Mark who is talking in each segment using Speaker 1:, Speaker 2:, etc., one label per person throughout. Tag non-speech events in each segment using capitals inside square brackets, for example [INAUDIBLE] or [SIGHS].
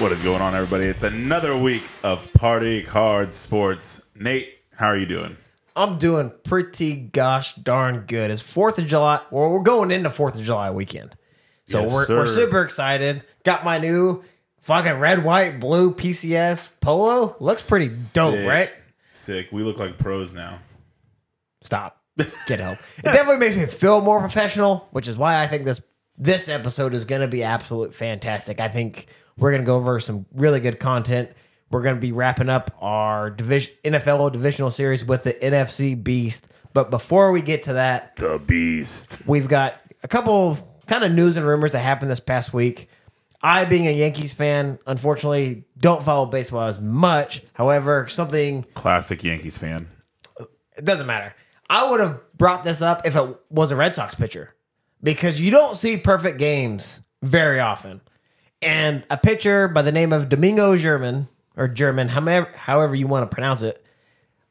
Speaker 1: What is going on, everybody? It's another week of Party Hard Sports. Nate, how are you doing?
Speaker 2: I'm doing pretty gosh darn good. It's Fourth of July. Well, we're going into Fourth of July weekend, so
Speaker 1: Yes,
Speaker 2: we're,
Speaker 1: sir.
Speaker 2: we're super excited. Got my new fucking red, white, blue PCS polo. Looks pretty dope,
Speaker 1: Sick.
Speaker 2: right?
Speaker 1: Sick. We look like pros now.
Speaker 2: Stop. Get help. It definitely makes me feel more professional, which is why I think this this episode is going to be absolute fantastic. I think we're going to go over some really good content. We're going to be wrapping up our division NFL divisional series with the NFC Beast. But before we get to that,
Speaker 1: The beast.
Speaker 2: We've got a couple kind of news and rumors that happened this past week. I, being a Yankees fan, unfortunately don't follow baseball as much. However, something
Speaker 1: Classic Yankees fan.
Speaker 2: it doesn't matter. I would have brought this up if it was a Red Sox pitcher because you don't see perfect games very often. And a pitcher by the name of Domingo German or German, however, however you want to pronounce it,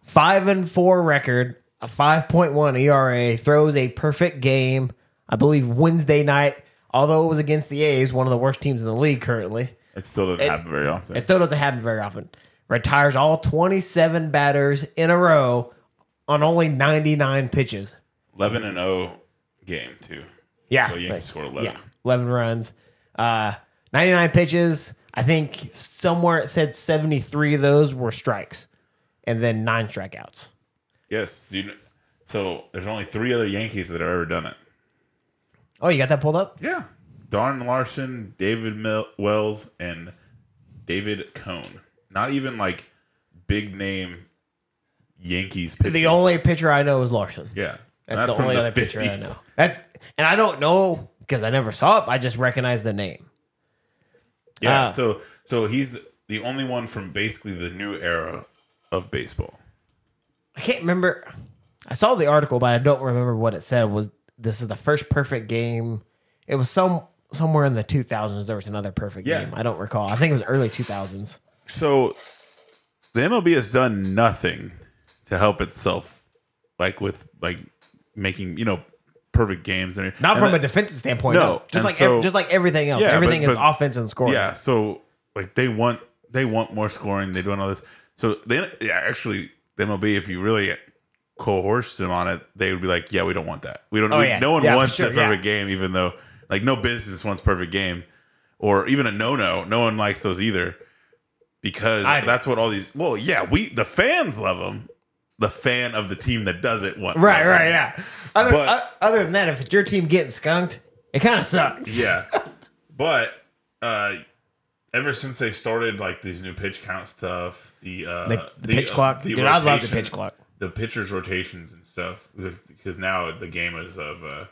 Speaker 2: five and four record, a 5.1 ERA, throws E a perfect game, I believe Wednesday night, although it was against the A's, one of the worst teams in the league currently.
Speaker 1: It still doesn't happen very often.
Speaker 2: It still doesn't happen very often. Retires all 27 batters in a row on only 99 pitches.
Speaker 1: 11 and 0 game, too.
Speaker 2: Yeah.
Speaker 1: So Yankees
Speaker 2: Like,
Speaker 1: scored 11.
Speaker 2: Yeah. 11 runs. Uh, 99 pitches. I think somewhere it said 73 of those were strikes and then nine strikeouts.
Speaker 1: Yes. Do you kn- so there's only three other Yankees that have ever done it.
Speaker 2: Oh, you got that pulled up?
Speaker 1: Yeah. Darn Larson, David Mel- Wells, and David Cohn. Not even like big name Yankees pitchers.
Speaker 2: The only pitcher I know is Larson.
Speaker 1: Yeah.
Speaker 2: That's, the
Speaker 1: from
Speaker 2: only other pitcher I
Speaker 1: 50s.
Speaker 2: know. That's and I don't know because I never saw it. I just recognize the name.
Speaker 1: [LAUGHS] Yeah.
Speaker 2: Ah.
Speaker 1: So so he's the only one from basically the new era of baseball.
Speaker 2: I can't remember. I saw the article, but I don't remember what it said. Was this is the first perfect game? It was some somewhere in the 2000s. There was another perfect
Speaker 1: Yeah.
Speaker 2: game. I don't recall. I think it was early 2000s.
Speaker 1: So the MLB has done nothing to help itself, like with like making you know perfect games and
Speaker 2: Not
Speaker 1: and
Speaker 2: from
Speaker 1: that-
Speaker 2: a defensive standpoint.
Speaker 1: No.
Speaker 2: No,
Speaker 1: And
Speaker 2: just like
Speaker 1: so-
Speaker 2: ev- just like everything else.
Speaker 1: Yeah, but-
Speaker 2: everything is
Speaker 1: but-
Speaker 2: offense and scoring.
Speaker 1: Yeah, so like they want they want more scoring. They doing all this. So they yeah, actually the MLB, if you really coerced them on it, they would be like, yeah, we don't want that. We don't.
Speaker 2: Oh,
Speaker 1: we,
Speaker 2: yeah.
Speaker 1: No one
Speaker 2: Yeah, for
Speaker 1: wants
Speaker 2: sure,
Speaker 1: that perfect game, even though like no business wants perfect game, or even a no no. No one likes those either because
Speaker 2: I do.
Speaker 1: that's what all these. Well, yeah, we the fans love them. The fan of the team that doesn't want
Speaker 2: Right.
Speaker 1: those.
Speaker 2: Right. Yeah. Other
Speaker 1: But-
Speaker 2: uh, other than that, if it's your team getting skunked, it kind of sucks.
Speaker 1: Yeah. But uh ever since they started like these new pitch count stuff, the uh
Speaker 2: The- the pitch clock? Dude, I love the pitch clock.
Speaker 1: The pitchers rotations and stuff because now the game is of uh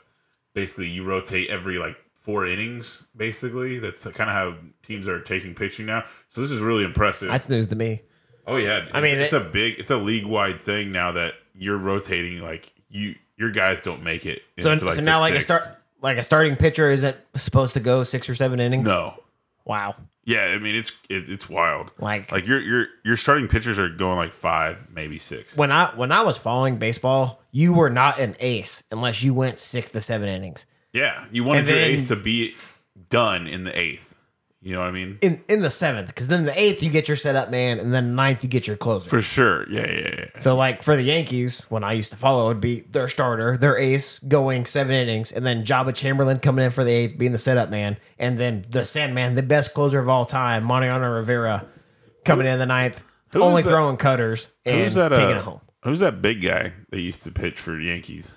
Speaker 1: basically you rotate every like four innings basically. That's kind of how teams are taking pitching now. So this is really impressive.
Speaker 2: That's news to me.
Speaker 1: Oh yeah, I
Speaker 2: mean,
Speaker 1: mean it's
Speaker 2: it-
Speaker 1: a big, it's a league wide thing now that you're rotating. Like you, your guys don't make it.
Speaker 2: So,
Speaker 1: into,
Speaker 2: so
Speaker 1: the
Speaker 2: now like a
Speaker 1: sixth.
Speaker 2: start like a starting pitcher isn't supposed to go six or seven innings.
Speaker 1: No,
Speaker 2: Wow.
Speaker 1: Yeah, I mean it's it, it's wild.
Speaker 2: Like-
Speaker 1: like your your your starting pitchers are going like five, maybe six.
Speaker 2: when I when I was following baseball, you were not an ace unless you went six to seven innings.
Speaker 1: yeah, you wanted
Speaker 2: And
Speaker 1: your
Speaker 2: then-
Speaker 1: ace to be done in the eighth. You know what I mean?
Speaker 2: In in the seventh, because then the eighth you get your setup man, and then ninth you get your closer.
Speaker 1: For sure. Yeah, yeah, yeah, yeah.
Speaker 2: so like for the Yankees, when I used to follow, it'd be their starter, their ace going seven innings, and then Jabba Chamberlain coming in for the eighth, being the setup man, and then the Sandman, the best closer of all time, Mariano Rivera, coming in the ninth,
Speaker 1: who
Speaker 2: only
Speaker 1: is that-
Speaker 2: throwing cutters and
Speaker 1: Who's that?
Speaker 2: taking
Speaker 1: uh,
Speaker 2: it home.
Speaker 1: Who's that big guy that used to pitch for the Yankees?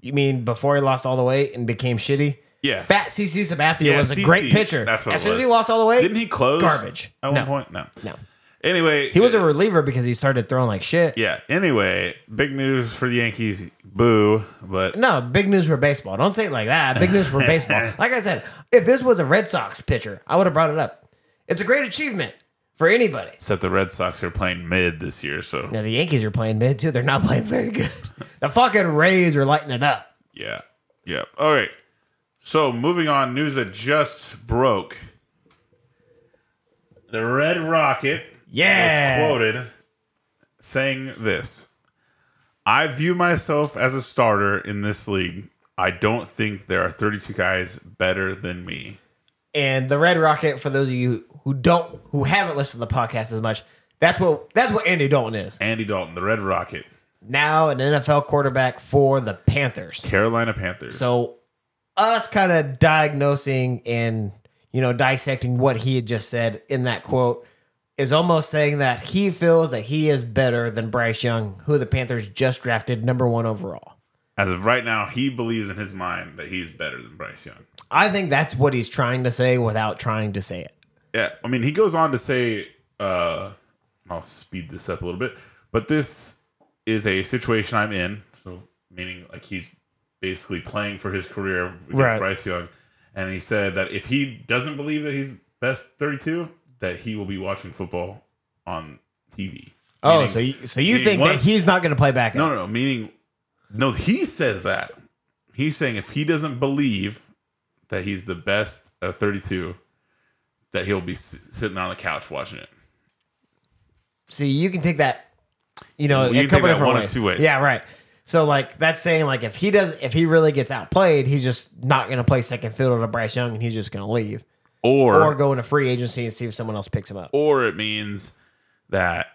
Speaker 2: You mean before he lost all the weight and became shitty?
Speaker 1: Yeah.
Speaker 2: Fat CC Sabathia
Speaker 1: Yeah,
Speaker 2: was a
Speaker 1: CC,
Speaker 2: great pitcher.
Speaker 1: E that's what
Speaker 2: as
Speaker 1: it
Speaker 2: soon as
Speaker 1: was.
Speaker 2: he lost all the weight,
Speaker 1: Didn't he close
Speaker 2: Garbage.
Speaker 1: at one
Speaker 2: No.
Speaker 1: point? No,
Speaker 2: No.
Speaker 1: Anyway,
Speaker 2: He was a reliever because he started throwing like shit.
Speaker 1: yeah. Anyway, big news for the Yankees. Boo! But
Speaker 2: No, big news for baseball. Don't say it like that. Big
Speaker 1: [LAUGHS]
Speaker 2: news for baseball. Like I said, if this was a Red Sox pitcher, I would have brought it up. It's a great achievement for anybody.
Speaker 1: except the Red Sox are playing mid this year, so
Speaker 2: Now the Yankees are playing mid too. They're not [LAUGHS] playing very good. The fucking Rays are lighting it up.
Speaker 1: Yeah. Yeah. All right. So moving on, news that just broke. The Red Rocket
Speaker 2: Yeah.
Speaker 1: was quoted saying this I view myself as a starter in this league. I don't think there are 32 guys better than me.
Speaker 2: And the Red Rocket, for those of you who don't who haven't listened to the podcast as much, that's what that's what Andy Dalton is.
Speaker 1: Andy Dalton, the Red Rocket,
Speaker 2: Now an NFL quarterback for the Panthers.
Speaker 1: Carolina Panthers.
Speaker 2: So us kind of diagnosing and you know dissecting what he had just said in that quote is almost saying that he feels that he is better than Bryce Young, who the Panthers just drafted number 1 overall.
Speaker 1: As of right now, he believes in his mind that he's better than Bryce Young.
Speaker 2: I think that's what he's trying to say without trying to say it.
Speaker 1: Yeah, I mean, he goes on to say, uh, I'll speed this up a little bit, but this is a situation I'm in. So, meaning like he's basically playing for his career against
Speaker 2: Right.
Speaker 1: Bryce Young. And he said that if he doesn't believe that he's best 32, that he will be watching football on TV.
Speaker 2: Oh,
Speaker 1: Meaning-
Speaker 2: so you, so you
Speaker 1: meaning
Speaker 2: think
Speaker 1: once-
Speaker 2: that he's not going to play back?
Speaker 1: No, no, no. Meaning, no, he says that. He's saying if he doesn't believe that he's the best at 32, that he'll be s- sitting on the couch watching it.
Speaker 2: See, you can take that, you know,
Speaker 1: You
Speaker 2: a
Speaker 1: can
Speaker 2: couple
Speaker 1: take that
Speaker 2: different
Speaker 1: one of
Speaker 2: ways.
Speaker 1: two ways.
Speaker 2: Yeah, right. So like that's saying like if he does if he really gets outplayed, he's just not going to play second fiddle to Bryce Young, and he's just going to leave
Speaker 1: Or,
Speaker 2: or
Speaker 1: or,
Speaker 2: go into free agency and see if someone else picks him up.
Speaker 1: it means that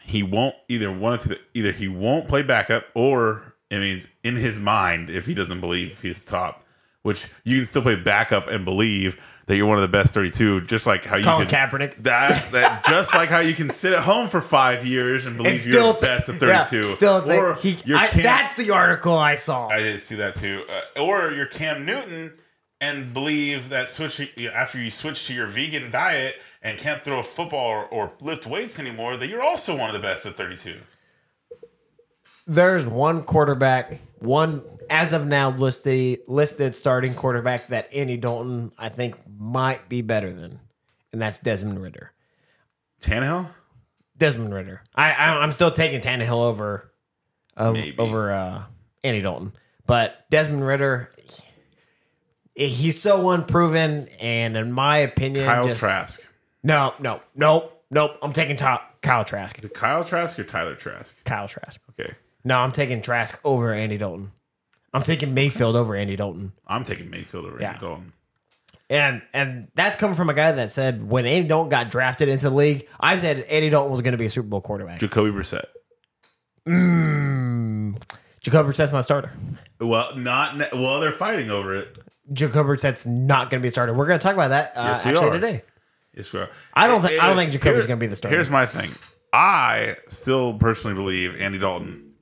Speaker 1: he won't either one to either he won't play backup or it means in his mind if he doesn't believe he's top, which you can still play backup and believe that you're one of the best 32, just like how you
Speaker 2: Colin
Speaker 1: could-
Speaker 2: Kaepernick
Speaker 1: That that just like how you can sit at home for five years and believe
Speaker 2: It's
Speaker 1: you're
Speaker 2: thi-
Speaker 1: best at
Speaker 2: yeah,
Speaker 1: 32.
Speaker 2: still, thi-
Speaker 1: or
Speaker 2: he,
Speaker 1: you're
Speaker 2: I,
Speaker 1: Cam,
Speaker 2: that's the article I saw.
Speaker 1: I did see that too. Uh, or you're Cam Newton and believe that switching after you switch to your vegan diet and can't throw a football or, or lift weights anymore, that you're also one of the best at 32.
Speaker 2: There's one quarterback, one as of now listed listed starting quarterback that Andy Dalton I think might be better than, and that's Desmond Ritter.
Speaker 1: Tannehill?
Speaker 2: Desmond Ritter. I, I I'm still taking Tannehill over uh,
Speaker 1: Maybe.
Speaker 2: over uh, Andy Dalton, but Desmond Ritter, he- he's so unproven, and in my opinion,
Speaker 1: Kyle
Speaker 2: just-
Speaker 1: Trask.
Speaker 2: no, no, nope, nope. I'm taking top Kyle Trask.
Speaker 1: Kyle Trask or Tyler Trask?
Speaker 2: Kyle Trask.
Speaker 1: Okay.
Speaker 2: No, I'm taking Trask over Andy Dalton. I'm taking Mayfield over Andy Dalton.
Speaker 1: I'm taking Mayfield over
Speaker 2: Yeah.
Speaker 1: Dalton.
Speaker 2: And and that's coming from a guy that said when Andy Dalton got drafted into the league, I said Andy Dalton was going to be a Super Bowl quarterback.
Speaker 1: Jacoby Brissett.
Speaker 2: Jacob Brissett's not a starter.
Speaker 1: Well, not ne- well. They're fighting over it.
Speaker 2: Jacob Brissett's not going to be a starter. We're going to talk about that uh,
Speaker 1: Yes, we
Speaker 2: actually
Speaker 1: are.
Speaker 2: today.
Speaker 1: Yes, we are.
Speaker 2: I don't think- I don't think Jacoby's
Speaker 1: here-
Speaker 2: gonna be the starter.
Speaker 1: Here's my thing. I still personally believe Andy Dalton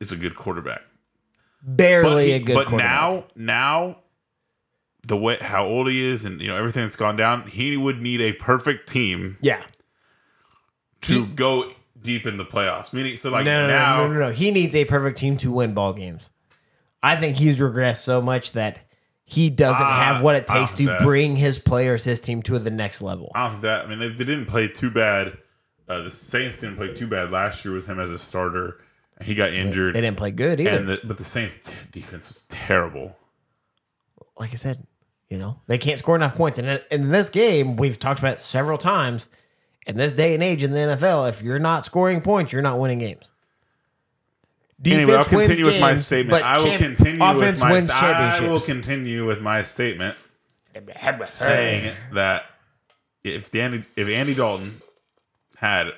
Speaker 1: is a good quarterback.
Speaker 2: Barely
Speaker 1: he-
Speaker 2: a good
Speaker 1: but
Speaker 2: quarterback.
Speaker 1: now now the way how old he is and you know everything that's gone down, he would need a perfect team
Speaker 2: yeah.
Speaker 1: to go deep in the playoffs. Meaning so like
Speaker 2: No, no,
Speaker 1: now
Speaker 2: no, no, no, no. He needs a perfect team to win ball games. I think he's regressed so much that he doesn't
Speaker 1: Ah,
Speaker 2: have what it
Speaker 1: I
Speaker 2: takes
Speaker 1: don't
Speaker 2: to
Speaker 1: think that-
Speaker 2: bring his players, his team to the next level.
Speaker 1: I don't think that I mean they, they didn't play too bad. Uh, the Saints didn't play too bad last year with him as a starter. He got injured.
Speaker 2: They didn't play good either.
Speaker 1: and the, but the Saints defense was terrible.
Speaker 2: like I said, you know, they can't score enough points. And in- in this game, we've talked about it several times. In this day and age in the NFL, if you're not scoring points, you're not winning games.
Speaker 1: Anyway, I'll
Speaker 2: Defense wins
Speaker 1: continue with my
Speaker 2: games,
Speaker 1: statement.
Speaker 2: but
Speaker 1: I will
Speaker 2: champ-
Speaker 1: continue with
Speaker 2: offense
Speaker 1: my.
Speaker 2: wins
Speaker 1: I will
Speaker 2: championships.
Speaker 1: continue with my statement saying that if Danny, if Andy Dalton had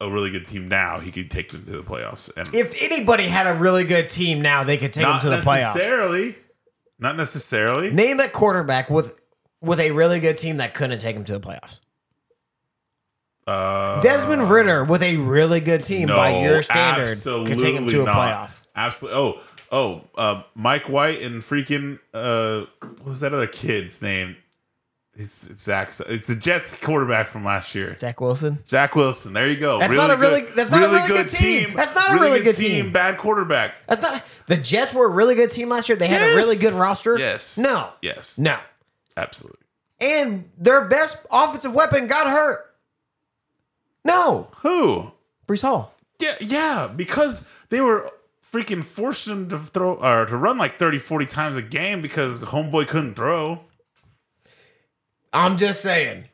Speaker 1: a really good team now, he could take them to the playoffs. And
Speaker 2: if anybody had a really good team now, they could take
Speaker 1: not
Speaker 2: them to the playoffs.
Speaker 1: necessarily, not necessarily.
Speaker 2: Name a quarterback with with a really good team that couldn't take them to the playoffs.
Speaker 1: Uh,
Speaker 2: Desmond Ritter with a really good team by
Speaker 1: no,
Speaker 2: your standard
Speaker 1: absolutely
Speaker 2: could take him to a
Speaker 1: not.
Speaker 2: playoff.
Speaker 1: Absolutely. Oh, oh, uh, Mike White and freaking uh, what was that other kid's name? It's, it's Zach. It's the Jets quarterback from last year.
Speaker 2: Zach Wilson.
Speaker 1: Zach Wilson. There you go.
Speaker 2: That's not a really- that's not a really good team. That's not a really good team.
Speaker 1: Bad quarterback.
Speaker 2: That's not the Jets were a really good team last year. They had a really
Speaker 1: Yes.
Speaker 2: good roster.
Speaker 1: Yes.
Speaker 2: No.
Speaker 1: Yes.
Speaker 2: No.
Speaker 1: Absolutely.
Speaker 2: And their best offensive weapon got hurt. No.
Speaker 1: Who?
Speaker 2: Brees Hall.
Speaker 1: Yeah. Yeah. Because they were freaking forcing him to throw or to run like 30, 40 times a game because homeboy couldn't throw.
Speaker 2: I'm just saying.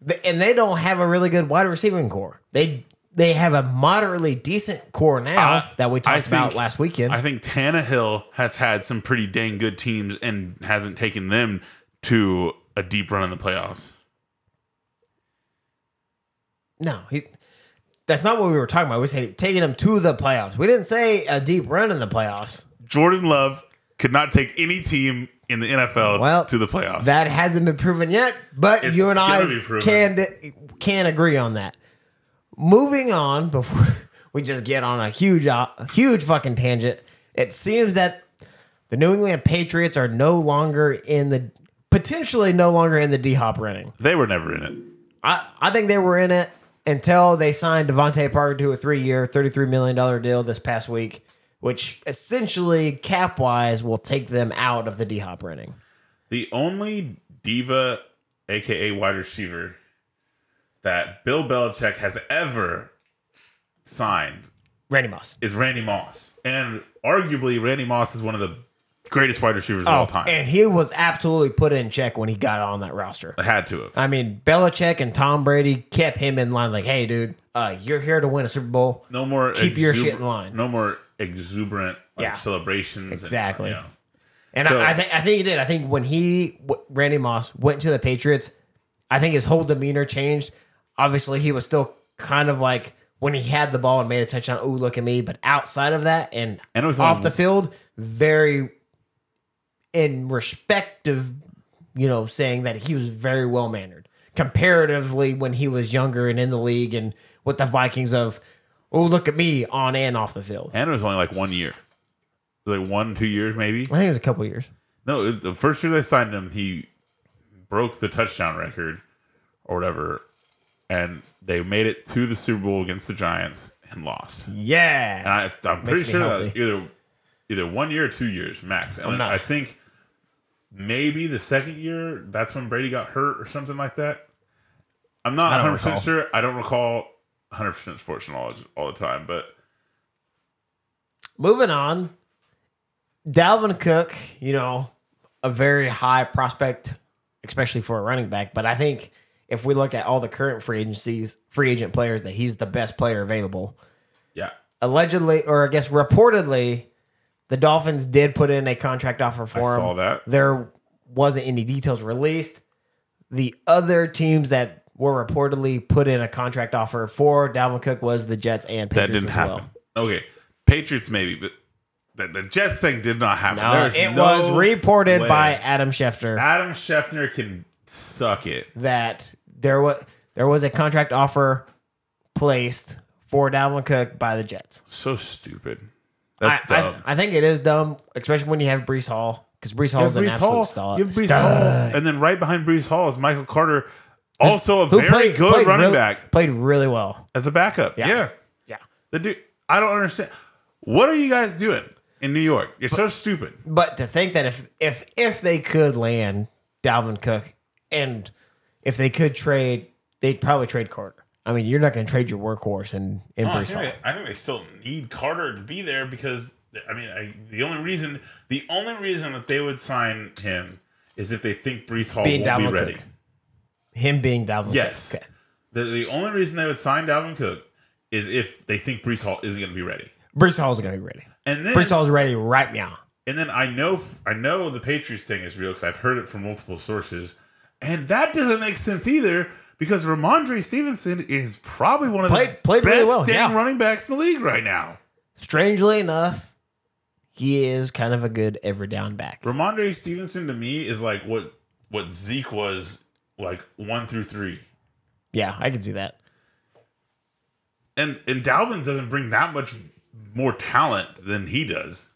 Speaker 2: The- And they don't have a really good wide receiving core. They they have a moderately decent core now
Speaker 1: I-
Speaker 2: that we
Speaker 1: I
Speaker 2: talked about
Speaker 1: think-
Speaker 2: last weekend.
Speaker 1: I think Tannehill has had some pretty dang good teams and hasn't taken them to a deep run in the playoffs.
Speaker 2: No, he. That's not what we were talking about. We said taking him to the playoffs. We didn't say a deep run in the playoffs.
Speaker 1: Jordan Love could not take any team in the NFL
Speaker 2: Well,
Speaker 1: to the playoffs.
Speaker 2: That hasn't been proven yet, but
Speaker 1: It's
Speaker 2: you and
Speaker 1: gonna
Speaker 2: I
Speaker 1: be proven.
Speaker 2: can can agree on that. Moving on, [LAUGHS] before we just get on a huge uh, huge fucking tangent, it seems that the New England Patriots are no longer in the potentially no longer in the D Hop running.
Speaker 1: they were never in it.
Speaker 2: I I think they were in it until they signed Devontae Parker to a three year, thirty three million dollar deal this past week, which essentially cap wise will take them out of the D Hop running.
Speaker 1: The only diva, aka wide receiver, that Bill Belichick has ever signed
Speaker 2: Randy Moss.
Speaker 1: is Randy Moss, and arguably Randy Moss is one of the greatest wide receivers of all time.
Speaker 2: Oh, And he was absolutely put in check when he got on that roster.
Speaker 1: had to have.
Speaker 2: I mean, Belichick and Tom Brady kept him in line, like, hey, dude, uh, you're here to win a Super Bowl.
Speaker 1: No more
Speaker 2: Keep your shit in line.
Speaker 1: No more exuberant like,
Speaker 2: Yeah.
Speaker 1: celebrations. and,
Speaker 2: Exactly.
Speaker 1: you know.
Speaker 2: And
Speaker 1: So-
Speaker 2: I, I, think I think he did. I think when he, w- Randy Moss, went to the Patriots, I think his whole demeanor changed. Obviously, he was still kind of like when he had the ball and made a touchdown, ooh, look at me. But outside of that and,
Speaker 1: And it was
Speaker 2: off
Speaker 1: on-
Speaker 2: the field, very in respect of, you know, saying that he was very well mannered comparatively when he was younger and in the league and with the Vikings of, oh, look at me on and off the field.
Speaker 1: and it was only like one year, like one two years maybe.
Speaker 2: I think it was a couple years.
Speaker 1: No, it- the first year they signed him, he broke the touchdown record or whatever, and they made it to the Super Bowl against the Giants and lost.
Speaker 2: Yeah.
Speaker 1: And I, I'm
Speaker 2: Makes
Speaker 1: pretty
Speaker 2: me
Speaker 1: sure that was
Speaker 2: healthy.
Speaker 1: either either one year or two years max. And
Speaker 2: not-
Speaker 1: I think maybe the second year that's when Brady got hurt or something like that. I'm not
Speaker 2: I
Speaker 1: 100
Speaker 2: don't
Speaker 1: percent
Speaker 2: recall.
Speaker 1: sure. I don't recall 100 percent sports knowledge all the time, but
Speaker 2: Moving on, Dalvin Cook, you know, a very high prospect, especially for a running back. But I think if we look at all the current free agencies, free agent players, that he's the best player available.
Speaker 1: yeah,
Speaker 2: Allegedly, or I guess reportedly, the Dolphins did put in a contract offer for
Speaker 1: I
Speaker 2: him.
Speaker 1: saw that.
Speaker 2: There wasn't any details released. The other teams that were reportedly put in a contract offer for Dalvin Cook was the Jets and
Speaker 1: That
Speaker 2: Patriots
Speaker 1: didn't
Speaker 2: as
Speaker 1: happen.
Speaker 2: well.
Speaker 1: Okay, Patriots maybe, but the, the Jets thing did not happen.
Speaker 2: Uh,
Speaker 1: There is
Speaker 2: it
Speaker 1: no
Speaker 2: was reported
Speaker 1: way.
Speaker 2: by Adam Schefter
Speaker 1: Adam Scheffner can suck it.
Speaker 2: that there was there was a contract offer placed for Dalvin Cook by the Jets.
Speaker 1: So stupid.
Speaker 2: I,
Speaker 1: That's dumb.
Speaker 2: I, I think it is dumb, especially when you have Brees Hall, because Brees Hall is an
Speaker 1: Brees
Speaker 2: absolute
Speaker 1: Hall,
Speaker 2: stud.
Speaker 1: you have Brees
Speaker 2: stud.
Speaker 1: Hall, and then right behind Brees Hall is Michael Carter, also a
Speaker 2: Who
Speaker 1: very
Speaker 2: played-
Speaker 1: good
Speaker 2: played
Speaker 1: running
Speaker 2: really-
Speaker 1: back
Speaker 2: Played really well.
Speaker 1: as a backup. Yeah.
Speaker 2: Yeah.
Speaker 1: the dude. I don't understand. What are you guys doing in New York? It's so stupid.
Speaker 2: But to think that if if if they could land Dalvin Cook and if they could trade, they'd probably trade Carter. I mean, you're not going to trade your workhorse and in
Speaker 1: I
Speaker 2: Brees
Speaker 1: think,
Speaker 2: Hall.
Speaker 1: they, I think they still need Carter to be there because I mean, I, the only reason the only reason that they would sign him is if they think Brees Hall
Speaker 2: Being
Speaker 1: will be
Speaker 2: Dalvin
Speaker 1: ready.
Speaker 2: Cook. Him being Dalvin
Speaker 1: Yes.
Speaker 2: Cook. Okay.
Speaker 1: The, the only reason they would sign Dalvin Cook is if they think Brees Hall isn't going to be ready.
Speaker 2: Brees Hall's going to be ready.
Speaker 1: And then
Speaker 2: Brees Hall's ready right now.
Speaker 1: And then I know I know the Patriots thing is real because I've heard it from multiple sources, and that doesn't make sense either because Ramondre Stevenson is probably one of
Speaker 2: Played-
Speaker 1: the
Speaker 2: played
Speaker 1: best
Speaker 2: really well,
Speaker 1: dang
Speaker 2: yeah.
Speaker 1: running backs in the league right now.
Speaker 2: Strangely enough, he is kind of a good every down back.
Speaker 1: Ramondre Stevenson to me is like what what Zeke was like one through three,
Speaker 2: Yeah, I can see that.
Speaker 1: and and Dalvin doesn't bring that much more talent than he does.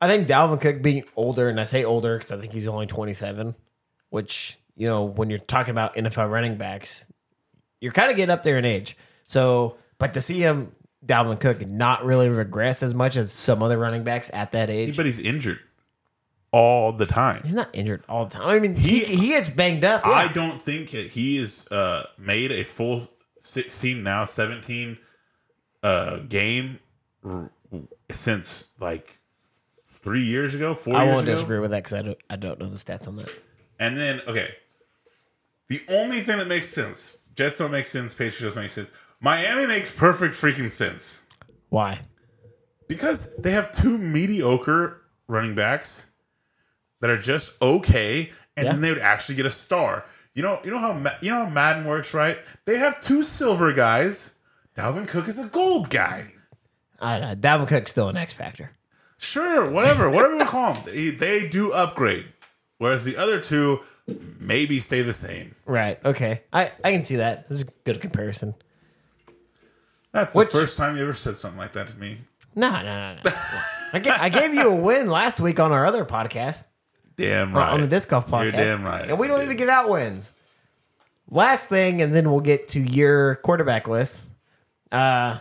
Speaker 2: I think Dalvin Cook being older, and I say older because I think he's only 27, which, you know, when you're talking about NFL running backs, you're kind of getting up there in age. So, but to see him, Dalvin Cook, not really regress as much as some other running backs at that age.
Speaker 1: But he's injured all the time.
Speaker 2: He's not injured all the time. I mean, he,
Speaker 1: He-
Speaker 2: he gets banged up. yeah.
Speaker 1: I don't think that he is uh, made a full 16 now 17 uh, game r- since like three years ago, four
Speaker 2: I
Speaker 1: years
Speaker 2: won't
Speaker 1: ago.
Speaker 2: disagree with that because I don't, I don't know the stats on that.
Speaker 1: And then okay, the only thing that makes sense, Jets don't make sense, Patriots don't make sense. Miami makes perfect freaking sense
Speaker 2: Why?
Speaker 1: because they have two mediocre running backs that are just okay, and
Speaker 3: Yeah.
Speaker 1: then they would actually get a star. You know, you know how Ma- you know how Madden works, right? They have two silver guys. Dalvin Cook is a gold guy.
Speaker 2: I don't know. Dalvin Cook's still an X factor.
Speaker 1: Sure, whatever, whatever we call them, they, they do upgrade. Whereas the other two maybe stay the same.
Speaker 2: Right. Okay. I, I can see that. This is a good comparison.
Speaker 1: That's
Speaker 2: Which-
Speaker 1: the first time you ever said something like that to me.
Speaker 2: No, no, no, no. I, ga- I gave you a win last week on our other podcast,
Speaker 1: Damn
Speaker 2: or
Speaker 1: right.
Speaker 2: on the disc golf podcast.
Speaker 1: You're damn right.
Speaker 2: And we don't
Speaker 1: Dude.
Speaker 2: even give out wins. Last thing, and then we'll get to your quarterback list. Uh,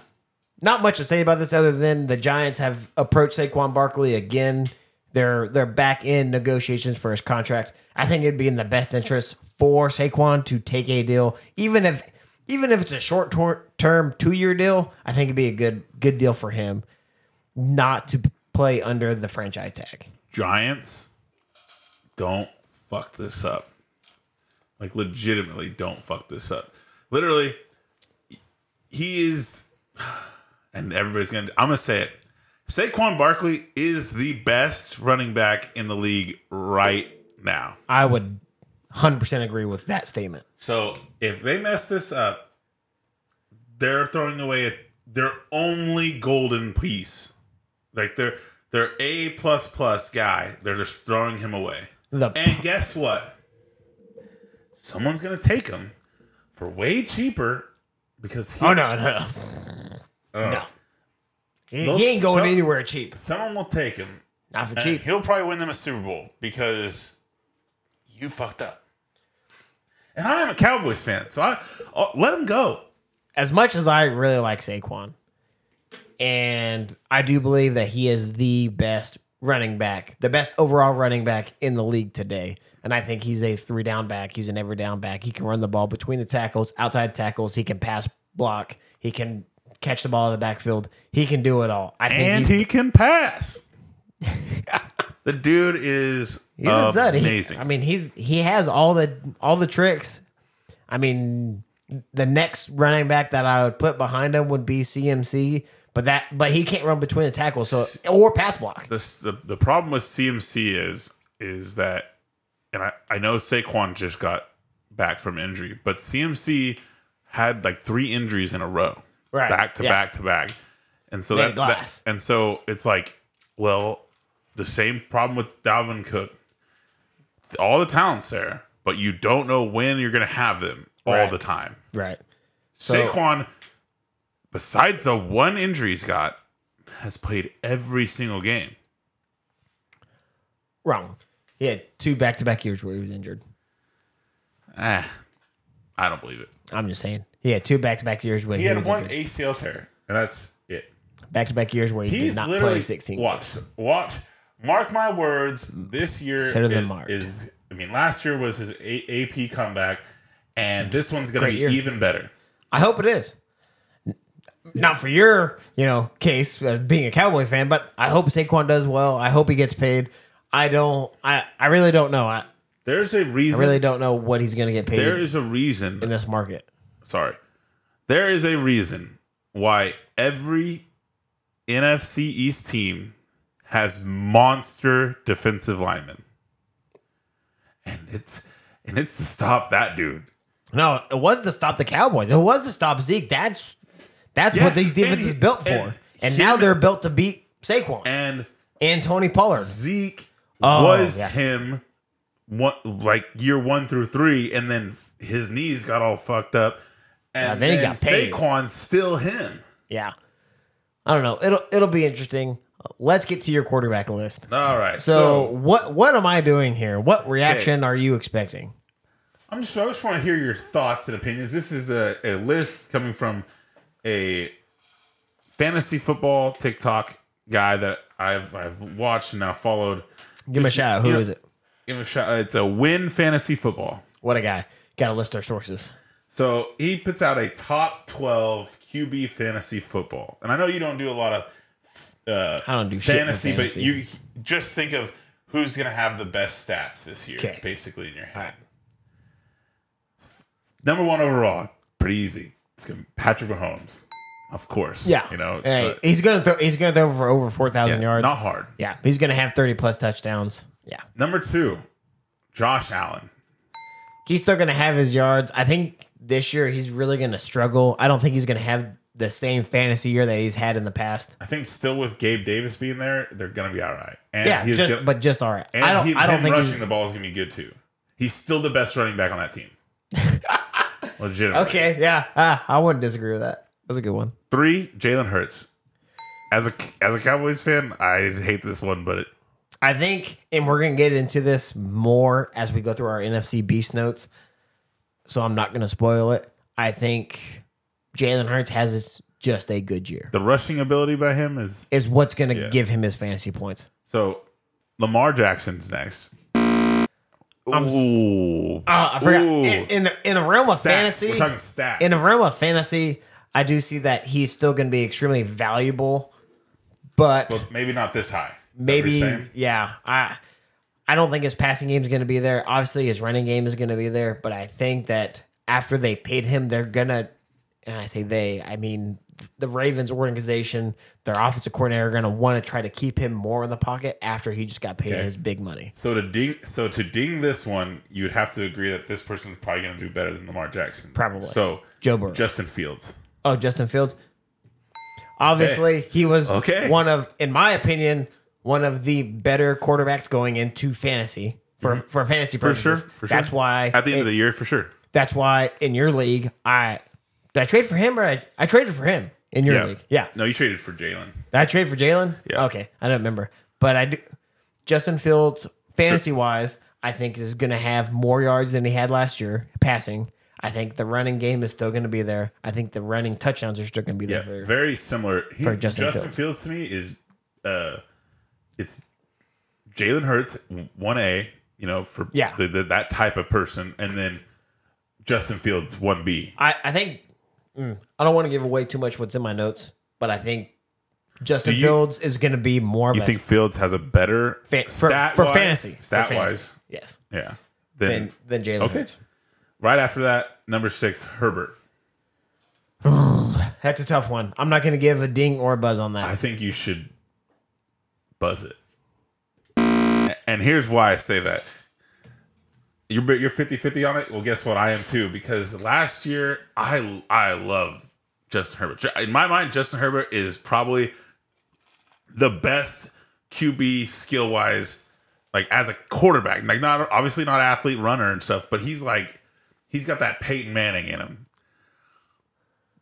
Speaker 2: not much to say about this other than the Giants have approached Saquon Barkley again. They're they're back in negotiations for his contract. I think it'd be in the best interest for Saquon to take a deal, even if even if it's a short tor- term two year deal. I think it'd be a good good deal for him not to play under the franchise tag.
Speaker 1: Giants, don't fuck this up. Like legitimately, don't fuck this up. Literally, he is, and everybody's gonna. I'm gonna say it. Saquon Barkley is the best running back in the league right now.
Speaker 2: I would hundred percent agree with that statement.
Speaker 1: So if they mess this up, they're throwing away their only golden piece. Like they're they're a plus plus guy. They're just throwing him away.
Speaker 2: The
Speaker 1: And guess what? Someone's gonna take him for way cheaper because he,
Speaker 2: Oh no, no, no.
Speaker 1: uh,
Speaker 2: no. He,
Speaker 1: Look,
Speaker 2: he ain't going
Speaker 1: some-
Speaker 2: anywhere cheap.
Speaker 1: someone will take him.
Speaker 2: Not for
Speaker 1: And
Speaker 2: cheap.
Speaker 1: He'll probably win them a Super Bowl because you fucked up. And I am a Cowboys fan, so I uh, let him go.
Speaker 2: As much as I really like Saquon, and I do believe that he is the best running back, the best overall running back in the league today. And I think he's a three down back. He's an every down back. He can run the ball between the tackles, outside tackles. He can pass block. He can catch the ball in the backfield. He can do it all. I think
Speaker 1: and
Speaker 2: he's,
Speaker 1: he can pass. [LAUGHS] the dude is
Speaker 2: He's a stud. He-
Speaker 1: amazing.
Speaker 2: I mean, he's he has all the all the tricks. I mean, the next running back that I would put behind him would be CMC, but that but he can't run between the tackles, so or pass block.
Speaker 1: the, the the problem with CMC is is that, and I I know Saquon just got back from injury, but CMC had like three injuries in a row,
Speaker 2: Right,
Speaker 1: Back to
Speaker 2: yeah.
Speaker 1: back to back, and so
Speaker 2: Made
Speaker 1: that,
Speaker 2: of
Speaker 1: that-
Speaker 2: glass.
Speaker 1: and so it's like, well, the same problem with Dalvin Cook. All the talents there, but you don't know when you're gonna have them all
Speaker 2: Right.
Speaker 1: the time.
Speaker 2: Right.
Speaker 1: Saquon, besides the one injury he's got, has played every single game.
Speaker 2: Wrong. He had two back to back years where he was injured.
Speaker 1: Eh,
Speaker 2: Ah.
Speaker 1: I don't believe it.
Speaker 2: I'm just saying. He had two back to back years when
Speaker 1: He
Speaker 2: he,
Speaker 1: had
Speaker 2: was
Speaker 1: one ACL tear, and that's it.
Speaker 2: back to back years where he
Speaker 1: He's
Speaker 2: did not
Speaker 1: literally
Speaker 2: play 16.
Speaker 1: watch, watch, mark my words. This year
Speaker 2: Better than
Speaker 1: is,
Speaker 2: Mark.
Speaker 1: is- I mean, last year was his A- AP comeback, and this one's going to
Speaker 2: Great
Speaker 1: be
Speaker 2: year.
Speaker 1: even better.
Speaker 2: I hope it is. N- Not for your, you know, case uh, being a Cowboys fan, but I hope Saquon does well. I hope he gets paid. I don't. I I really don't know. I,
Speaker 1: There's a
Speaker 2: I
Speaker 1: reason.
Speaker 2: really don't know what he's going to get paid
Speaker 1: there is a reason
Speaker 2: in this market.
Speaker 1: sorry. There is a reason why every NFC East team has monster defensive linemen. And it's and it's to stop that dude.
Speaker 2: No, it was to stop the Cowboys. It was to stop Zeke. That's that's
Speaker 1: Yeah,
Speaker 2: what these
Speaker 1: and
Speaker 2: defenses
Speaker 1: he-
Speaker 2: built for. And,
Speaker 1: and
Speaker 2: now
Speaker 1: here-
Speaker 2: they're built to beat Saquon and,
Speaker 1: And
Speaker 2: Tony Pollard.
Speaker 1: Zeke
Speaker 2: Oh,
Speaker 1: was
Speaker 2: yeah.
Speaker 1: him one like year one through three, and then his knees got all fucked up. And
Speaker 2: then he
Speaker 1: then,
Speaker 2: got paid.
Speaker 1: Saquon's still him.
Speaker 2: Yeah, I don't know. It'll it'll be interesting. Let's get to your quarterback list.
Speaker 1: All right.
Speaker 2: So, what what am I doing here? What reaction are you expecting?
Speaker 1: I'm just, I just want to hear your thoughts and opinions. This is a, a list coming from a fantasy football TikTok guy that I've I've watched and now followed.
Speaker 2: Give him a shout out. Who
Speaker 1: you
Speaker 2: is
Speaker 1: know-
Speaker 2: it?
Speaker 1: Give him a shout. It's a win fantasy football.
Speaker 2: What a guy. Got to list our sources.
Speaker 1: So he puts out a top twelve QB fantasy football, and I know you don't do a lot of uh,
Speaker 2: I don't do shit for
Speaker 1: fantasy,
Speaker 2: fantasy.
Speaker 1: but you just think of who's gonna have the best stats this year,
Speaker 2: 'Kay.
Speaker 1: basically in your head. Number one overall, pretty easy. It's gonna be Patrick Mahomes, of course. you know, it's,
Speaker 2: Hey,
Speaker 1: uh,
Speaker 2: he's gonna throw. He's gonna throw for over four
Speaker 1: yeah,
Speaker 2: thousand yards.
Speaker 1: not hard.
Speaker 2: Yeah, he's gonna have thirty plus touchdowns. Yeah,
Speaker 1: Number two, Josh Allen.
Speaker 2: He's still going to have his yards. I think this year he's really going to struggle. I don't think he's going to have the same fantasy year that he's had in the past.
Speaker 1: I think still with Gabe Davis being there, they're gonna be all right. And
Speaker 2: Yeah,
Speaker 1: he's
Speaker 2: just,
Speaker 1: gonna,
Speaker 2: but just all right.
Speaker 1: and
Speaker 2: I don't.
Speaker 1: he-
Speaker 2: I don't
Speaker 1: him
Speaker 2: think
Speaker 1: rushing
Speaker 2: he's,
Speaker 1: the ball is gonna be good too. He's still the best running back on that
Speaker 2: [LAUGHS]
Speaker 1: team. Legitimately.
Speaker 2: okay. Yeah, Ah, I wouldn't disagree with that. That's a good one.
Speaker 1: Three, Jalen Hurts. As a as a Cowboys fan, I hate this one, but it,
Speaker 2: I think, and we're gonna get into this more as we go through our NFC beast notes. So I'm not gonna spoil it. I think Jalen Hurts has his- just a good year.
Speaker 1: the rushing ability by him is
Speaker 2: Is what's gonna give him his fantasy points.
Speaker 1: so. Lamar Jackson's next.
Speaker 2: I'm s-
Speaker 1: Ooh,
Speaker 2: Uh, I forgot.
Speaker 1: Ooh.
Speaker 2: In, in in the realm of
Speaker 1: Stats.
Speaker 2: fantasy,
Speaker 1: We're talking stats.
Speaker 2: in the realm of fantasy, I do see that he's still gonna be extremely valuable, but
Speaker 1: But maybe not this high. Is that what you're
Speaker 2: maybe
Speaker 1: saying?
Speaker 2: yeah i i don't think his passing game is going to be there obviously his running game is going to be there but i think that after they paid him they're gonna and i say they i mean th- the ravens organization their offensive coordinator are going to want to try to keep him more in the pocket after he just got paid
Speaker 1: Okay.
Speaker 2: his big money
Speaker 1: So to ding, so to ding this one, you'd have to agree that this person's probably going to do better than Lamar Jackson.
Speaker 2: Probably.
Speaker 1: So
Speaker 2: joe burrow
Speaker 1: Justin Fields.
Speaker 2: oh justin fields obviously he was
Speaker 1: Okay.
Speaker 2: one of in my opinion one of the better quarterbacks going into fantasy for,
Speaker 1: Mm-hmm.
Speaker 2: for fantasy purposes. That's why
Speaker 1: At the end
Speaker 2: it-
Speaker 1: of the year, for sure.
Speaker 2: That's why in your league, I did I trade for him or I, I traded for him in your league. Yeah,
Speaker 1: No, you traded for Jalen.
Speaker 2: did I trade for Jalen.
Speaker 1: Yeah.
Speaker 2: Okay, I don't remember, but I do. Justin Fields, fantasy wise, I think is going to have more yards than he had last year passing. I think the running game is still going to be there. I think the running touchdowns are still going to be
Speaker 1: Yeah.
Speaker 2: there. For,
Speaker 1: Very similar. He-
Speaker 2: For
Speaker 1: Justin,
Speaker 2: Justin
Speaker 1: Fields. to me is, uh, it's Jalen Hurts one A. You know, for
Speaker 2: Yeah.
Speaker 1: the, the, that type of person, and then Justin Fields one B.
Speaker 2: I I think mm, I don't want to give away too much what's in my notes, but I think Justin
Speaker 1: Do you-
Speaker 2: Fields is going to be more. of
Speaker 1: You
Speaker 2: a
Speaker 1: think Fields has a better
Speaker 2: fa- for,
Speaker 1: stat
Speaker 2: for
Speaker 1: wise-
Speaker 2: fantasy for
Speaker 1: stat
Speaker 2: fantasy.
Speaker 1: wise?
Speaker 2: Yes,
Speaker 1: Yeah.
Speaker 2: than
Speaker 1: Then
Speaker 2: than Jalen.
Speaker 1: Okay.
Speaker 2: Hurts.
Speaker 1: right after that, number six, Herbert.
Speaker 2: That's a tough one. I'm not going to give a ding or a buzz on
Speaker 1: I
Speaker 2: that.
Speaker 1: think you should buzz it. A- And here's why I say that. You're bi- you're 50-50 on it. Well, guess what? I am too because last year I I love Justin Herbert. Ju- In my mind, Justin Herbert is probably the best QB skill wise, like as a quarterback. Like not obviously not athlete runner and stuff, but he's like he's got that Peyton Manning in him.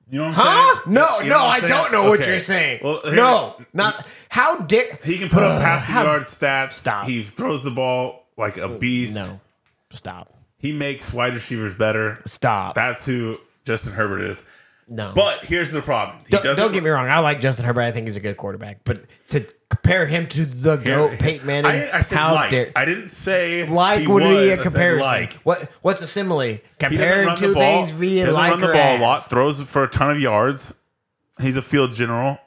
Speaker 1: You know what I'm
Speaker 2: Huh?
Speaker 1: saying?
Speaker 2: No,
Speaker 1: You
Speaker 2: no,
Speaker 1: what
Speaker 2: I
Speaker 1: I'm saying?
Speaker 2: don't know what
Speaker 1: Okay.
Speaker 2: you're saying.
Speaker 1: Well, here-
Speaker 2: no, not how dare
Speaker 1: He can put up
Speaker 2: Ugh,
Speaker 1: passing
Speaker 2: Uh, how-
Speaker 1: yard stats.
Speaker 2: Stop.
Speaker 1: He throws the ball like a beast.
Speaker 2: No, stop,
Speaker 1: He makes wide receivers better.
Speaker 2: stop.
Speaker 1: That's who Justin Herbert is.
Speaker 2: no,
Speaker 1: But here's the problem. He
Speaker 2: don't,
Speaker 1: doesn't
Speaker 2: don't
Speaker 1: [LAUGHS]
Speaker 2: get me wrong. I like Justin Herbert. I think he's a good quarterback, but to compare him to the goat Oh, Peyton Manning,
Speaker 1: I, I said
Speaker 2: how
Speaker 1: like.
Speaker 2: dare
Speaker 1: I didn't say
Speaker 2: like
Speaker 1: he
Speaker 2: would be
Speaker 1: was.
Speaker 2: a
Speaker 1: I said
Speaker 2: comparison?
Speaker 1: Like
Speaker 2: What what's a simile?
Speaker 1: he doesn't
Speaker 2: Compare
Speaker 1: run
Speaker 2: two
Speaker 1: the ball.
Speaker 2: things via
Speaker 1: doesn't
Speaker 2: like
Speaker 1: run the
Speaker 2: or
Speaker 1: ball
Speaker 2: ass.
Speaker 1: a lot. Throws for a ton of yards. He's a field general.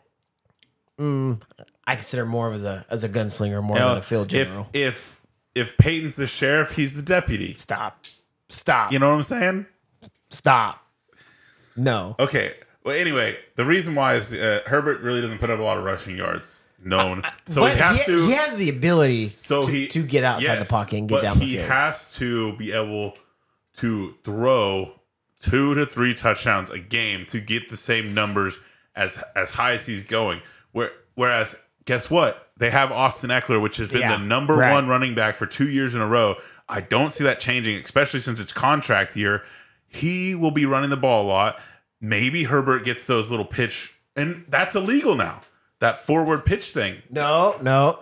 Speaker 2: I consider more of as a as a gunslinger more
Speaker 1: Now,
Speaker 2: than a field general.
Speaker 1: Uh, If if if Peyton's the sheriff, he's the deputy.
Speaker 2: stop, stop,
Speaker 1: You know what I'm saying?
Speaker 2: stop. No.
Speaker 1: Okay. Well, anyway, the reason why is uh, Herbert really doesn't put up a lot of rushing yards, known. so
Speaker 2: but
Speaker 1: he has to.
Speaker 2: He has the ability
Speaker 1: so
Speaker 2: to,
Speaker 1: he
Speaker 2: to get outside
Speaker 1: yes,
Speaker 2: the pocket and get
Speaker 1: but
Speaker 2: down the
Speaker 1: He
Speaker 2: field.
Speaker 1: has to be able to throw two to three touchdowns a game to get the same numbers as as high as he's going. Where whereas guess what? They have Austin Eckler, which has been
Speaker 2: Yeah,
Speaker 1: the number
Speaker 2: right.
Speaker 1: one running back for two years in a row. I don't see that changing, especially since it's contract year. He will be running the ball a lot. Maybe Herbert gets those little pitch, and that's illegal now. That forward pitch thing.
Speaker 2: no, no.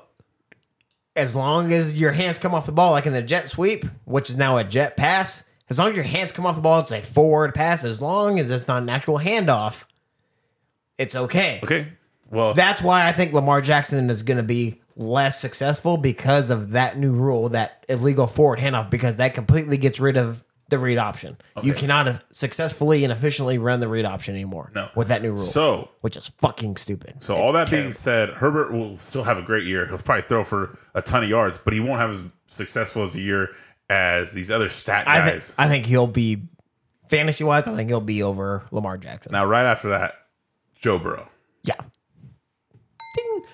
Speaker 2: As long as your hands come off the ball, like in the jet sweep, which is now a jet pass, as long as your hands come off the ball, it's a forward pass. As long as it's not an actual handoff, it's okay.
Speaker 1: Okay. Well,
Speaker 2: That's why I think Lamar Jackson is going to be less successful because of that new rule, that illegal forward handoff, because that completely gets rid of the read option. You cannot successfully and efficiently run the read option anymore
Speaker 1: No.
Speaker 2: with that new rule,
Speaker 1: so
Speaker 2: which is fucking stupid.
Speaker 1: So all that being said, Herbert will still have a great year. He'll probably throw for a ton of yards, but he won't have as successful as a year as these other stat
Speaker 2: I,
Speaker 1: guys.
Speaker 2: think I think he'll be, fantasy wise, I think he'll be over Lamar Jackson.
Speaker 1: now, right after that, Joe Burrow.
Speaker 2: Yeah. Ding.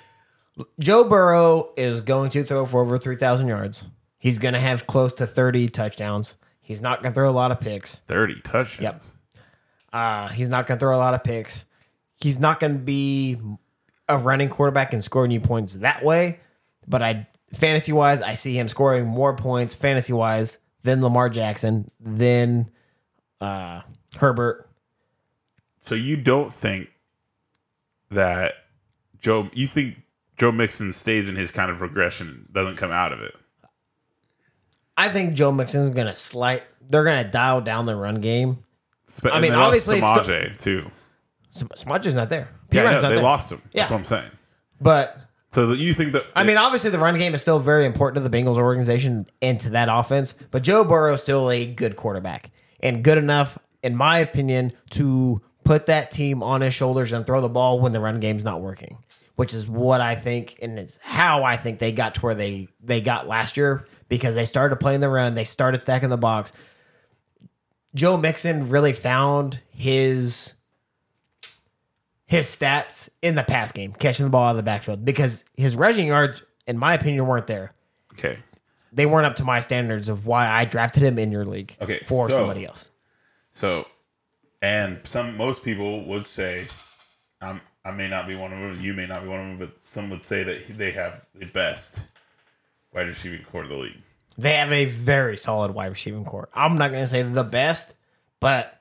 Speaker 2: Joe Burrow is going to throw for over 3,000 yards. He's going to have close to 30 touchdowns. He's not going to throw a lot of picks.
Speaker 1: 30 touchdowns.
Speaker 2: Uh, he's not going to throw a lot of picks. He's not going to be a running quarterback and scoring you points that way. But I fantasy wise, I see him scoring more points fantasy wise than Lamar Jackson, than uh, Herbert.
Speaker 1: So you don't think that Joe, you think Joe Mixon stays in his kind of regression, doesn't come out of it.
Speaker 2: I think Joe Mixon's going to slight. They're going to dial down the run game.
Speaker 1: Sp-
Speaker 2: mean, obviously it's
Speaker 1: Samaje too.
Speaker 2: Sm- Smudge's not there.
Speaker 1: Yeah, I
Speaker 2: Piran's
Speaker 1: know,
Speaker 2: not
Speaker 1: they
Speaker 2: there.
Speaker 1: lost him. That's
Speaker 2: Yeah.
Speaker 1: what I'm saying.
Speaker 2: But
Speaker 1: So that you think that
Speaker 2: I mean, obviously, the run game is still very important to the Bengals organization and to that offense. But Joe Burrow is still a good quarterback and good enough, in my opinion, to put that team on his shoulders and throw the ball when the run game's not working, which is what I think, and it's how I think they got to where they they got last year because they started playing the run, they started stacking the box. Joe Mixon really found his his stats in the pass game, catching the ball out of the backfield, because his rushing yards, in my opinion, weren't there.
Speaker 1: okay,
Speaker 2: They weren't up to my standards of why I drafted him in your league
Speaker 1: Okay,
Speaker 2: for
Speaker 1: so-
Speaker 2: somebody else.
Speaker 1: So, and some most people would say, um, I may not be one of them. You may not be one of them, but some would say that he- they have the best wide receiving core of the league.
Speaker 2: They have a very solid wide receiving core. I'm not going to say the best, but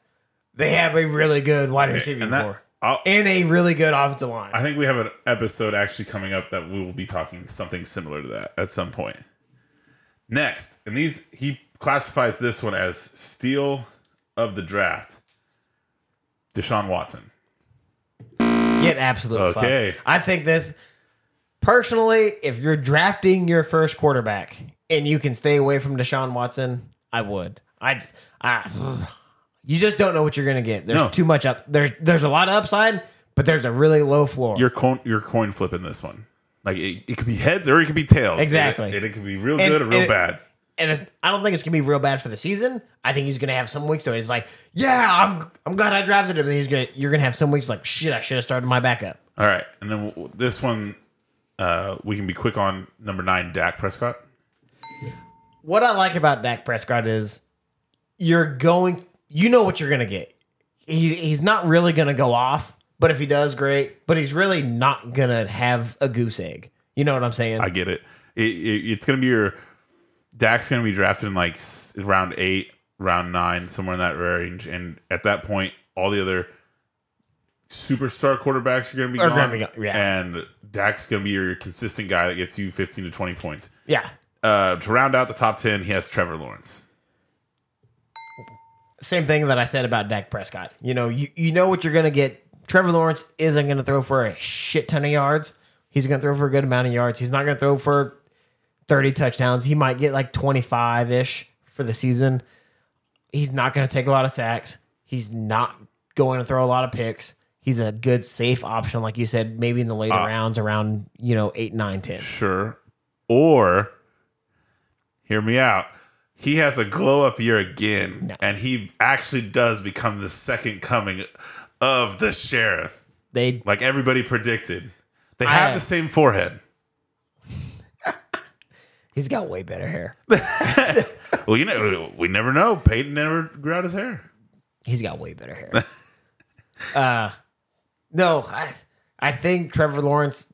Speaker 2: they have a really good wide receiving
Speaker 1: And that,
Speaker 2: core
Speaker 1: I'll,
Speaker 2: and a really good offensive line.
Speaker 1: I think we have an episode actually coming up that we will be talking something similar to that at some point. Next, and these he classifies this one as steal of the draft. Deshaun Watson.
Speaker 2: Get absolute
Speaker 1: Okay.
Speaker 2: fucked. I think this personally, if you're drafting your first quarterback and you can stay away from Deshaun Watson, I would. I just I [SIGHS] you just don't know what you're gonna get. There's
Speaker 1: No.
Speaker 2: too much up there's there's a lot of upside, but there's a really low floor.
Speaker 1: You're coin you're coin flipping this one. Like it, it could be heads or it could be tails.
Speaker 2: Exactly.
Speaker 1: And it, and it could be real
Speaker 2: And-
Speaker 1: good or real
Speaker 2: and it-
Speaker 1: bad.
Speaker 2: and it's, I don't think it's gonna be real bad for the season. I think he's gonna have some weeks where he's like, Yeah, I'm I'm glad I drafted him. And he's gonna you're gonna have some weeks like shit, I should have started my backup.
Speaker 1: All right, and then w- w- this one, uh, we can be quick on number nine, Dak Prescott.
Speaker 2: what I like about Dak Prescott is you're going, you know what you're going to get. He, he's not really going to go off, but if he does, great. But he's really not going to have a goose egg. You know what I'm saying?
Speaker 1: I get it. it, it it's gonna be your Dak's gonna be drafted in like s- round eight, round nine, somewhere in that range, and at that point, all the other superstar quarterbacks are gonna be
Speaker 2: Are
Speaker 1: gone,
Speaker 2: gonna be gone, yeah.
Speaker 1: and Dak's gonna be your consistent guy that gets you fifteen to twenty points.
Speaker 2: yeah.
Speaker 1: Uh, to round out the top ten, he has Trevor Lawrence.
Speaker 2: Same thing that I said about Dak Prescott. You know, you, you know what you're going to get. Trevor Lawrence isn't going to throw for a shit ton of yards. He's going to throw for a good amount of yards. He's not going to throw for 30 touchdowns. He might get like 25 ish for the season. He's not going to take a lot of sacks. He's not going to throw a lot of picks. He's a good safe option, like you said, maybe in the later rounds around, you know, 8, 9, 10.
Speaker 1: Sure. Or hear me out. He has a glow up year again,
Speaker 2: No.
Speaker 1: and he actually does become the second coming of the sheriff,
Speaker 2: They
Speaker 1: like everybody predicted. They
Speaker 2: I
Speaker 1: have
Speaker 2: have-
Speaker 1: the same forehead.
Speaker 2: He's got way better hair.
Speaker 1: Well, you know, we never know. Peyton never grew out his hair.
Speaker 2: He's got way better hair. uh, no, I, I think Trevor Lawrence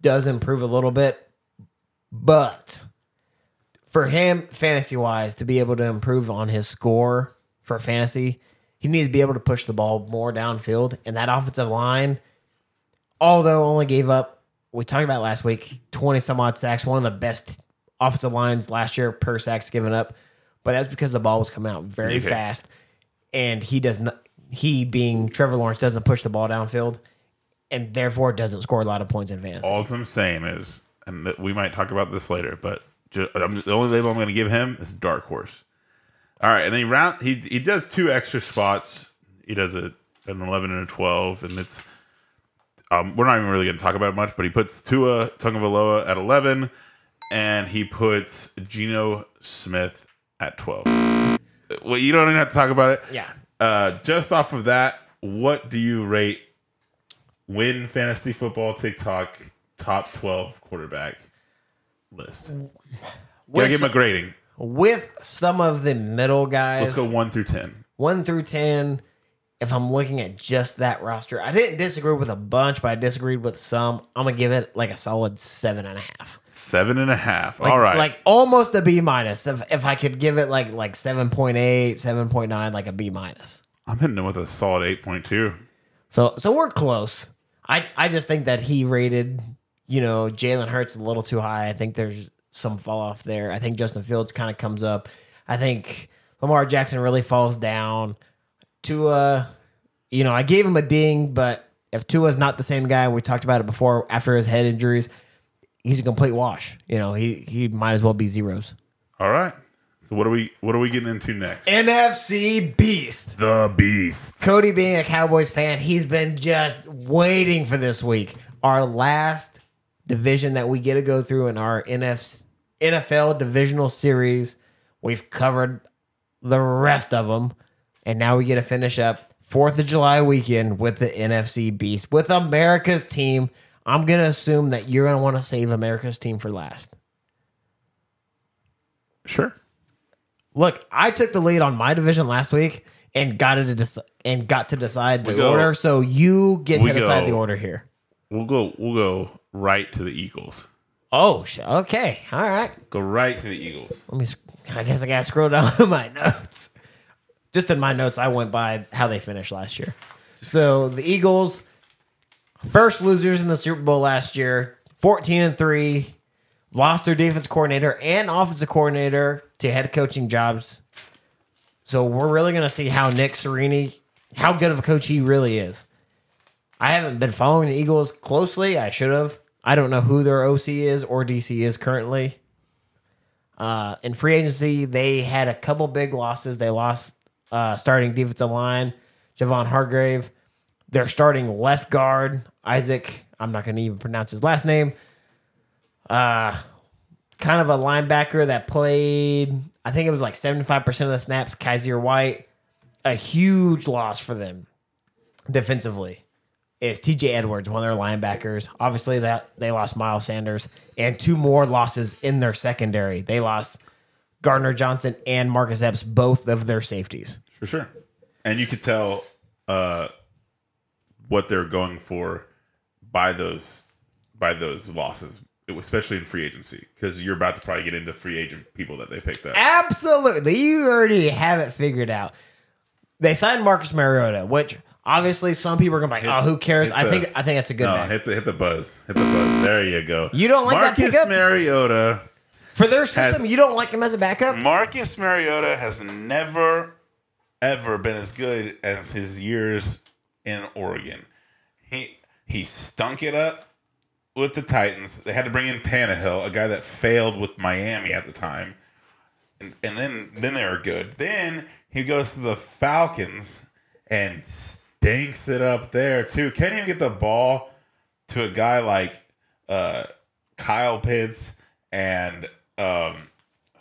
Speaker 2: does improve a little bit, but for him, fantasy wise, to be able to improve on his score for fantasy, he needs to be able to push the ball more downfield. And that offensive line, although only gave up, we talked about last week, 20 some odd sacks, one of the best offensive lines last year per sacks given up. But that's because the ball was coming out very
Speaker 1: Okay.
Speaker 2: fast. And he does not, he being Trevor Lawrence, doesn't push the ball downfield and therefore doesn't score a lot of points in fantasy.
Speaker 1: All I'm saying is, and that we might talk about this later, but ju- I'm, the only label I'm going to give him is dark horse. All right, and then he round he he does two extra spots. He does a an 11 and a 12, and it's um, we're not even really going to talk about it much. But he puts Tua Tungavaloa at 11, and he puts Geno Smith at 12. Well, you don't even have to talk about it.
Speaker 2: Yeah.
Speaker 1: Uh, just off of that, what do you rate win fantasy football TikTok top 12 quarterback list? Gotta
Speaker 2: with,
Speaker 1: give him a grading.
Speaker 2: with some of the middle guys.
Speaker 1: Let's go one through ten.
Speaker 2: one through ten. If I'm looking at just that roster, I didn't disagree with a bunch, but I disagreed with some. I'm gonna give it like a solid seven and a half.
Speaker 1: Seven and a half.
Speaker 2: Like,
Speaker 1: All right.
Speaker 2: like almost a B minus. If if I could give it like like 7.8, 7.9, like a B minus.
Speaker 1: I'm hitting him with a solid eight point two.
Speaker 2: So so we're close. I I just think that he rated you know Jalen Hurts a little too high. I think there's some fall off there. I think Justin Fields kind of comes up. I think Lamar Jackson really falls down. Tua, you know, I gave him a ding, but if Tua's not the same guy, we talked about it before after his head injuries, he's a complete wash. You know, he he might as well be zeros.
Speaker 1: All right. So what are we what are we getting into next?
Speaker 2: NFC beast.
Speaker 1: the beast.
Speaker 2: Cody being a Cowboys fan, he's been just waiting for this week. Our last division that we get to go through in our NF- NFL divisional series. We've covered the rest of them. And now we get to finish up 4th of July weekend with the NFC Beast, with America's team. I'm going to assume that you're going to want to save America's team for last.
Speaker 1: Sure.
Speaker 2: Look, I took the lead on my division last week and got it to deci- and got to decide the
Speaker 1: go-
Speaker 2: order. So you get
Speaker 1: we
Speaker 2: to decide
Speaker 1: go-
Speaker 2: the order here.
Speaker 1: We'll go we'll go right to the Eagles.
Speaker 2: Oh, sh- okay, all right.
Speaker 1: Go right to the Eagles.
Speaker 2: Let me. sc- I guess I gotta scroll down [LAUGHS] in my notes. Just in my notes, I went by how they finished last year. So the Eagles, first losers in the Super Bowl last year, fourteen and three, lost their defense coordinator and offensive coordinator to head coaching jobs. So we're really gonna see how Nick Serini, how good of a coach he really is. I haven't been following the Eagles closely. I should have. I don't know who their OC is or DC is currently. Uh, in free agency, they had a couple big losses. They lost uh, starting defensive line, Javon Hargrave. Their starting left guard, Isaac. I'm not going to even pronounce his last name. Uh, kind of a linebacker that played, I think it was like 75% of the snaps, Kaiser White. A huge loss for them defensively is TJ Edwards, one of their linebackers. Obviously, that they lost Miles Sanders and two more losses in their secondary. They lost Gardner Johnson and Marcus Epps, both of their safeties.
Speaker 1: For sure. And you could tell uh what they're going for by those by those losses, especially in free agency, because you're about to probably get into free agent people that they picked up.
Speaker 2: Absolutely. You already have it figured out. They signed Marcus Mariota, which obviously some people are gonna be like, oh, who cares?
Speaker 1: hit
Speaker 2: I
Speaker 1: the-
Speaker 2: think I think that's a good
Speaker 1: No,
Speaker 2: match.
Speaker 1: hit the hit the buzz, hit the buzz. There you go.
Speaker 2: You don't like that
Speaker 1: Marcus
Speaker 2: pickup?
Speaker 1: Mariota.
Speaker 2: For their system, you don't like him as a backup?
Speaker 1: Marcus Mariota has never, ever been as good as his years in Oregon. He he stunk it up with the Titans. They had to bring in Tannehill, a guy that failed with Miami at the time, and, and then then they were good. Then he goes to the Falcons and stinks it up there too. Can't even get the ball to a guy like uh, Kyle Pitts and. Um,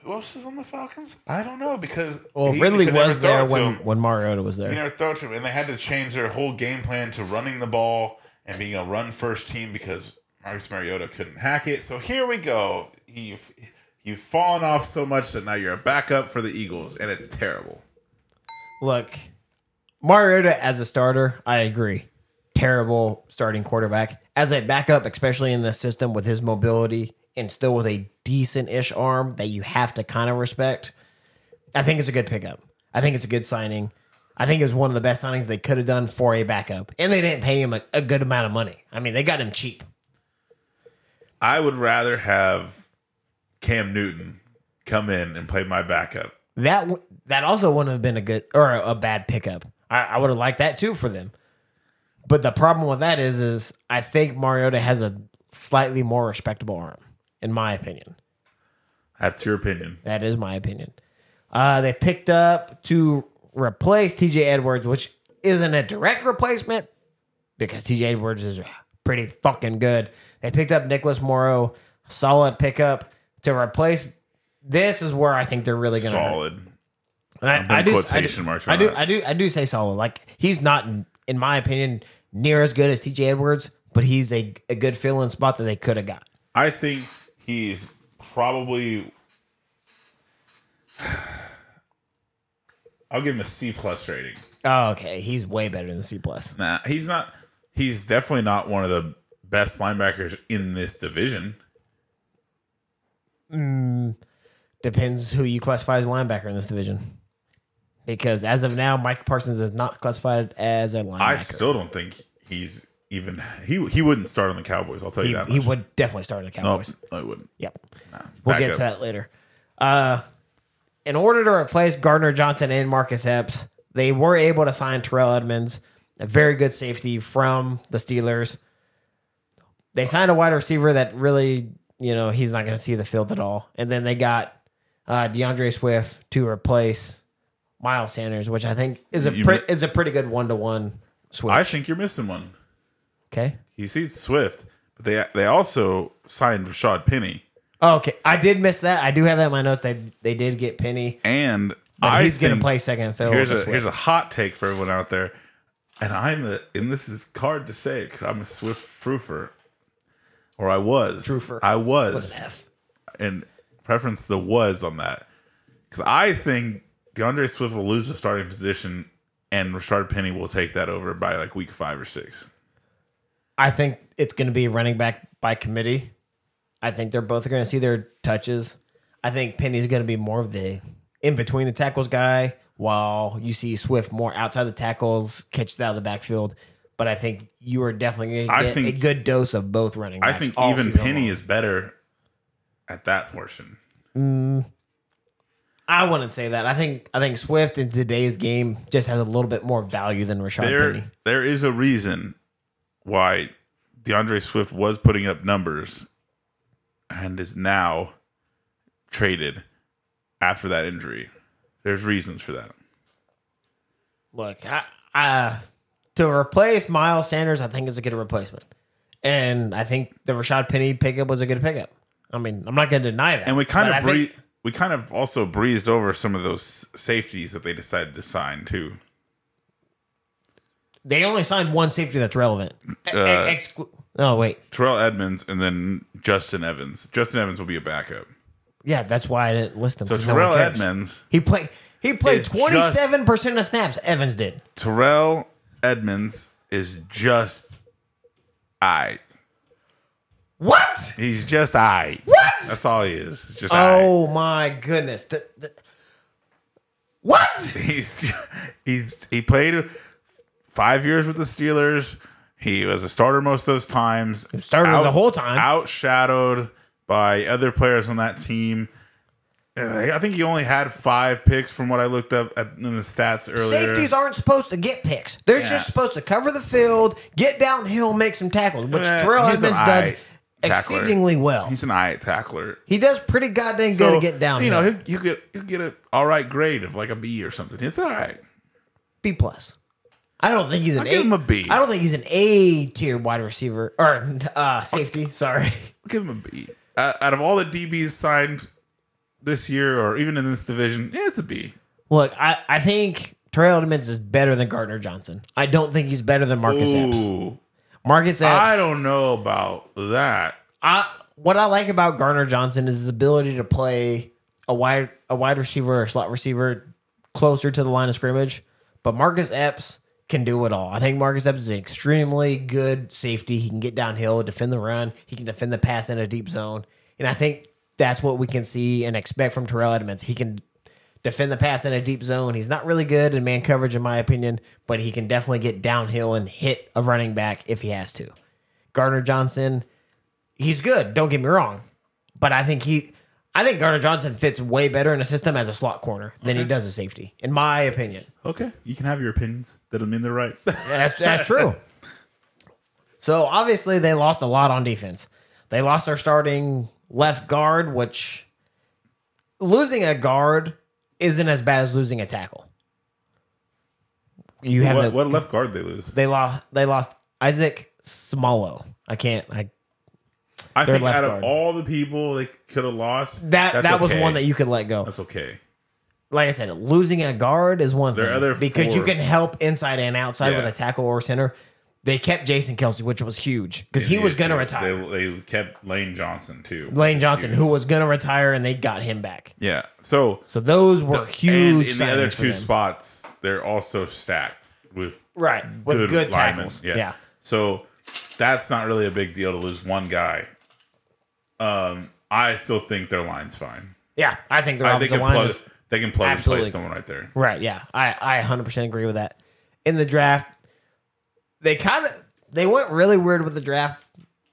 Speaker 1: who else is on the Falcons? I don't know because
Speaker 2: Well,
Speaker 1: he- they
Speaker 2: Ridley
Speaker 1: could never
Speaker 2: was
Speaker 1: throw
Speaker 2: there
Speaker 1: it to
Speaker 2: when,
Speaker 1: him.
Speaker 2: when Mariota was there.
Speaker 1: He never throw it to him, and they had to change their whole game plan to running the ball and being a run first team because Marcus Mariota couldn't hack it. So here we go. You've you've fallen off so much that now you're a backup for the Eagles, and it's terrible.
Speaker 2: Look, Mariota as a starter, I agree. Terrible starting quarterback. As a backup, especially in this system with his mobility and still with a decent ish arm that you have to kind of respect, I think it's a good pickup. I think it's a good signing. I think it was one of the best signings they could have done for a backup. And they didn't pay him a, a good amount of money. I mean, they got him cheap.
Speaker 1: I would rather have Cam Newton come in and play my backup.
Speaker 2: That w- that also wouldn't have been a good or a, a bad pickup. I, I would have liked that too for them. But the problem with that is, is I think Mariota has a slightly more respectable arm, in my opinion.
Speaker 1: That's your opinion.
Speaker 2: That is my opinion. Uh, they picked up to replace TJ Edwards, which isn't a direct replacement because TJ Edwards is pretty fucking good. They picked up Nicholas Morrow, solid pickup to replace. This is where I think they're really going to hurt.
Speaker 1: Solid.
Speaker 2: And I,
Speaker 1: putting
Speaker 2: I do,
Speaker 1: quotation
Speaker 2: I do,
Speaker 1: marks
Speaker 2: I do,
Speaker 1: around
Speaker 2: I do, I do say solid. Like he's not, in, in my opinion, near as good as TJ Edwards, but he's a, a good fill-in spot that they could have got.
Speaker 1: I think he's probably [SIGHS] I'll give him a C plus rating.
Speaker 2: Oh, okay. He's way better than C plus.
Speaker 1: Nah, he's not. He's definitely not one of the best linebackers in this division.
Speaker 2: Depends who you classify as linebacker in this division. Because as of now, Mike Parsons is not classified as a linebacker.
Speaker 1: I still don't think he's even. He he wouldn't start on the Cowboys. I'll tell you
Speaker 2: he,
Speaker 1: that.
Speaker 2: he
Speaker 1: much. Oh,
Speaker 2: would definitely start in the
Speaker 1: No,
Speaker 2: Cowboys.
Speaker 1: I wouldn't.
Speaker 2: Yep. We'll
Speaker 1: Back
Speaker 2: get
Speaker 1: up.
Speaker 2: to that later. Uh, in order to replace Gardner Johnson and Marcus Epps, they were able to sign Terrell Edmonds, a very good safety from the Steelers. They signed a wide receiver that really, you know, he's not going to see the field at all. And then they got uh, DeAndre Swift to replace Miles Sanders, which I think is a
Speaker 1: You
Speaker 2: pre-
Speaker 1: mi-
Speaker 2: is a pretty good one to one switch.
Speaker 1: I think you're missing one.
Speaker 2: okay.
Speaker 1: He sees Swift, but they they also signed Rashad Penny,
Speaker 2: Oh, okay. I did miss that. I do have that in my notes. They they did get Penny,
Speaker 1: and
Speaker 2: but
Speaker 1: I
Speaker 2: he's going to
Speaker 1: think-
Speaker 2: play second fiddle.
Speaker 1: Here's
Speaker 2: to
Speaker 1: a
Speaker 2: Swift.
Speaker 1: here's a hot take for everyone out there, and I'm a, and this is hard to say because I'm a Swift froofer, or I was
Speaker 2: Troofer.
Speaker 1: I
Speaker 2: With
Speaker 1: was,
Speaker 2: an F.
Speaker 1: and preference the was on that because I think DeAndre Swift will lose the starting position, and Rashard Penny will take that over by like week five or six.
Speaker 2: I think it's going to be running back by committee. I think they're both going to see their touches. I think Penny's going to be more of the in between the tackles guy, while you see Swift more outside the tackles, catches out of the backfield. But I think you are definitely going
Speaker 1: I
Speaker 2: to get
Speaker 1: think-
Speaker 2: a good dose of both running
Speaker 1: I
Speaker 2: backs.
Speaker 1: think
Speaker 2: all
Speaker 1: even
Speaker 2: season
Speaker 1: Penny
Speaker 2: long.
Speaker 1: is better at that portion.
Speaker 2: I wouldn't say that. I think I think Swift in today's game just has a little bit more value than Rashad
Speaker 1: there
Speaker 2: Penny.
Speaker 1: there is a reason why DeAndre Swift was putting up numbers and is now traded after that injury. There's reasons for that.
Speaker 2: Look, I, I, to replace Miles Sanders, I think is a good replacement, and I think the Rashad Penny pickup was a good pickup. I mean, I'm not going to deny that.
Speaker 1: And we kind
Speaker 2: but I
Speaker 1: of
Speaker 2: think-
Speaker 1: bree- we kind of also breezed over some of those safeties that they decided to sign too.
Speaker 2: they only signed one safety that's relevant. E-
Speaker 1: Uh,
Speaker 2: e- exclu- oh wait,
Speaker 1: Terrell Edmonds and then Justin Evans. Justin Evans will be a backup.
Speaker 2: yeah, that's why I didn't list them.
Speaker 1: So
Speaker 2: 'cause no one
Speaker 1: Terrell
Speaker 2: cares.
Speaker 1: Edmonds,
Speaker 2: he played. He played
Speaker 1: is just-
Speaker 2: 27 percent of snaps. Evans did.
Speaker 1: Terrell Edmonds is just I.
Speaker 2: What?
Speaker 1: He's just I.
Speaker 2: What?
Speaker 1: That's all he is. He's just oh.
Speaker 2: Oh my goodness. The- the- what?
Speaker 1: He's ju- he's he played five years with the Steelers. He was a starter most of those times.
Speaker 2: started the whole time.
Speaker 1: Outshadowed by other players on that team. Uh, I think he only had five picks from what I looked up at, in the stats earlier.
Speaker 2: Safeties aren't supposed to get picks. They're
Speaker 1: Oh, Yeah.
Speaker 2: just supposed to cover the field, get downhill, make some tackles, which
Speaker 1: Eh,
Speaker 2: Terrell
Speaker 1: he's
Speaker 2: Edmonds
Speaker 1: an
Speaker 2: does
Speaker 1: eye tackler.
Speaker 2: exceedingly well.
Speaker 1: He's an eye tackler.
Speaker 2: he does pretty goddamn good
Speaker 1: So,
Speaker 2: to get downhill.
Speaker 1: You know, he'll, he'll get he'll get a all right grade of like a B or something. It's all right.
Speaker 2: B plus. I don't think he's an
Speaker 1: I'll give him a B.
Speaker 2: I don't think he's an A tier wide receiver or uh, safety. Sorry. [LAUGHS]
Speaker 1: give him a B. Uh, out of all the DBs signed this year, or even in this division, yeah, it's a B.
Speaker 2: Look, I, I think Terrell Edmonds is better than Gardner Johnson. I don't think he's better than Marcus Epps.
Speaker 1: Ooh,
Speaker 2: Marcus Epps.
Speaker 1: I don't know about that.
Speaker 2: I what I like about Garner Johnson is his ability to play a wide a wide receiver or slot receiver closer to the line of scrimmage. But Marcus Epps can do it all. I think Marcus Epps is an extremely good safety. He can get downhill, defend the run, he can defend the pass in a deep zone. And I think that's what we can see and expect from Terrell Edmonds. He can defend the pass in a deep zone. He's not really good in man coverage in my opinion, but he can definitely get downhill and hit a running back if he has to. Gardner Johnson, he's good. Don't get me wrong, but I think he, I think Gardner Johnson fits way better in a system as a slot corner than he does a safety, in my opinion.
Speaker 1: Okay, you can have your opinions. That doesn't mean they're
Speaker 2: [LAUGHS]
Speaker 1: right.
Speaker 2: That's that's true. So obviously they lost a lot on defense. They lost their starting left guard, which losing a guard isn't as bad as losing a tackle. You have
Speaker 1: what,
Speaker 2: the-
Speaker 1: what left guard they lose?
Speaker 2: they lost they lost Isaac Smallow. I can't I
Speaker 1: I think
Speaker 2: left
Speaker 1: out of
Speaker 2: guard.
Speaker 1: all the people they could have lost,
Speaker 2: that
Speaker 1: that's
Speaker 2: that was
Speaker 1: okay.
Speaker 2: one that you could let go.
Speaker 1: That's okay.
Speaker 2: like I said, losing a guard is one
Speaker 1: Their
Speaker 2: thing
Speaker 1: other
Speaker 2: because you
Speaker 1: four-
Speaker 2: can help inside and outside
Speaker 1: Yeah.
Speaker 2: with a tackle or center. They kept Jason Kelsey, which was huge because he
Speaker 1: Yeah,
Speaker 2: was going to
Speaker 1: they-
Speaker 2: retire.
Speaker 1: They, they kept Lane Johnson too.
Speaker 2: Lane Johnson, who was going to retire, and they got him back.
Speaker 1: Yeah. So
Speaker 2: So those were huge.
Speaker 1: and in the other
Speaker 2: signings for
Speaker 1: two
Speaker 2: them.
Speaker 1: spots, they're also stacked with
Speaker 2: right with good,
Speaker 1: linemen.
Speaker 2: tackles. Yeah.
Speaker 1: So that's not really a big deal to lose one guy. Um, I still think their line's fine.
Speaker 2: yeah, I think the
Speaker 1: I think
Speaker 2: offensive
Speaker 1: can
Speaker 2: line
Speaker 1: plug,
Speaker 2: is
Speaker 1: they can plug and play
Speaker 2: absolutely-
Speaker 1: someone right there.
Speaker 2: Right. Yeah. I I 100% agree with that. In the draft, they kind of they went really weird with the draft.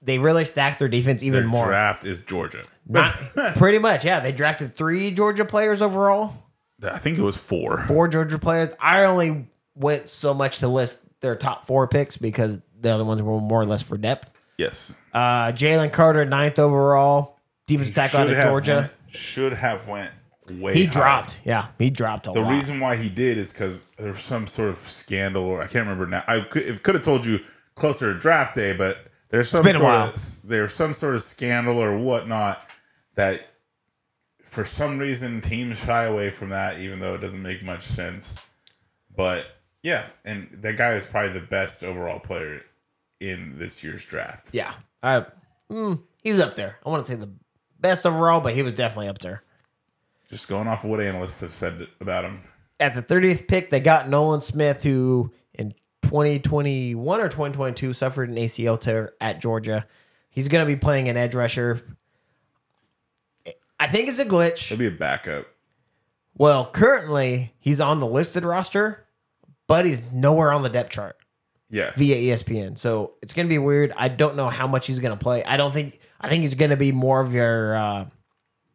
Speaker 2: They really stacked their defense even
Speaker 1: Their
Speaker 2: more.
Speaker 1: draft is Georgia.
Speaker 2: Not- [LAUGHS] pretty much. Yeah. They drafted three Georgia players overall.
Speaker 1: I think it was four.
Speaker 2: Four Georgia players. I only went so much to list their top four picks because the other ones were more or less for depth.
Speaker 1: Yes.
Speaker 2: Uh, Jalen Carter, ninth overall, defensive tackle out of
Speaker 1: Should have
Speaker 2: Georgia.
Speaker 1: went- should have went way.
Speaker 2: He
Speaker 1: higher.
Speaker 2: dropped. Yeah, he dropped a
Speaker 1: The
Speaker 2: lot.
Speaker 1: reason why he did is because there was some sort of scandal, or I can't remember now. I could, could have told you closer to draft day, but there's some
Speaker 2: been a
Speaker 1: sort
Speaker 2: while.
Speaker 1: of there's some sort of scandal or whatnot that for some reason teams shy away from that, even though it doesn't make much sense. But yeah, and that guy is probably the best overall player in this year's draft.
Speaker 2: yeah, I, mm, he's up there. I want to say the best overall, but he was definitely up there.
Speaker 1: Just going off of what analysts have said about him.
Speaker 2: At the 30th pick, they got Nolan Smith, who in 2021 or 2022 suffered an ACL tear at Georgia. He's going to be playing an edge rusher. I think it's a glitch.
Speaker 1: He'll be a backup.
Speaker 2: Well, currently he's on the listed roster, but he's nowhere on the depth chart.
Speaker 1: Yeah.
Speaker 2: via E ESPN. So it's going to be weird. I don't know how much he's going to play. I don't think. I think he's going to be more of your uh,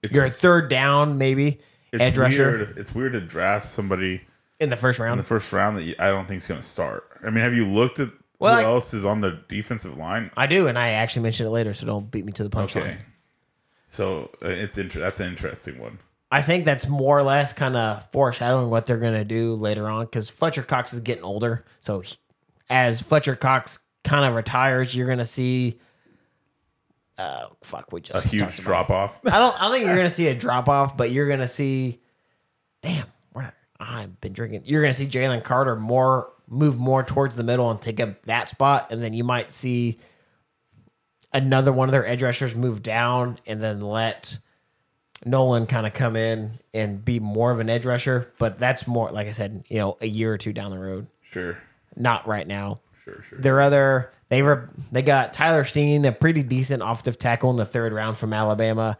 Speaker 1: It's-
Speaker 2: your third down maybe edge rusher
Speaker 1: Weird. It's weird to draft somebody
Speaker 2: in the first
Speaker 1: in
Speaker 2: round.
Speaker 1: the first round that you, I don't think is going to start. I mean, have you looked at
Speaker 2: Well,
Speaker 1: who
Speaker 2: I-
Speaker 1: else is on the defensive line?
Speaker 2: I do, and I actually mentioned it later, so don't beat me to the punchline.
Speaker 1: Okay, so uh, it's inter- that's an interesting one.
Speaker 2: I think that's more or less kind of foreshadowing what they're going to do later on because Fletcher Cox is getting older. So he- as Fletcher Cox kind of retires, you're going to see. Uh, fuck, we
Speaker 1: A
Speaker 2: just
Speaker 1: huge
Speaker 2: talked about
Speaker 1: drop off.
Speaker 2: I don't. I think you're gonna see a drop off, but you're gonna see. Damn, we're not, I've been drinking. You're gonna see Jalen Carter more move more towards the middle and take up that spot, and then you might see another one of their edge rushers move down, and then let Nolan kind of come in and be more of an edge rusher. But that's more, like I said, you know, a year or two down the road,
Speaker 1: [LAUGHS] Sure,
Speaker 2: not right now
Speaker 1: sure, sure.
Speaker 2: their other they were they got Tyler Steen, a pretty decent offensive tackle in the third round from Alabama.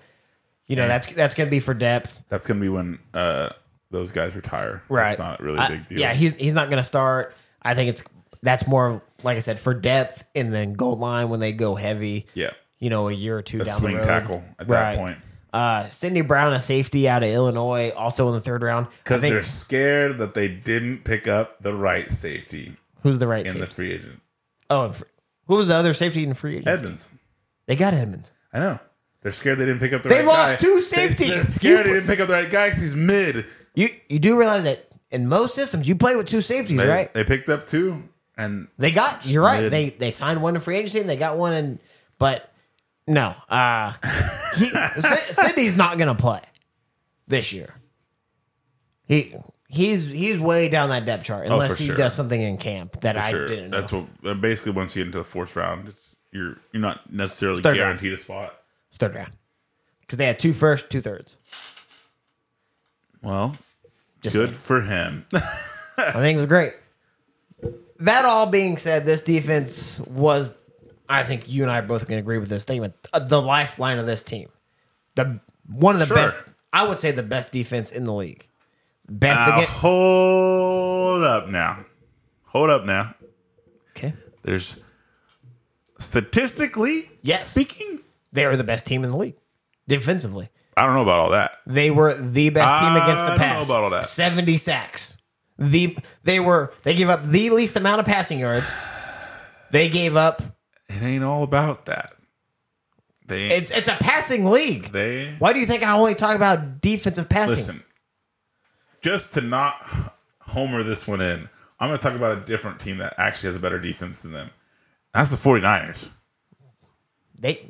Speaker 2: You know that's that's going to be for depth,
Speaker 1: that's going to be when uh, those guys retire.
Speaker 2: right?
Speaker 1: it's not really
Speaker 2: I-
Speaker 1: a big deal.
Speaker 2: Yeah, he's he's not going to start. I think it's that's more like I said for depth, and then goal line when they go heavy.
Speaker 1: yeah,
Speaker 2: You know, a year or two
Speaker 1: a
Speaker 2: down
Speaker 1: swing
Speaker 2: the road.
Speaker 1: tackle at
Speaker 2: Right.
Speaker 1: that point
Speaker 2: Uh, Sidney Brown, a safety out of Illinois, also in the third round. I
Speaker 1: because
Speaker 2: think-
Speaker 1: they're scared that they didn't pick up the right safety
Speaker 2: who's the right
Speaker 1: in
Speaker 2: safety?
Speaker 1: the free agent
Speaker 2: oh, and fr- who was the other safety in free agency?
Speaker 1: Edmonds.
Speaker 2: They got Edmonds.
Speaker 1: I know. They're scared they didn't pick up the
Speaker 2: They
Speaker 1: right
Speaker 2: lost
Speaker 1: guy.
Speaker 2: two
Speaker 1: They-
Speaker 2: safeties.
Speaker 1: They're scared
Speaker 2: You-
Speaker 1: they didn't pick up the right guy because he's mid.
Speaker 2: You you do realize that in most systems you play with two safeties,
Speaker 1: They,
Speaker 2: right?
Speaker 1: they picked up two, and
Speaker 2: They got you're right.
Speaker 1: Mid.
Speaker 2: They they signed one in free agency and they got one in but no. Uh
Speaker 1: [LAUGHS]
Speaker 2: he Sid- Sidney's not gonna play this year. He he's he's way down that depth chart unless
Speaker 1: Oh, for
Speaker 2: he
Speaker 1: sure.
Speaker 2: does something in camp that I
Speaker 1: sure,
Speaker 2: didn't know.
Speaker 1: that's what. uh, Basically, once you get into the fourth round, it's, you're you're not necessarily
Speaker 2: third round.
Speaker 1: guaranteed a spot.
Speaker 2: It's third round. Because they had two first, two thirds.
Speaker 1: Well,
Speaker 2: Just
Speaker 1: good
Speaker 2: saying.
Speaker 1: for him.
Speaker 2: I think it was great. That all being said, this defense was, I think you and I both can agree with this statement, uh, the lifeline of this team. The one of the
Speaker 1: Sure.
Speaker 2: best, I would say, the best defense in the league. Best
Speaker 1: Now,
Speaker 2: against.
Speaker 1: hold up now, hold up now.
Speaker 2: Okay,
Speaker 1: There's statistically,
Speaker 2: Yes.
Speaker 1: speaking.
Speaker 2: they were the best team in the league defensively.
Speaker 1: I don't know about all that.
Speaker 2: They were the best team against
Speaker 1: I don't
Speaker 2: the pass.
Speaker 1: know about all that.
Speaker 2: Seventy sacks. The they were they gave up the least amount of passing yards. They gave up.
Speaker 1: It ain't all about that. They
Speaker 2: It's it's a passing league.
Speaker 1: they
Speaker 2: Why do you think I only talk about defensive passing?
Speaker 1: Listen, just to not homer this one in, I'm going to talk about a different team that actually has a better defense than them. That's the 49ers.
Speaker 2: They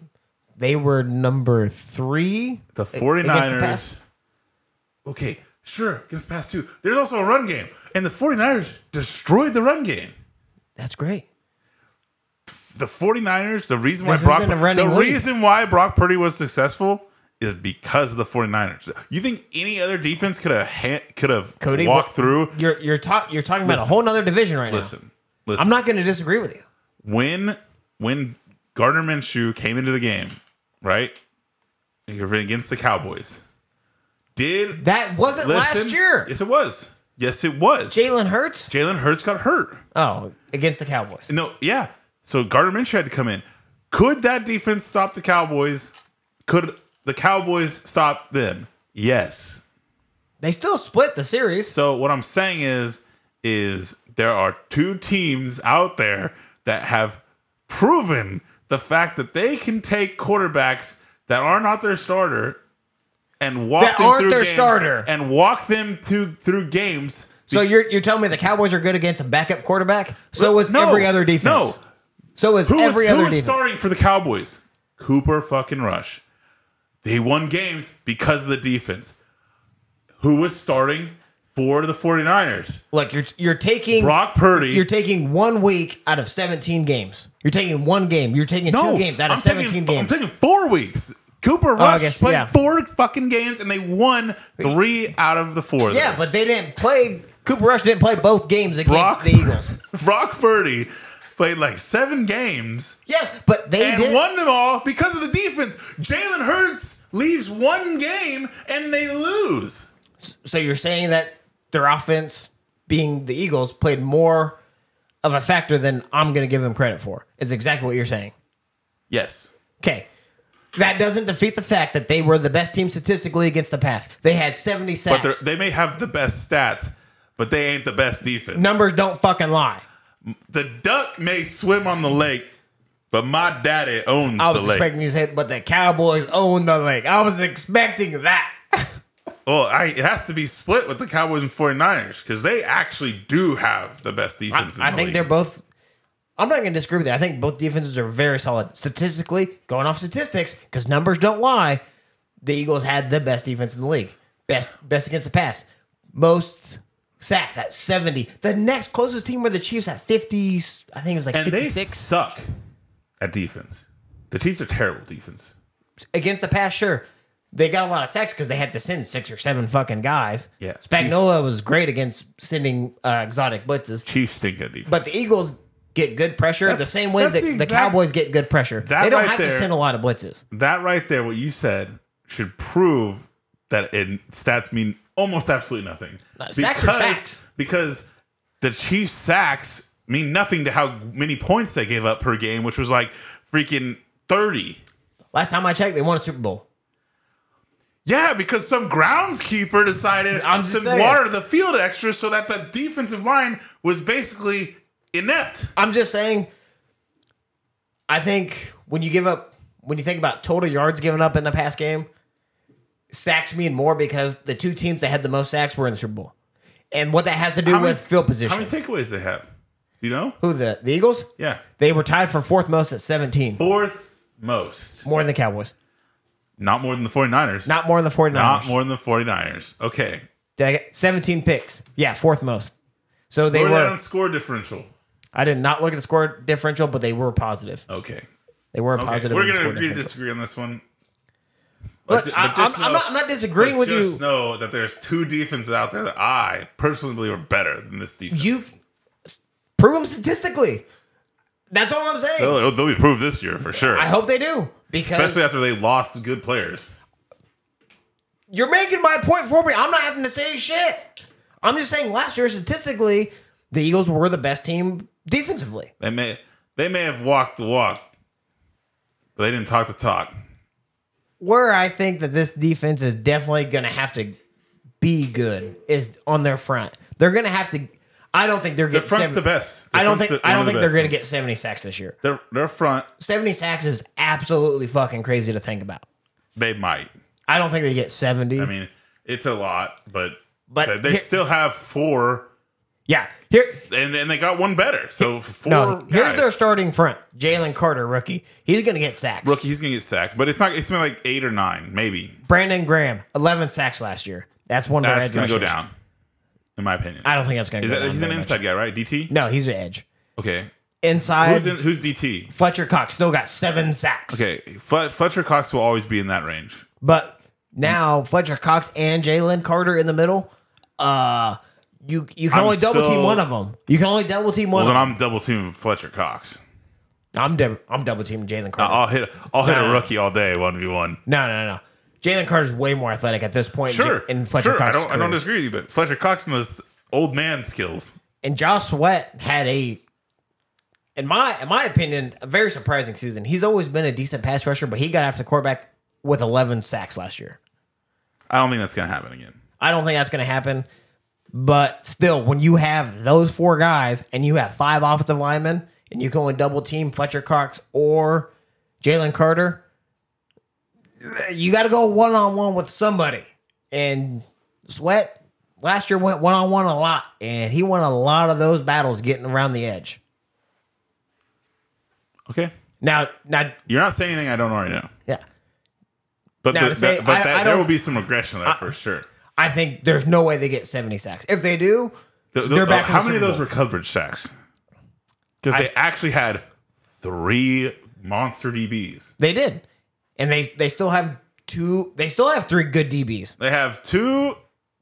Speaker 2: they were number three.
Speaker 1: The
Speaker 2: against
Speaker 1: 49ers.
Speaker 2: pass.
Speaker 1: okay, sure, against the pass too. There's also a run game, and the 49ers destroyed the run game.
Speaker 2: That's great.
Speaker 1: the 49ers, the reason why
Speaker 2: This
Speaker 1: Brock
Speaker 2: isn't a running
Speaker 1: the
Speaker 2: league.
Speaker 1: reason why Brock Purdy was successful is because of the 49ers. You think any other defense could have ha- could have
Speaker 2: Cody,
Speaker 1: walked
Speaker 2: what-
Speaker 1: through?
Speaker 2: You're you're talking you're talking about a
Speaker 1: Listen.
Speaker 2: whole nother division right
Speaker 1: Listen.
Speaker 2: now.
Speaker 1: Listen.
Speaker 2: I'm not going to disagree with you.
Speaker 1: when when Gardner Minshew came into the game, right? Against the Cowboys. Did
Speaker 2: That wasn't last
Speaker 1: listen-
Speaker 2: year.
Speaker 1: Yes, it was. Yes, it was.
Speaker 2: Jalen Hurts.
Speaker 1: Jalen Hurts got hurt.
Speaker 2: Oh, against the Cowboys.
Speaker 1: No, yeah. So Gardner Minshew had to come in. Could that defense stop the Cowboys? Could the Cowboys stop them? Yes.
Speaker 2: They still split the series.
Speaker 1: So what I'm saying is, is there are two teams out there that have proven the fact that they can take quarterbacks that are not their starter and walk
Speaker 2: That
Speaker 1: them
Speaker 2: aren't
Speaker 1: through
Speaker 2: their
Speaker 1: games
Speaker 2: starter.
Speaker 1: and walk them to through games.
Speaker 2: So you're you're telling me the Cowboys are good against a backup quarterback? So was
Speaker 1: No,
Speaker 2: every other
Speaker 1: No,
Speaker 2: defense. So is
Speaker 1: Who was,
Speaker 2: every
Speaker 1: who
Speaker 2: other
Speaker 1: was
Speaker 2: defense.
Speaker 1: starting for the Cowboys? Cooper fucking Rush. They won games because of the defense. Who was starting for the 49ers?
Speaker 2: Look, you're you're taking
Speaker 1: Brock Purdy.
Speaker 2: You're taking one week out of 17 games. You're taking one game. You're taking two games out of
Speaker 1: I'm
Speaker 2: 17
Speaker 1: taking,
Speaker 2: games.
Speaker 1: I'm taking four weeks. Cooper Rush
Speaker 2: guess,
Speaker 1: played
Speaker 2: yeah.
Speaker 1: four fucking games and they won three out of the four. of
Speaker 2: yeah,
Speaker 1: those.
Speaker 2: but they didn't play. Cooper Rush didn't play both games against
Speaker 1: Brock-
Speaker 2: the Eagles.
Speaker 1: [LAUGHS] Brock Purdy played like seven games
Speaker 2: Yes, but they
Speaker 1: and
Speaker 2: did.
Speaker 1: won them all because of the defense. Jalen Hurts leaves one game and they lose.
Speaker 2: So you're saying that their offense, being the Eagles, played more of a factor than I'm going to give them credit for. Is exactly what you're saying.
Speaker 1: Yes.
Speaker 2: Okay. That doesn't defeat the fact that they were the best team statistically against the pass. They had 70
Speaker 1: But
Speaker 2: sacks.
Speaker 1: they're- they may have the best stats, but they ain't the best defense.
Speaker 2: Numbers don't fucking lie.
Speaker 1: The duck may swim on the lake, but my daddy owns
Speaker 2: I
Speaker 1: the
Speaker 2: was
Speaker 1: lake.
Speaker 2: expecting you to say, but the Cowboys own the league. I was expecting that. [LAUGHS]
Speaker 1: well, Oh, I, it has to be split with the Cowboys and 49ers because they actually do have the best defense.
Speaker 2: I
Speaker 1: in the
Speaker 2: think
Speaker 1: league.
Speaker 2: they're both. I'm not going to disagree with you. I think both defenses are very solid statistically. Going off statistics, because numbers don't lie, the Eagles had the best defense in the league. Best, best against the pass. Most sacks at 70. The next closest team were the Chiefs at 50. I think it was like
Speaker 1: and they
Speaker 2: 56
Speaker 1: suck at defense. The Chiefs are terrible defense.
Speaker 2: against the pass. Sure, they got a lot of sacks because they had to send six or seven fucking guys.
Speaker 1: Yeah.
Speaker 2: Spagnola was great against sending uh, exotic blitzes.
Speaker 1: Chiefs stink at defense.
Speaker 2: But the Eagles get good pressure the
Speaker 1: That's-
Speaker 2: same way that
Speaker 1: that's
Speaker 2: the,
Speaker 1: the exact-
Speaker 2: Cowboys get good pressure.
Speaker 1: That
Speaker 2: They don't
Speaker 1: right
Speaker 2: have to
Speaker 1: there-
Speaker 2: send a lot of blitzes.
Speaker 1: that right there, what you said, should prove that in stats mean almost absolutely nothing.
Speaker 2: sacks are sacks.
Speaker 1: Because the Chiefs sacks mean nothing to how many points they gave up per game, which was like freaking 30.
Speaker 2: Last time I checked, they won a Super Bowl.
Speaker 1: Yeah, because some groundskeeper decided
Speaker 2: I'm
Speaker 1: to
Speaker 2: just saying.
Speaker 1: water the field extra so that the defensive line was basically inept.
Speaker 2: I'm just saying, I think when you give up, when you think about total yards given up in the past game, sacks mean more because the two teams that had the most sacks were in the Super Bowl. And what that has to do
Speaker 1: How many-
Speaker 2: with field
Speaker 1: How
Speaker 2: position.
Speaker 1: many takeaways they have? Do you know?
Speaker 2: Who, the, the Eagles?
Speaker 1: Yeah.
Speaker 2: They were tied for fourth most at 17.
Speaker 1: Fourth most.
Speaker 2: More than the Cowboys.
Speaker 1: Not more than the 49ers.
Speaker 2: Not more than the 49ers.
Speaker 1: Not more than the 49ers. Okay.
Speaker 2: Did I get 17 picks? Yeah, fourth most. So they
Speaker 1: They were
Speaker 2: were.
Speaker 1: that on score differential.
Speaker 2: I did not look at the score differential, but they were positive.
Speaker 1: Okay.
Speaker 2: They were
Speaker 1: Okay.
Speaker 2: positive.
Speaker 1: We're
Speaker 2: in the
Speaker 1: gonna
Speaker 2: score
Speaker 1: agree to
Speaker 2: differential.
Speaker 1: disagree on this one.
Speaker 2: Look,
Speaker 1: ju-
Speaker 2: I, am
Speaker 1: just
Speaker 2: I'm,
Speaker 1: know-
Speaker 2: not, I'm not disagreeing
Speaker 1: but
Speaker 2: with
Speaker 1: just
Speaker 2: you.
Speaker 1: know that there's two defenses out there that I personally believe are better than this defense.
Speaker 2: You s- prove them statistically. That's all I'm saying.
Speaker 1: they'll, they'll be proved this year for sure.
Speaker 2: I hope they do because
Speaker 1: Especially after they lost good players.
Speaker 2: you're making my point for me. I'm not having to say shit. I'm just saying last year statistically, the Eagles were the best team defensively.
Speaker 1: They may they may have walked the walk, but they didn't talk the talk.
Speaker 2: Where I think that this defense is definitely going to have to be good is on their front. They're going to have to. I don't think they're
Speaker 1: Their
Speaker 2: getting.
Speaker 1: front's
Speaker 2: seven-
Speaker 1: the best. Their
Speaker 2: I don't
Speaker 1: front's
Speaker 2: think
Speaker 1: the-
Speaker 2: I
Speaker 1: one
Speaker 2: don't
Speaker 1: of the
Speaker 2: think they're
Speaker 1: best.
Speaker 2: going to get 70 sacks this year.
Speaker 1: Their, their front,
Speaker 2: 70 sacks is absolutely fucking crazy to think about.
Speaker 1: they might.
Speaker 2: I don't think they get 70.
Speaker 1: I mean, it's a lot, but
Speaker 2: But
Speaker 1: they, they
Speaker 2: here-
Speaker 1: still have four,
Speaker 2: yeah. Here
Speaker 1: and, and they got one better. So four.
Speaker 2: no, here's
Speaker 1: guys.
Speaker 2: their starting front. Jalen Carter, rookie. He's going to get sacks.
Speaker 1: rookie. He's gonna get sacked, but it's not. It's been like eight or nine, maybe.
Speaker 2: Brandon Graham, 11 sacks last year. That's one of
Speaker 1: That's gonna
Speaker 2: their edge
Speaker 1: go
Speaker 2: rushers.
Speaker 1: down, in my opinion.
Speaker 2: I don't think that's going to
Speaker 1: Is
Speaker 2: go
Speaker 1: that,
Speaker 2: down.
Speaker 1: he's an
Speaker 2: very much.
Speaker 1: inside guy, right? DT.
Speaker 2: No, he's an edge.
Speaker 1: Okay.
Speaker 2: inside.
Speaker 1: Who's in, who's DT?
Speaker 2: Fletcher Cox still got seven sacks.
Speaker 1: Okay, Fle- Fletcher Cox will always be in that range.
Speaker 2: But now Fletcher Cox and Jalen Carter in the middle. Uh, you you can
Speaker 1: I'm
Speaker 2: only double team
Speaker 1: so-
Speaker 2: one of them. You can only double team one.
Speaker 1: Well, then
Speaker 2: of
Speaker 1: I'm double teaming Fletcher Cox.
Speaker 2: them. I'm dou- I'm double teaming Jalen Carter.
Speaker 1: I'll hit I'll hit
Speaker 2: Nah.
Speaker 1: a rookie all day one v one.
Speaker 2: no, no, no. Jalen Carter's way more athletic at this point. in
Speaker 1: Sure,
Speaker 2: J- in Fletcher
Speaker 1: sure. I
Speaker 2: Cox's
Speaker 1: don't I don't
Speaker 2: career.
Speaker 1: disagree with you, but Fletcher Cox knows old man skills.
Speaker 2: and Josh Sweat had a, in my in my opinion, a very surprising season. He's always been a decent pass rusher, but he got after the quarterback with 11 sacks last year.
Speaker 1: I don't think that's gonna happen again.
Speaker 2: I don't think that's going to happen. But still, when you have those four guys and you have five offensive linemen and you can only double team Fletcher Cox or Jalen Carter, you got to go one on one with somebody. And Sweat last year went one on one a lot, and he won a lot of those battles getting around the edge.
Speaker 1: Okay,
Speaker 2: Now, now,
Speaker 1: you're not saying anything I don't already know,
Speaker 2: yeah,
Speaker 1: but
Speaker 2: Now,
Speaker 1: the,
Speaker 2: to say-
Speaker 1: that- but
Speaker 2: I-
Speaker 1: that,
Speaker 2: I
Speaker 1: there
Speaker 2: don't-
Speaker 1: will be some regression to that for sure.
Speaker 2: I think there's no way they get 70 sacks. If they do, They're back in
Speaker 1: how
Speaker 2: the
Speaker 1: many of
Speaker 2: Super
Speaker 1: those
Speaker 2: Bowl.
Speaker 1: were coverage sacks? Because they actually had three monster DBs.
Speaker 2: they did, and they they still have two, they still have three good DBs.
Speaker 1: They have two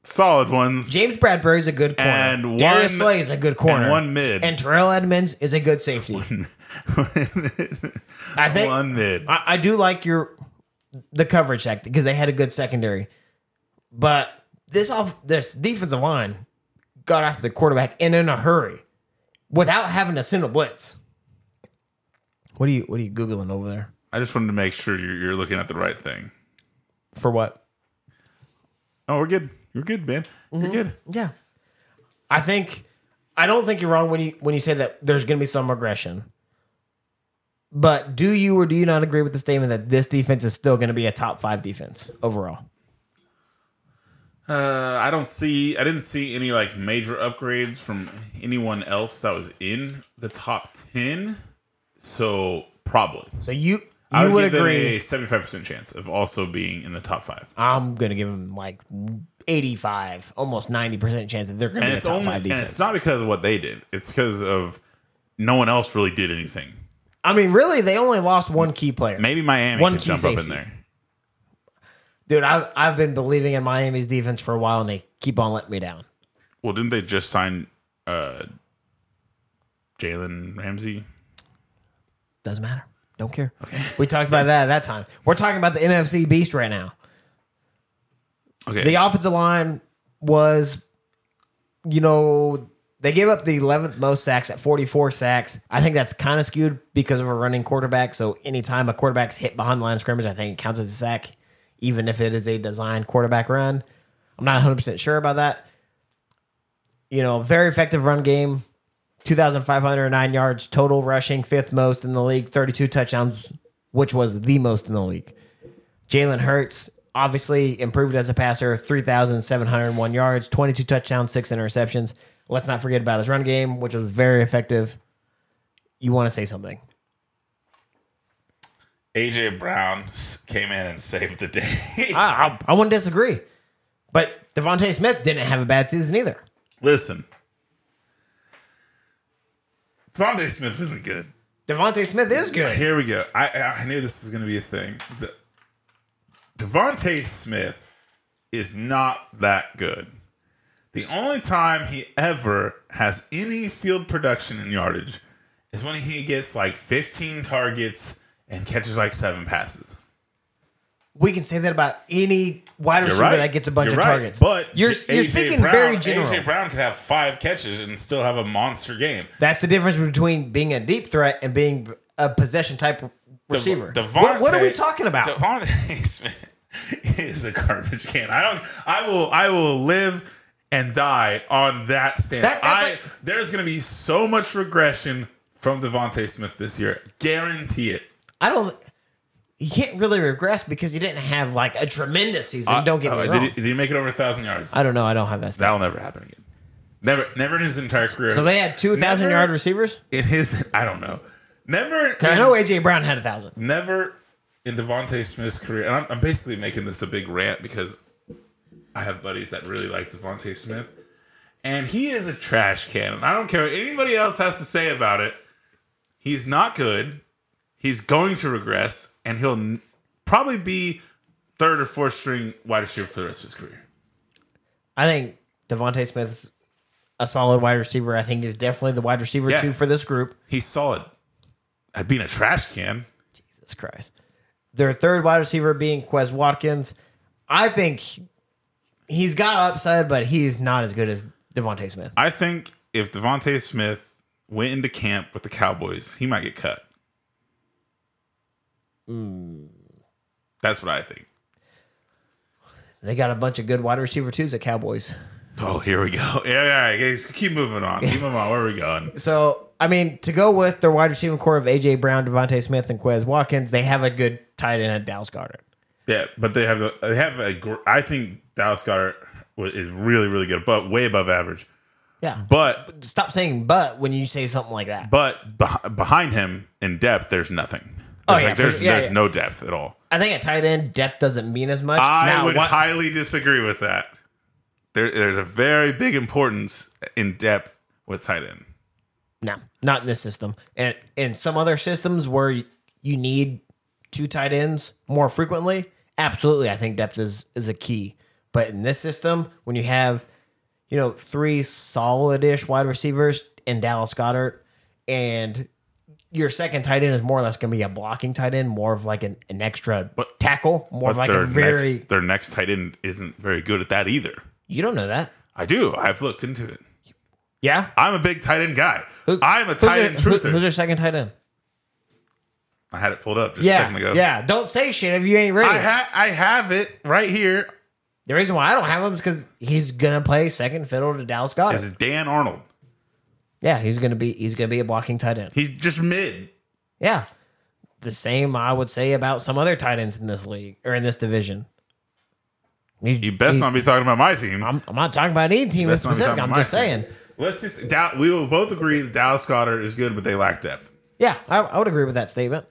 Speaker 1: solid ones
Speaker 2: James Bradbury's a good corner.
Speaker 1: And one-
Speaker 2: Darius Slay is a good corner.
Speaker 1: and one mid. [LAUGHS]
Speaker 2: And Terrell Edmonds is a good safety. I think
Speaker 1: one mid.
Speaker 2: I, I do like your the coverage act because they had a good secondary, but this off this defensive line got after the quarterback and in a hurry without having to send a blitz. What are you What are you googling over there
Speaker 1: I just wanted to make sure you're, you're looking at the right thing.
Speaker 2: for? What?
Speaker 1: Oh, we're good. You're good, man.
Speaker 2: Mm-hmm.
Speaker 1: You're good.
Speaker 2: Yeah, I think I don't think you're wrong when you when you say that there's going to be some regression. But do you or do you not agree with the statement that this defense is still going to be a top five defense overall?
Speaker 1: Uh, I don't see. I didn't see any like major upgrades from anyone else that was in the top ten. So probably,
Speaker 2: So you you
Speaker 1: I would,
Speaker 2: would,
Speaker 1: give them
Speaker 2: agree.
Speaker 1: a seventy-five percent chance of also being in the top five.
Speaker 2: I'm going to give them like 85, almost 90 percent chance that they're going to
Speaker 1: and
Speaker 2: be a
Speaker 1: it's
Speaker 2: top
Speaker 1: only
Speaker 2: five
Speaker 1: and
Speaker 2: defense.
Speaker 1: it's not because of what they did. It's because of no one else really did anything.
Speaker 2: I mean, really, they only lost one key player.
Speaker 1: Maybe Miami
Speaker 2: One
Speaker 1: could
Speaker 2: key
Speaker 1: jump up in
Speaker 2: safety.
Speaker 1: there.
Speaker 2: Dude, I've I've been believing in Miami's defense for a while, and they keep on letting me down.
Speaker 1: Well, didn't they just sign uh, Jalen Ramsey?
Speaker 2: Doesn't matter. Don't care. We talked about that at that time. We're talking about the NFC beast right now.
Speaker 1: Okay,
Speaker 2: The offensive line was, you know, they gave up the 11th most sacks at 44 sacks. I think that's kind of skewed because of a running quarterback. So anytime a quarterback's hit behind the line of scrimmage, I think it counts as a sack, even if it is a designed quarterback run. I'm not 100% sure about that. You know, very effective run game, 2,509 yards total rushing, fifth most in the league, 32 touchdowns, which was the most in the league. Jalen Hurts obviously improved as a passer, 3,701 yards, 22 touchdowns, six interceptions. Let's not forget about his run game, which was very effective. You want to say something?
Speaker 1: AJ Brown came in and saved the day.
Speaker 2: I, I, I wouldn't disagree. But Devontae Smith didn't have a bad season either.
Speaker 1: [LAUGHS] Listen, Devontae Smith isn't good.
Speaker 2: Devontae Smith is good.
Speaker 1: Here we go. I I knew this was going to be a thing. The, Devontae Smith is not that good. The only time he ever has any field production in yardage is when he gets like 15 targets and catches like seven passes.
Speaker 2: We can say that about any wide receiver that gets a bunch
Speaker 1: You're
Speaker 2: of
Speaker 1: right.
Speaker 2: targets.
Speaker 1: But
Speaker 2: you're,
Speaker 1: J-
Speaker 2: you're
Speaker 1: AJ
Speaker 2: speaking
Speaker 1: Brown-
Speaker 2: very general.
Speaker 1: AJ Brown could have five catches and still have a monster game.
Speaker 2: That's the difference between being a deep threat and being a possession type receiver. what, what are we talking about?
Speaker 1: [LAUGHS] Devontae Smith is a garbage can. I don't. I will. I will live and die on that stance.
Speaker 2: That- that's
Speaker 1: I,
Speaker 2: like-
Speaker 1: there's going to be so much regression from Devontae Smith this year. Guarantee it.
Speaker 2: I don't. He can't really regress because he didn't have like a tremendous season. don't get
Speaker 1: Uh,
Speaker 2: me
Speaker 1: did
Speaker 2: wrong.
Speaker 1: He, did he make it over a thousand yards?
Speaker 2: I don't know. I don't have that stuff.
Speaker 1: That'll never happen again. Never. Never in his entire career.
Speaker 2: So they had two thousand
Speaker 1: Never
Speaker 2: yard receivers.
Speaker 1: in his. I don't know. Never.
Speaker 2: I
Speaker 1: in-
Speaker 2: know AJ Brown had a thousand.
Speaker 1: never in Devonte Smith's career, and I'm, I'm basically making this a big rant because I have buddies that really like Devonte Smith, and he is a trash can. And I don't care what anybody else has to say about it. He's not good. He's going to regress, and he'll n- probably be third or fourth string wide receiver for the rest of his career.
Speaker 2: I think Devonte Smith's a solid wide receiver. I think he's definitely the wide receiver
Speaker 1: Yeah.
Speaker 2: two for this group.
Speaker 1: He's solid at being a trash can.
Speaker 2: Jesus Christ. Their third wide receiver being Quez Watkins. I think he- he's got upside, but he's not as good as Devonte Smith.
Speaker 1: I think if Devontae Smith went into camp with the Cowboys, he might get cut. That's what I think.
Speaker 2: They got a bunch of good wide receiver twos at Cowboys.
Speaker 1: Oh, here we go. [LAUGHS] Yeah, yeah, yeah. guys, Keep moving on. Keep moving on. Where are we
Speaker 2: [LAUGHS]
Speaker 1: going?
Speaker 2: So, I mean, to go with their wide receiver core of AJ Brown, Devonte Smith, and Quez Watkins, they have a good tight end at Dallas Goddard.
Speaker 1: Yeah, but they have the, they have a. gr- I think Dallas Goddard wa- is really really good, but way above average.
Speaker 2: Yeah.
Speaker 1: But
Speaker 2: Stop saying but when you say something like that.
Speaker 1: but beh- behind him in depth, there's nothing. There's
Speaker 2: Oh, yeah, for
Speaker 1: there's
Speaker 2: sure. Yeah,
Speaker 1: there's
Speaker 2: yeah.
Speaker 1: no depth at all.
Speaker 2: I think at tight end, depth doesn't mean as much.
Speaker 1: I
Speaker 2: Now,
Speaker 1: would
Speaker 2: what-
Speaker 1: highly disagree with that. There, there's a very big importance in depth with tight end.
Speaker 2: No, not in this system. And in some other systems where y- you need two tight ends more frequently, absolutely, I think depth is is a key. But in this system, when you have, you know, three solid-ish wide receivers in Dallas Goddard, and your second tight end is more or less going to be a blocking tight end, more of like an, an extra tackle, more of like a very.
Speaker 1: next, their next tight end isn't very good at that either.
Speaker 2: You don't know that,
Speaker 1: I do. I've looked into it.
Speaker 2: yeah?
Speaker 1: I'm a big tight end guy.
Speaker 2: Who's-
Speaker 1: I'm a
Speaker 2: who's
Speaker 1: tight
Speaker 2: your-
Speaker 1: end
Speaker 2: who-
Speaker 1: truther.
Speaker 2: who's your second tight end?
Speaker 1: I had it pulled up just a
Speaker 2: Yeah,
Speaker 1: second ago.
Speaker 2: yeah. Don't say shit if you ain't ready.
Speaker 1: I ha- I have it right here.
Speaker 2: The reason why I don't have him is because he's gonna play second fiddle to Dallas Goddard.
Speaker 1: Is Dan Arnold?
Speaker 2: yeah, he's gonna be he's gonna be a blocking tight end.
Speaker 1: He's just mid.
Speaker 2: Yeah, the same I would say about some other tight ends in this league or in this division. He's-
Speaker 1: You best
Speaker 2: he-
Speaker 1: not be talking about my team.
Speaker 2: I'm, I'm not talking about any team in
Speaker 1: Best not be
Speaker 2: specific.
Speaker 1: talking
Speaker 2: I'm
Speaker 1: about
Speaker 2: just
Speaker 1: my
Speaker 2: saying.
Speaker 1: team. Let's just doubt. We will both agree that Dallas Goddard is good, but they lack depth.
Speaker 2: Yeah, I, I would agree with that statement.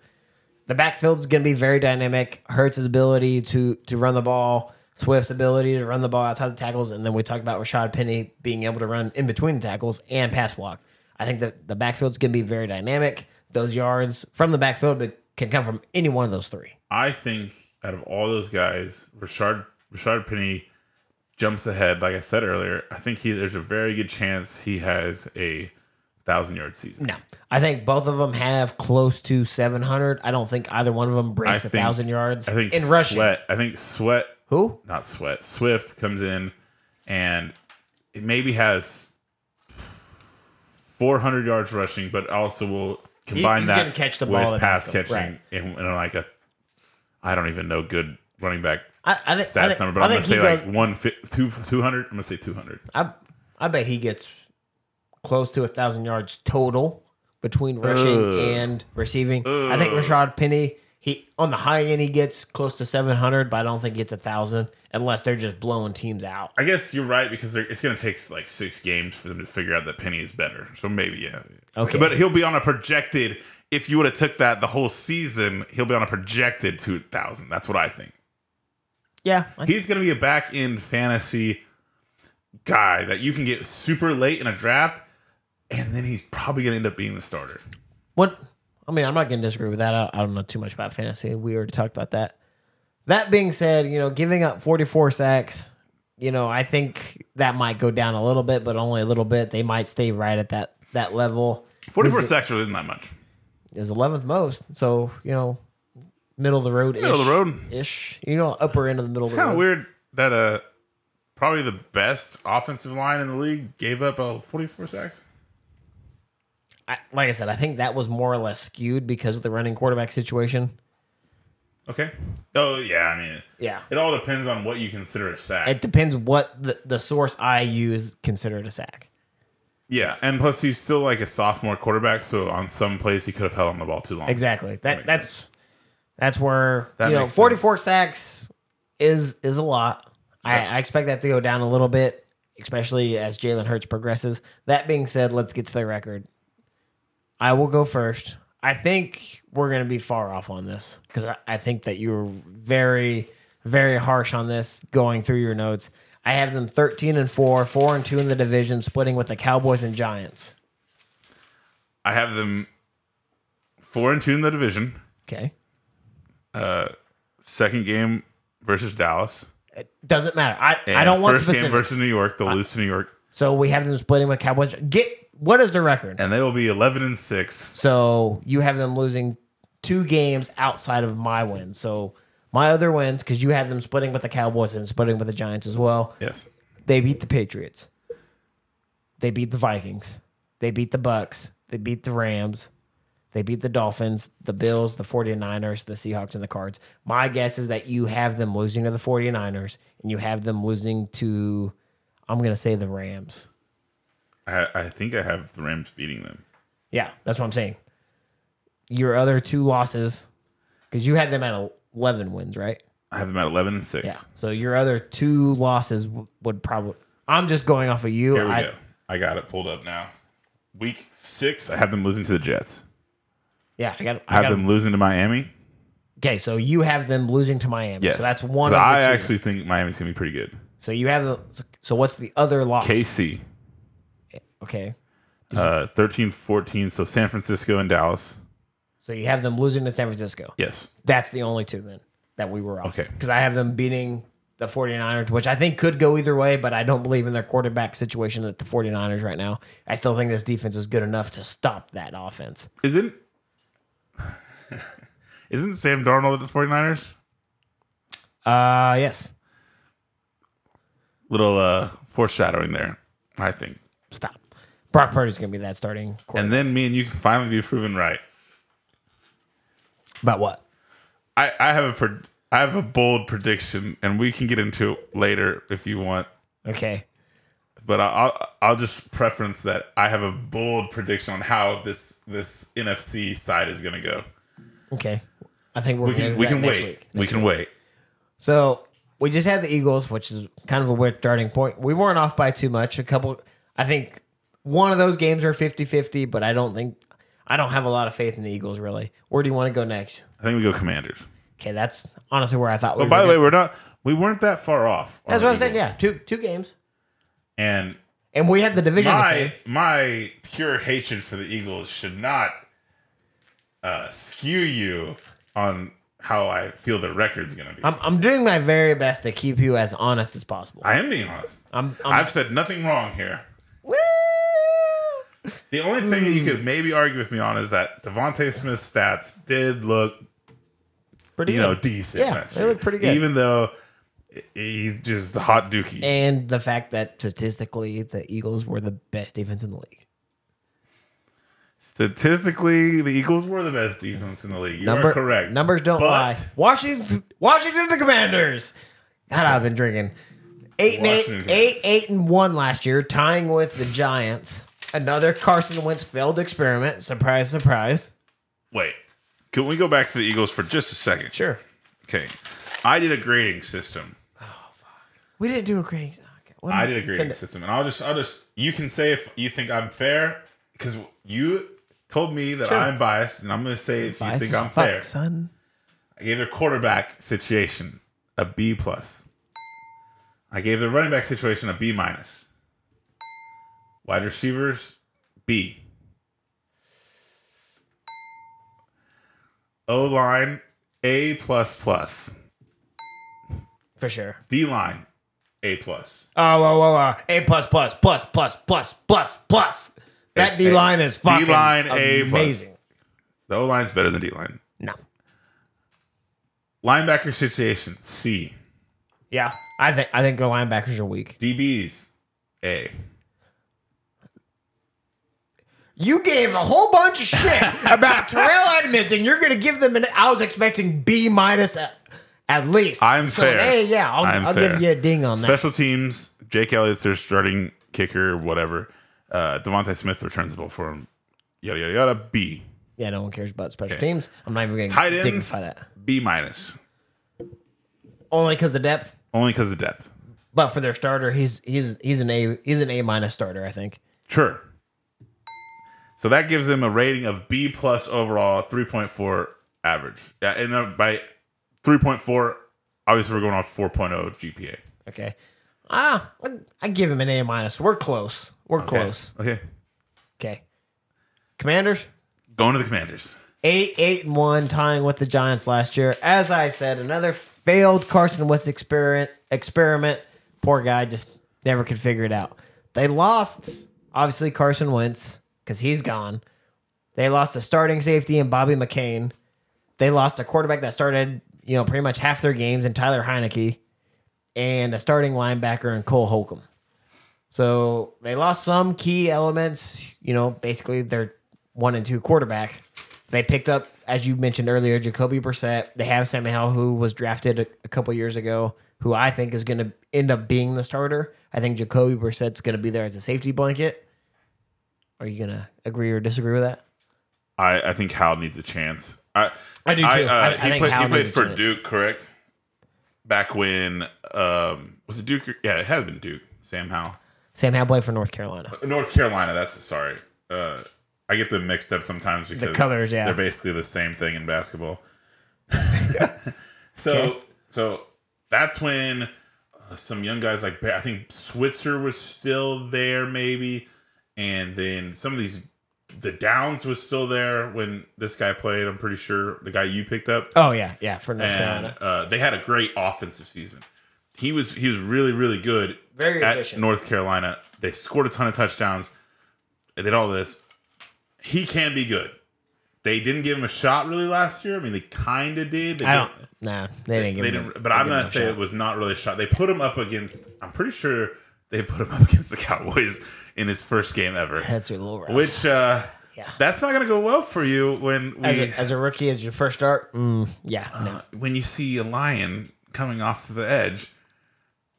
Speaker 2: The backfield's going to be very dynamic. Hurts' ability to to run the ball, Swift's ability to run the ball outside the tackles, and then we talked about Rashad Penny being able to run in between the tackles and pass block. I think that the backfield's going to be very dynamic. Those yards from the backfield be- can come from any one of those three.
Speaker 1: I think out of all those guys, Richard Richard Penny jumps ahead. Like I said earlier, I think he there's a very good chance he has a thousand yard season.
Speaker 2: No, I think both of them have close to 700. I don't think either one of them breaks a
Speaker 1: think-
Speaker 2: thousand yards
Speaker 1: I think
Speaker 2: in rushing.
Speaker 1: Sweat. I think Sweat,
Speaker 2: Who?
Speaker 1: not Sweat, Swift comes in and it maybe has four hundred yards rushing, but also will combine
Speaker 2: he's
Speaker 1: that
Speaker 2: gonna catch the
Speaker 1: with
Speaker 2: ball in the
Speaker 1: pass
Speaker 2: backfield,
Speaker 1: catching
Speaker 2: right.
Speaker 1: and, and like a I don't even know good running back.
Speaker 2: I, I think, I
Speaker 1: Stats
Speaker 2: think,
Speaker 1: number, but
Speaker 2: I
Speaker 1: I'm gonna
Speaker 2: think he
Speaker 1: say
Speaker 2: goes,
Speaker 1: like one fi- two two hundred. I'm gonna say two hundred.
Speaker 2: I I bet he gets close to a thousand yards total between rushing and receiving. I think Rashad Penny he on the high end he gets close to seven hundred, but I don't think he gets a thousand unless they're just blowing teams out.
Speaker 1: I guess you're right because they're- it's going to take like six games for them to figure out that Penny is better. So maybe yeah.
Speaker 2: Okay.
Speaker 1: But he'll be on a projected. If you would have took that the whole season, he'll be on a projected two thousand. That's what I think.
Speaker 2: Yeah, I-
Speaker 1: He's going to be a back end fantasy guy that you can get super late in a draft, and then he's probably going to end up being the starter.
Speaker 2: What I mean, I'm not going to disagree with that. I, I don't know too much about fantasy. We already talked about that. That being said, you know, giving up 44 sacks, you know, I think that might go down a little bit, but only a little bit. They might stay right at that that level.
Speaker 1: Forty four
Speaker 2: Is it-
Speaker 1: sacks really isn't that much.
Speaker 2: It was 11th most. So, you know, middle of the road
Speaker 1: Middle of the road.
Speaker 2: ish. You know, upper end of the middle of the
Speaker 1: Kind
Speaker 2: road.
Speaker 1: of weird that uh, probably the best offensive line in the league gave up uh, forty four sacks.
Speaker 2: I, like I said, I think that was more or less skewed because of the running quarterback situation.
Speaker 1: Okay. Oh yeah, I mean,
Speaker 2: Yeah.
Speaker 1: It all depends on what you consider a sack.
Speaker 2: It depends what the, the source I use considered a sack.
Speaker 1: yeah, and plus he's still like a sophomore quarterback, so on some plays he could have held on the ball too long.
Speaker 2: Exactly. That that's that's where
Speaker 1: That
Speaker 2: you know
Speaker 1: makes sense.
Speaker 2: 44 sacks is is a lot. I, I expect that to go down a little bit, especially as Jalen Hurts progresses. That being said, let's get to the record. I will go first. I think we're going to be far off on this because I, I think that you were very, very harsh on this going through your notes. I have them 13 and 4, 4 and 2 in the division, splitting with the Cowboys and Giants.
Speaker 1: I have them Four and two in the division.
Speaker 2: Okay.
Speaker 1: Second game versus Dallas.
Speaker 2: Doesn't matter. I, I
Speaker 1: And
Speaker 2: don't want
Speaker 1: first game
Speaker 2: specifics.
Speaker 1: versus New York. They'll lose to New York,
Speaker 2: so we have them splitting with Cowboys. Get what is their record?
Speaker 1: and they will be eleven and six.
Speaker 2: So you have them losing two games outside of my win. So my other wins, because you had them splitting with the Cowboys and splitting with the Giants as well.
Speaker 1: Yes.
Speaker 2: They beat the Patriots. They beat the Vikings. They beat the Bucks. They beat the Rams. They beat the Dolphins, the Bills, the 49ers, the Seahawks, and the Cards. My guess is that you have them losing to the 49ers and you have them losing to, I'm going to say the Rams.
Speaker 1: I, I think I have the Rams beating them.
Speaker 2: Yeah, that's what I'm saying. Your other two losses, because you had them at 11 wins, right?
Speaker 1: I have them at eleven and six.
Speaker 2: Yeah. So your other two losses w- would probably. I'm just going off of you.
Speaker 1: Here we
Speaker 2: I,
Speaker 1: go. I got it pulled up now. Week six, I have them losing to the Jets.
Speaker 2: Yeah, I got.
Speaker 1: I
Speaker 2: I
Speaker 1: have
Speaker 2: got
Speaker 1: them losing to Miami.
Speaker 2: Okay, so you have them losing to Miami.
Speaker 1: Yes.
Speaker 2: So that's one.
Speaker 1: So
Speaker 2: Of the
Speaker 1: I
Speaker 2: two.
Speaker 1: actually think Miami's gonna be pretty good.
Speaker 2: So you have. The, so what's the other loss?
Speaker 1: KC,
Speaker 2: Okay.
Speaker 1: uh, 13 14. So San Francisco and Dallas.
Speaker 2: So you have them losing to San Francisco.
Speaker 1: Yes.
Speaker 2: That's the only two then that we were off.
Speaker 1: Okay.
Speaker 2: Because I have them beating the 49ers, which I think could go either way, but I don't believe in their quarterback situation at the 49ers right now. I still think this defense is good enough to stop that offense.
Speaker 1: Isn't [LAUGHS] isn't Sam Darnold at the 49ers?
Speaker 2: Uh yes.
Speaker 1: Little uh, foreshadowing there, I think.
Speaker 2: Stop. Brock Purdy's gonna be that starting quarterback.
Speaker 1: And then me and you can finally be proven right.
Speaker 2: About what?
Speaker 1: I, I have a pred- I have a bold prediction, and we can get into it later if you want.
Speaker 2: Okay.
Speaker 1: But I- I'll I'll just preference that I have a bold prediction on how this this NFC side is going to go.
Speaker 2: Okay. I think we're
Speaker 1: We
Speaker 2: gonna
Speaker 1: can
Speaker 2: do
Speaker 1: we
Speaker 2: that
Speaker 1: can
Speaker 2: next
Speaker 1: wait.
Speaker 2: week.
Speaker 1: We can wait.
Speaker 2: So we just had the Eagles, which is kind of a weird starting point. We weren't off by too much. A couple, I think one of those games are 50 50, but I don't think, I don't have a lot of faith in the Eagles really. Where do you want to go next?
Speaker 1: I think we go Commanders.
Speaker 2: Okay, that's honestly where I thought we
Speaker 1: But by the
Speaker 2: were
Speaker 1: way, we're not we weren't that far off. on
Speaker 2: That's
Speaker 1: the
Speaker 2: what I'm saying.
Speaker 1: Eagles.
Speaker 2: Yeah, two two games.
Speaker 1: And
Speaker 2: And we had the division. the same.
Speaker 1: my my pure hatred for the Eagles should not uh, skew you on how I feel their record's going to be.
Speaker 2: I'm, I'm doing my very best to keep you as honest as possible.
Speaker 1: I am being honest.
Speaker 2: I'm, I'm
Speaker 1: I've said nothing wrong here.
Speaker 2: woo!
Speaker 1: The only thing that
Speaker 2: Hmm.
Speaker 1: you could maybe argue with me on is that Devontae Smith's stats did look,
Speaker 2: pretty
Speaker 1: you know,
Speaker 2: good.
Speaker 1: decent.
Speaker 2: Yeah,
Speaker 1: last
Speaker 2: they
Speaker 1: year.
Speaker 2: look pretty good.
Speaker 1: Even though he's just a hot dookie.
Speaker 2: And the fact that statistically the Eagles were the best defense in the league.
Speaker 1: Statistically, the Eagles were the best defense in the league. You
Speaker 2: Number,
Speaker 1: are correct.
Speaker 2: Numbers don't
Speaker 1: But-
Speaker 2: lie. Washington, Washington, the Commanders. God, I've been drinking. Eight and eight,
Speaker 1: Washington.
Speaker 2: eight, eight and one last year, tying with the Giants. Another Carson Wentz failed experiment. Surprise, surprise.
Speaker 1: Wait, can we go back to the Eagles for just a second?
Speaker 2: Sure,
Speaker 1: Okay, I did a grading system.
Speaker 2: we didn't do a grading. Okay. What
Speaker 1: I did a grading
Speaker 2: send it.
Speaker 1: system, and I'll just, I'll just, you can say if you think I'm fair, because you told me that I'm biased, and I'm going to say if you
Speaker 2: Bias
Speaker 1: think
Speaker 2: as
Speaker 1: I'm
Speaker 2: fuck,
Speaker 1: fair.
Speaker 2: son.
Speaker 1: I gave their quarterback situation a B plus. I gave their running back situation a B minus. Wide receivers B. O line A plus plus.
Speaker 2: For sure.
Speaker 1: D line A plus.
Speaker 2: Oh, whoa, whoa, whoa. A plus, plus, plus, plus, plus, plus, plus. That
Speaker 1: A-
Speaker 2: D line is fucking
Speaker 1: D-line, A plus.
Speaker 2: amazing.
Speaker 1: The O line's better than D line.
Speaker 2: No.
Speaker 1: Linebacker situation C.
Speaker 2: Yeah, I think I think the linebackers are weak.
Speaker 1: DBs A.
Speaker 2: You gave a whole bunch of shit about Terrell Edmonds, and you're going to give them an. I was expecting B minus at, at least.
Speaker 1: I'm
Speaker 2: so,
Speaker 1: fair.
Speaker 2: Hey, yeah, I'll,
Speaker 1: I'm
Speaker 2: I'll
Speaker 1: fair.
Speaker 2: give you a ding on that.
Speaker 1: Special teams, Jake Elliott's their starting kicker, whatever. Uh, Devontae Smith returns the ball for him. Yada yada yada. B.
Speaker 2: Yeah, no one cares about special teams. I'm not even going
Speaker 1: Tight
Speaker 2: to
Speaker 1: ends.
Speaker 2: dignify that.
Speaker 1: B minus.
Speaker 2: Only because the depth,
Speaker 1: Only because of depth.
Speaker 2: but for their starter, he's he's he's an A he's an A minus starter, I think.
Speaker 1: Sure. So that gives them a rating of B plus overall, three point four average. Yeah, and then by three point four, obviously we're going off 4.0 GPA.
Speaker 2: Okay, ah, I give him an A minus. We're close. We're close.
Speaker 1: Okay.
Speaker 2: Okay, Commanders.
Speaker 1: Going to the Commanders.
Speaker 2: eight eight and one, tying with the Giants last year. As I said, another failed Carson Wentz experiment. Experiment. Poor guy just never could figure it out. They lost obviously Carson Wentz because he's gone. They lost a starting safety in Bobby McCain. They lost a quarterback that started you know pretty much half their games in Tyler Heineke, and a starting linebacker in Cole Holcomb. So they lost some key elements, you know, basically their one and two quarterback. They picked up, as you mentioned earlier, Jacoby Brissett. They have Sam Howell, who was drafted a, a couple years ago, who I think is going to end up being the starter. I think Jacoby Brissett's going to be there as a safety blanket. Are you going to agree or disagree with that?
Speaker 1: I, I think Howell needs a chance. I
Speaker 2: I do too.
Speaker 1: I, uh,
Speaker 2: I- I
Speaker 1: he
Speaker 2: think
Speaker 1: played,
Speaker 2: Howell
Speaker 1: he played
Speaker 2: needs a
Speaker 1: for
Speaker 2: chance.
Speaker 1: Duke, correct? Back when um, was it Duke? or- Yeah, it has been Duke. Sam Howell,
Speaker 2: Sam Howell played for North Carolina.
Speaker 1: North Carolina. That's sorry. Uh, I get them mixed up sometimes because
Speaker 2: colors, yeah.
Speaker 1: they're basically the same thing in basketball. [LAUGHS] so so that's when uh, some young guys like I think Switzer was still there maybe, and then some of these. The Downs was still there when this guy played. I'm pretty sure the guy you picked up
Speaker 2: Oh, yeah. Yeah. For North
Speaker 1: and
Speaker 2: Carolina.
Speaker 1: uh, they had a great offensive season. He was he was really really good
Speaker 2: Very
Speaker 1: at
Speaker 2: efficient.
Speaker 1: North Carolina. They scored a ton of touchdowns. They did all this. He can be good. They didn't give him a shot really last year. I mean, they kind of did. They
Speaker 2: I
Speaker 1: didn't-
Speaker 2: don't. Nah, they didn't give
Speaker 1: They
Speaker 2: him a-
Speaker 1: didn't, but I'm
Speaker 2: give him
Speaker 1: gonna
Speaker 2: a
Speaker 1: say
Speaker 2: shot.
Speaker 1: it was not really a shot. They put him up against. I'm pretty sure they put him [LAUGHS] up against the Cowboys in his first game
Speaker 2: [LAUGHS]
Speaker 1: ever.
Speaker 2: That's your little rough.
Speaker 1: Which uh,
Speaker 2: Yeah.
Speaker 1: that's not gonna go well for you when we uh,
Speaker 2: as a, as a rookie, as your first start, mm, yeah, no,
Speaker 1: when you see a lion coming off the edge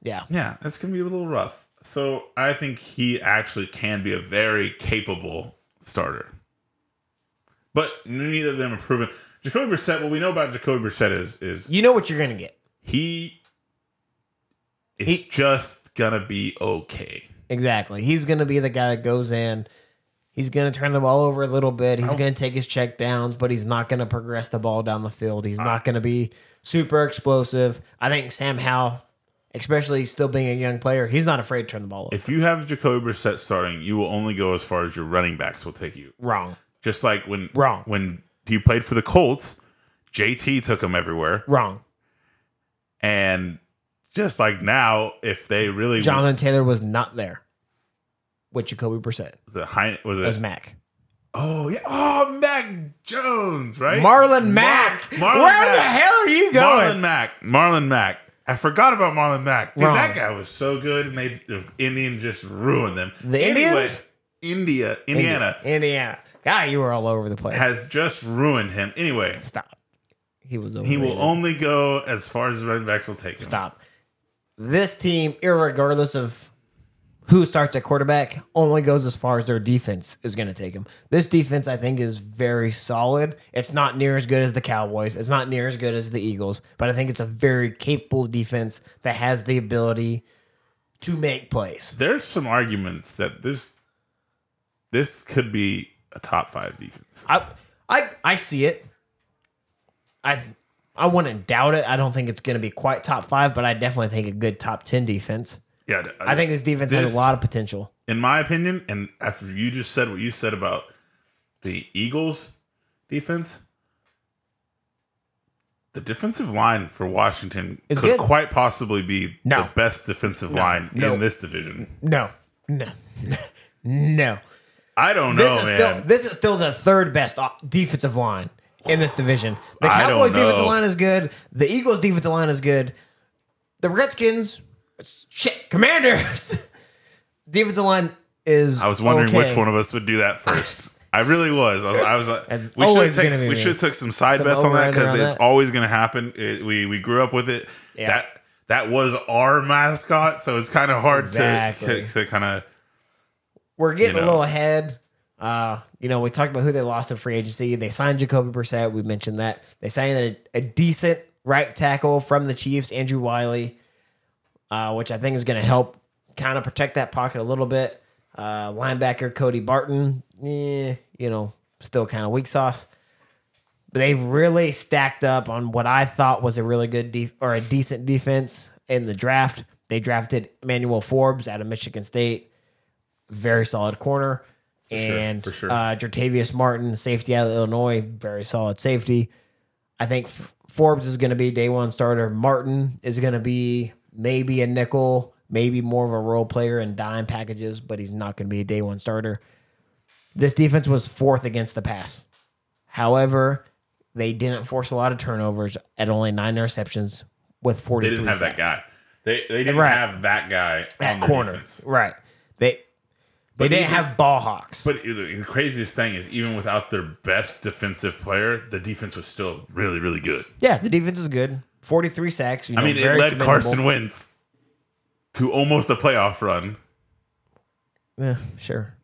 Speaker 2: yeah,
Speaker 1: Yeah, that's gonna be a little rough. So I think he actually can be a very capable starter. But neither of them are proven. Jacoby Brissett, what we know about Jacoby Brissett is is
Speaker 2: you know what you're gonna get
Speaker 1: he is
Speaker 2: He-
Speaker 1: just gonna be okay.
Speaker 2: exactly. He's gonna be the guy that goes in. He's gonna turn the ball over a little bit. He's gonna take his check downs, but he's not gonna progress the ball down the field. He's not gonna be super explosive. I think Sam Howell, especially still being a young player, he's not afraid to turn the ball over.
Speaker 1: If you have Jacoby Brissett starting, you will only go as far as your running backs will take you.
Speaker 2: Wrong,
Speaker 1: Just like when
Speaker 2: Wrong.
Speaker 1: when he played for the Colts, JT took him everywhere,
Speaker 2: wrong.
Speaker 1: and just like now, if they really
Speaker 2: Jonathan Taylor was not there with Jacoby Brissett.
Speaker 1: was it, Hein- was
Speaker 2: It
Speaker 1: it
Speaker 2: was Mac.
Speaker 1: Oh yeah. Oh Mac Jones, right?
Speaker 2: Marlon Mack.
Speaker 1: Mar- Marlon
Speaker 2: Where the
Speaker 1: Mack.
Speaker 2: hell are you going?
Speaker 1: Marlon Mack. Marlon Mack. I forgot about Marlon Mack. Dude,
Speaker 2: Wrong.
Speaker 1: that guy was so good, and they the Indian just ruined them.
Speaker 2: The Indians?
Speaker 1: India, Indiana
Speaker 2: Indiana. God, you were all over the place.
Speaker 1: has just ruined him. Anyway,
Speaker 2: Stop. He was over.
Speaker 1: he will only go as far as the running backs will take him.
Speaker 2: stop. This team, irregardless of who starts at quarterback, only goes as far as their defense is going to take them. This defense, I think, is very solid. It's not near as good as the Cowboys. It's not near as good as the Eagles, but I think it's a very capable defense that has the ability to make plays.
Speaker 1: There's some arguments that this this could be a top five defense.
Speaker 2: I I I see it. I I wouldn't doubt it. I don't think it's going to be quite top five, but I definitely think a good top ten defense.
Speaker 1: Yeah,
Speaker 2: I think this defense has
Speaker 1: This-
Speaker 2: a lot of potential.
Speaker 1: in my opinion, and after you just said what you said about the Eagles defense, the defensive line for Washington
Speaker 2: It's
Speaker 1: could
Speaker 2: good.
Speaker 1: quite possibly be
Speaker 2: No.
Speaker 1: the best defensive line
Speaker 2: No.
Speaker 1: in this division.
Speaker 2: No,
Speaker 1: [LAUGHS]
Speaker 2: no, no.
Speaker 1: I don't
Speaker 2: This
Speaker 1: know,
Speaker 2: is
Speaker 1: Oh, man.
Speaker 2: still this is still the third best o- defensive line in this division. The
Speaker 1: I don't
Speaker 2: Cowboys defensive
Speaker 1: know.
Speaker 2: line is good. The Eagles defensive line is good. The Redskins, it's shit, Commanders [LAUGHS] defensive line is.
Speaker 1: I was wondering which
Speaker 2: okay.
Speaker 1: one of us would do that first. I really was. I was, I was
Speaker 2: [LAUGHS]
Speaker 1: like,
Speaker 2: That's
Speaker 1: we should
Speaker 2: always
Speaker 1: have take,
Speaker 2: gonna be
Speaker 1: we
Speaker 2: me.
Speaker 1: should have took some side
Speaker 2: Some
Speaker 1: bets on that
Speaker 2: over-under
Speaker 1: because
Speaker 2: on
Speaker 1: it's
Speaker 2: that.
Speaker 1: always going to happen. It, we we grew up with it.
Speaker 2: Yeah.
Speaker 1: That that was our mascot, so it's kind of hard
Speaker 2: Exactly.
Speaker 1: to, to, to kind of.
Speaker 2: we're getting
Speaker 1: you know.
Speaker 2: a little ahead. Uh, you know, we talked about who they lost in free agency. They signed Jacoby Brissett. We mentioned that. They signed a, a decent right tackle from the Chiefs, Andrew Wiley, uh, which I think is going to help kind of protect that pocket a little bit. Uh, linebacker Cody Barton, eh, you know, still kind of weak sauce. But they really stacked up on what I thought was a really good def- or a decent defense in the draft. They drafted Emmanuel Forbes out of Michigan State very solid corner.
Speaker 1: sure,
Speaker 2: and
Speaker 1: for sure.
Speaker 2: uh, Jatavius Martin, safety out of Illinois, very solid safety. I think F- Forbes is going to be day one starter. Martin is going to be maybe a nickel, maybe more of a role player in dime packages, but he's not going to be a day one starter. This defense was fourth against the pass. However, they didn't force a lot of turnovers at only nine interceptions with 43
Speaker 1: They didn't have that
Speaker 2: sacks.
Speaker 1: guy. They they didn't
Speaker 2: Right.
Speaker 1: have that guy on
Speaker 2: At
Speaker 1: the
Speaker 2: corner.
Speaker 1: defense.
Speaker 2: Right. They they didn't
Speaker 1: even-
Speaker 2: have ball hawks.
Speaker 1: But the the craziest thing is, even without their best defensive player, the defense was still really, really good.
Speaker 2: Yeah, the defense is good. Forty-three sacks. You know,
Speaker 1: I mean, it
Speaker 2: very
Speaker 1: led
Speaker 2: commendable.
Speaker 1: Carson Wentz to almost a playoff run.
Speaker 2: Yeah, sure.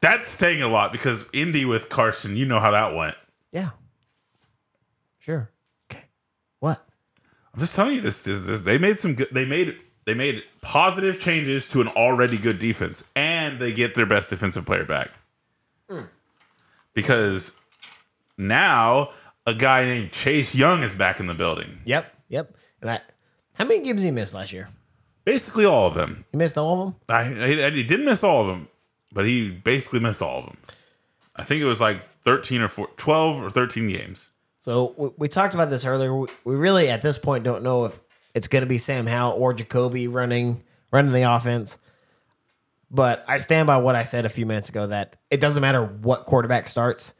Speaker 1: That's saying a lot because Indy with Carson, you know how that went.
Speaker 2: Yeah, sure. Okay. What?
Speaker 1: I'm just telling you this. this, this they made some good. They made they made positive changes to an already good defense, and they get their best defensive player back. Because now a guy named Chase Young is back in the building.
Speaker 2: Yep. Yep. And I, how many games did he miss last year?
Speaker 1: Basically, all of them.
Speaker 2: He missed all of them.
Speaker 1: I, I, I he didn't miss all of them, but he basically missed all of them. I think it was like 13 or 4, 12 or 13 games.
Speaker 2: So we, we talked about this earlier. We, we really at this point don't know if it's going to be Sam Howell or Jacoby running running the offense. But I stand by what I said a few minutes ago that it doesn't matter what quarterback starts.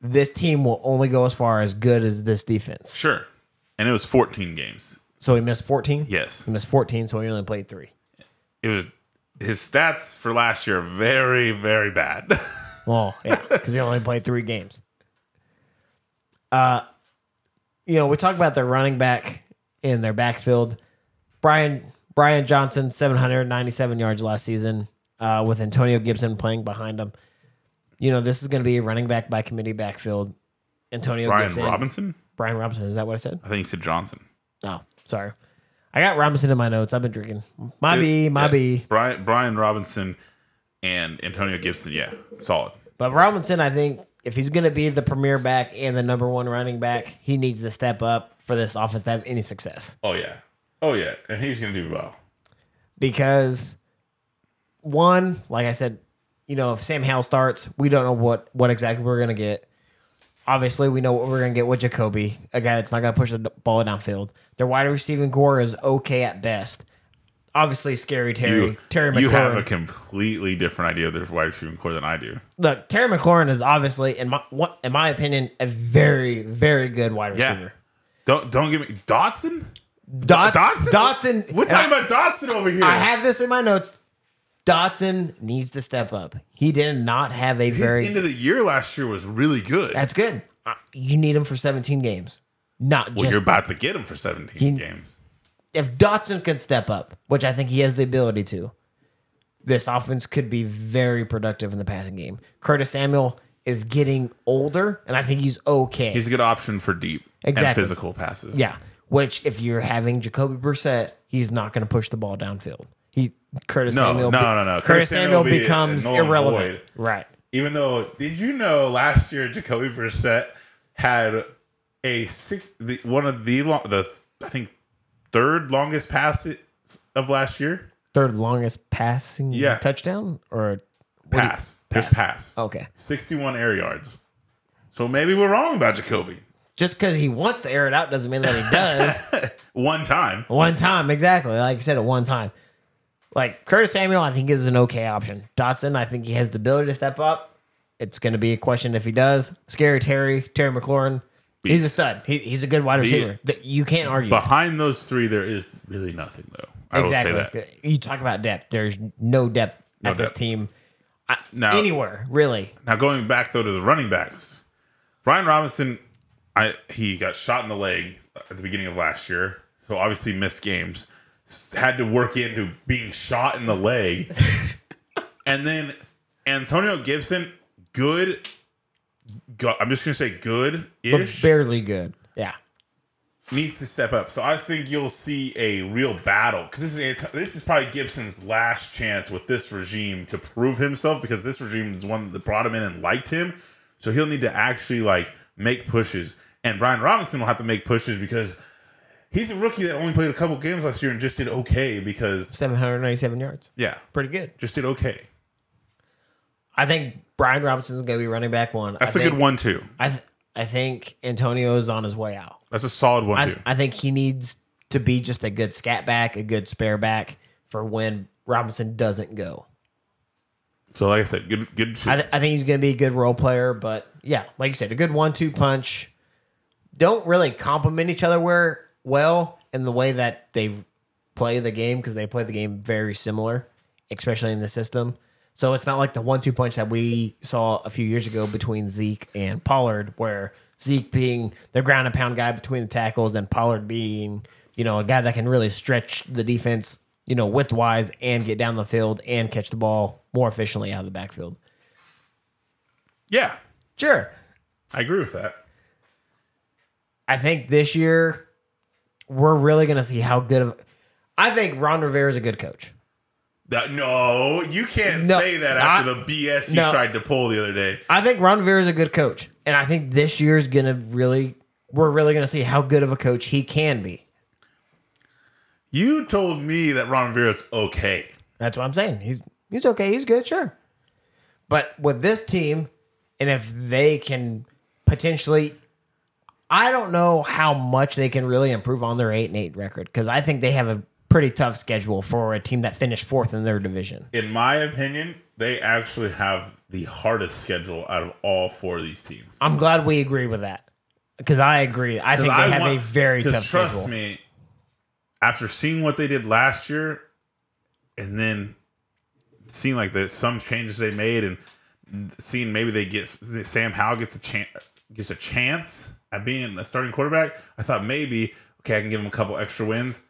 Speaker 2: This team will only go as far as good as this defense.
Speaker 1: Sure. And it was 14 games.
Speaker 2: So he missed 14?
Speaker 1: Yes.
Speaker 2: He missed 14, so he only played three.
Speaker 1: It was his stats for last year are very very bad. [LAUGHS]
Speaker 2: Well, yeah, because he only played three games. Uh, you know, we talk about their running back in their backfield. Brian Brian Johnson, seven hundred ninety-seven yards last season, uh, with Antonio Gibson playing behind him. You know, this is going to be a running back by committee backfield. Antonio
Speaker 1: Brian
Speaker 2: Gibson,
Speaker 1: Robinson?
Speaker 2: Brian Robinson. Is that what I said?
Speaker 1: I think he said Johnson.
Speaker 2: No, sorry. I got Robinson in my notes. I've been drinking. My B, my
Speaker 1: Yeah.
Speaker 2: B.
Speaker 1: Brian Brian Robinson and Antonio Gibson. Yeah. Solid.
Speaker 2: But Robinson, I think if he's going to be the premier back and the number one running back, he needs to step up for this offense to have any success.
Speaker 1: Oh yeah. Oh yeah. And he's going to do well.
Speaker 2: Because one, like I said, you know, if Sam Howell starts, we don't know what what exactly we're going to get. Obviously, we know what we're going to get with Jacoby, a guy that's not going to push the ball downfield. Their wide receiving core is okay at best. Obviously, scary Terry.
Speaker 1: You,
Speaker 2: Terry McLaurin.
Speaker 1: you have a completely different idea of their wide receiving core than I do.
Speaker 2: Look, Terry McLaurin is obviously, in my what, in my opinion, a very, very good wide
Speaker 1: Yeah.
Speaker 2: receiver.
Speaker 1: Don't don't give me Dotson?
Speaker 2: Dots,
Speaker 1: Dotson?
Speaker 2: Dotson. Dotson.
Speaker 1: We're talking
Speaker 2: I,
Speaker 1: about Dotson over here.
Speaker 2: I have this in my notes. Dotson needs to step up. He did not have a
Speaker 1: His
Speaker 2: very.
Speaker 1: end of the year last year was really good.
Speaker 2: that's good. Uh, You need him for 17 games, not
Speaker 1: well, you're
Speaker 2: just.
Speaker 1: about to get him for 17
Speaker 2: He-
Speaker 1: games.
Speaker 2: If Dotson could step up, which I think he has the ability to, this offense could be very productive in the passing game. Curtis Samuel is getting older, and I think he's okay.
Speaker 1: He's a good option for deep and
Speaker 2: Exactly.
Speaker 1: physical passes.
Speaker 2: Yeah. Which, if you're having Jacoby Brissett, he's not going to push the ball downfield. He Curtis
Speaker 1: No,
Speaker 2: Samuel.
Speaker 1: no, no, no.
Speaker 2: Curtis, Samuel,
Speaker 1: will be
Speaker 2: becomes
Speaker 1: a null and
Speaker 2: irrelevant.
Speaker 1: void.
Speaker 2: Right.
Speaker 1: Even though, did you know last year Jacoby Brissett had a six, the, one of the long, the I think third longest passes of last year
Speaker 2: Third longest passing
Speaker 1: Yeah.
Speaker 2: touchdown or
Speaker 1: pass, just pass,
Speaker 2: okay.
Speaker 1: 61 air yards. So maybe we're wrong about Jacoby.
Speaker 2: Just because he wants to air it out doesn't mean that
Speaker 1: [LAUGHS]
Speaker 2: he does.
Speaker 1: One time,
Speaker 2: one time, exactly. Like I said, at one time. Like Curtis Samuel, I think is an okay option. Dotson, I think he has the ability to step up. It's going to be a question if he does. Scary Terry, Terry McLaurin, he's a
Speaker 1: Beast.
Speaker 2: stud. He, he's a good wide receiver. That You can't argue.
Speaker 1: behind those three, there is really nothing though. I will say that.
Speaker 2: You talk about depth. There's no depth
Speaker 1: No
Speaker 2: at this
Speaker 1: depth.
Speaker 2: team I,
Speaker 1: No.
Speaker 2: anywhere, really.
Speaker 1: Now going back though to the running backs, Brian Robinson, I he got shot in the leg at the beginning of last year, so obviously missed games. S- Had to work into being shot in the leg, and then Antonio Gibson, good. Go, I'm just gonna say good ish
Speaker 2: Barely good. Yeah.
Speaker 1: needs to step up. So I think you'll see a real battle because this is Ant- this is probably Gibson's last chance with this regime to prove himself because this regime is one that brought him in and liked him. So he'll need to actually like make pushes, and Brian Robinson will have to make pushes because he's a rookie that only played a couple games last year and just did okay because
Speaker 2: 797 yards.
Speaker 1: yeah,
Speaker 2: Pretty good.
Speaker 1: just did okay.
Speaker 2: I think Brian Robinson's going to be running back one.
Speaker 1: That's
Speaker 2: a
Speaker 1: a good one too.
Speaker 2: I th- I think Antonio is on his way out.
Speaker 1: That's a solid one
Speaker 2: I,
Speaker 1: too.
Speaker 2: I think he needs to be just a good scat back, a good spare back for when Robinson doesn't go.
Speaker 1: So like I said, good good two.
Speaker 2: I, th- I think he's going to be a good role player, but yeah, like you said, a good one-two punch. Don't really complement each other where well in the way that they play the game because they play the game very similar, especially in the system. So it's not like the one-two punch that we saw a few years ago between Zeke and Pollard, where Zeke being the ground and pound guy between the tackles and Pollard being you know a guy that can really stretch the defense. You know, width wise and get down the field and catch the ball more efficiently out of the backfield.
Speaker 1: yeah,
Speaker 2: Sure.
Speaker 1: I agree with that.
Speaker 2: I think this year we're really going to see how good of. I think Ron Rivera is a good coach.
Speaker 1: That no, you can't
Speaker 2: No,
Speaker 1: say that after
Speaker 2: I-
Speaker 1: the BS you
Speaker 2: no.
Speaker 1: tried to pull the other day.
Speaker 2: I think Ron Rivera is a good coach, and I think this year is going to really. We're really going to see how good of a coach he can be.
Speaker 1: You told me that Ron Rivera's okay.
Speaker 2: That's what I'm saying. He's he's okay. He's good, sure. But with this team, and if they can potentially, I don't know how much they can really improve on their eight and eight record because I think they have a pretty tough schedule for a team that finished fourth in their division.
Speaker 1: In my opinion, they actually have the hardest schedule out of all four of these teams.
Speaker 2: I'm glad we agree with that because I agree. I think they have a very
Speaker 1: 'cause
Speaker 2: tough
Speaker 1: trust
Speaker 2: schedule.
Speaker 1: me, after seeing what they did last year, and then seeing like the some changes they made, and seeing maybe they get Sam Howell gets a chance gets a chance at being a starting quarterback, I thought maybe okay I can give him a couple extra wins.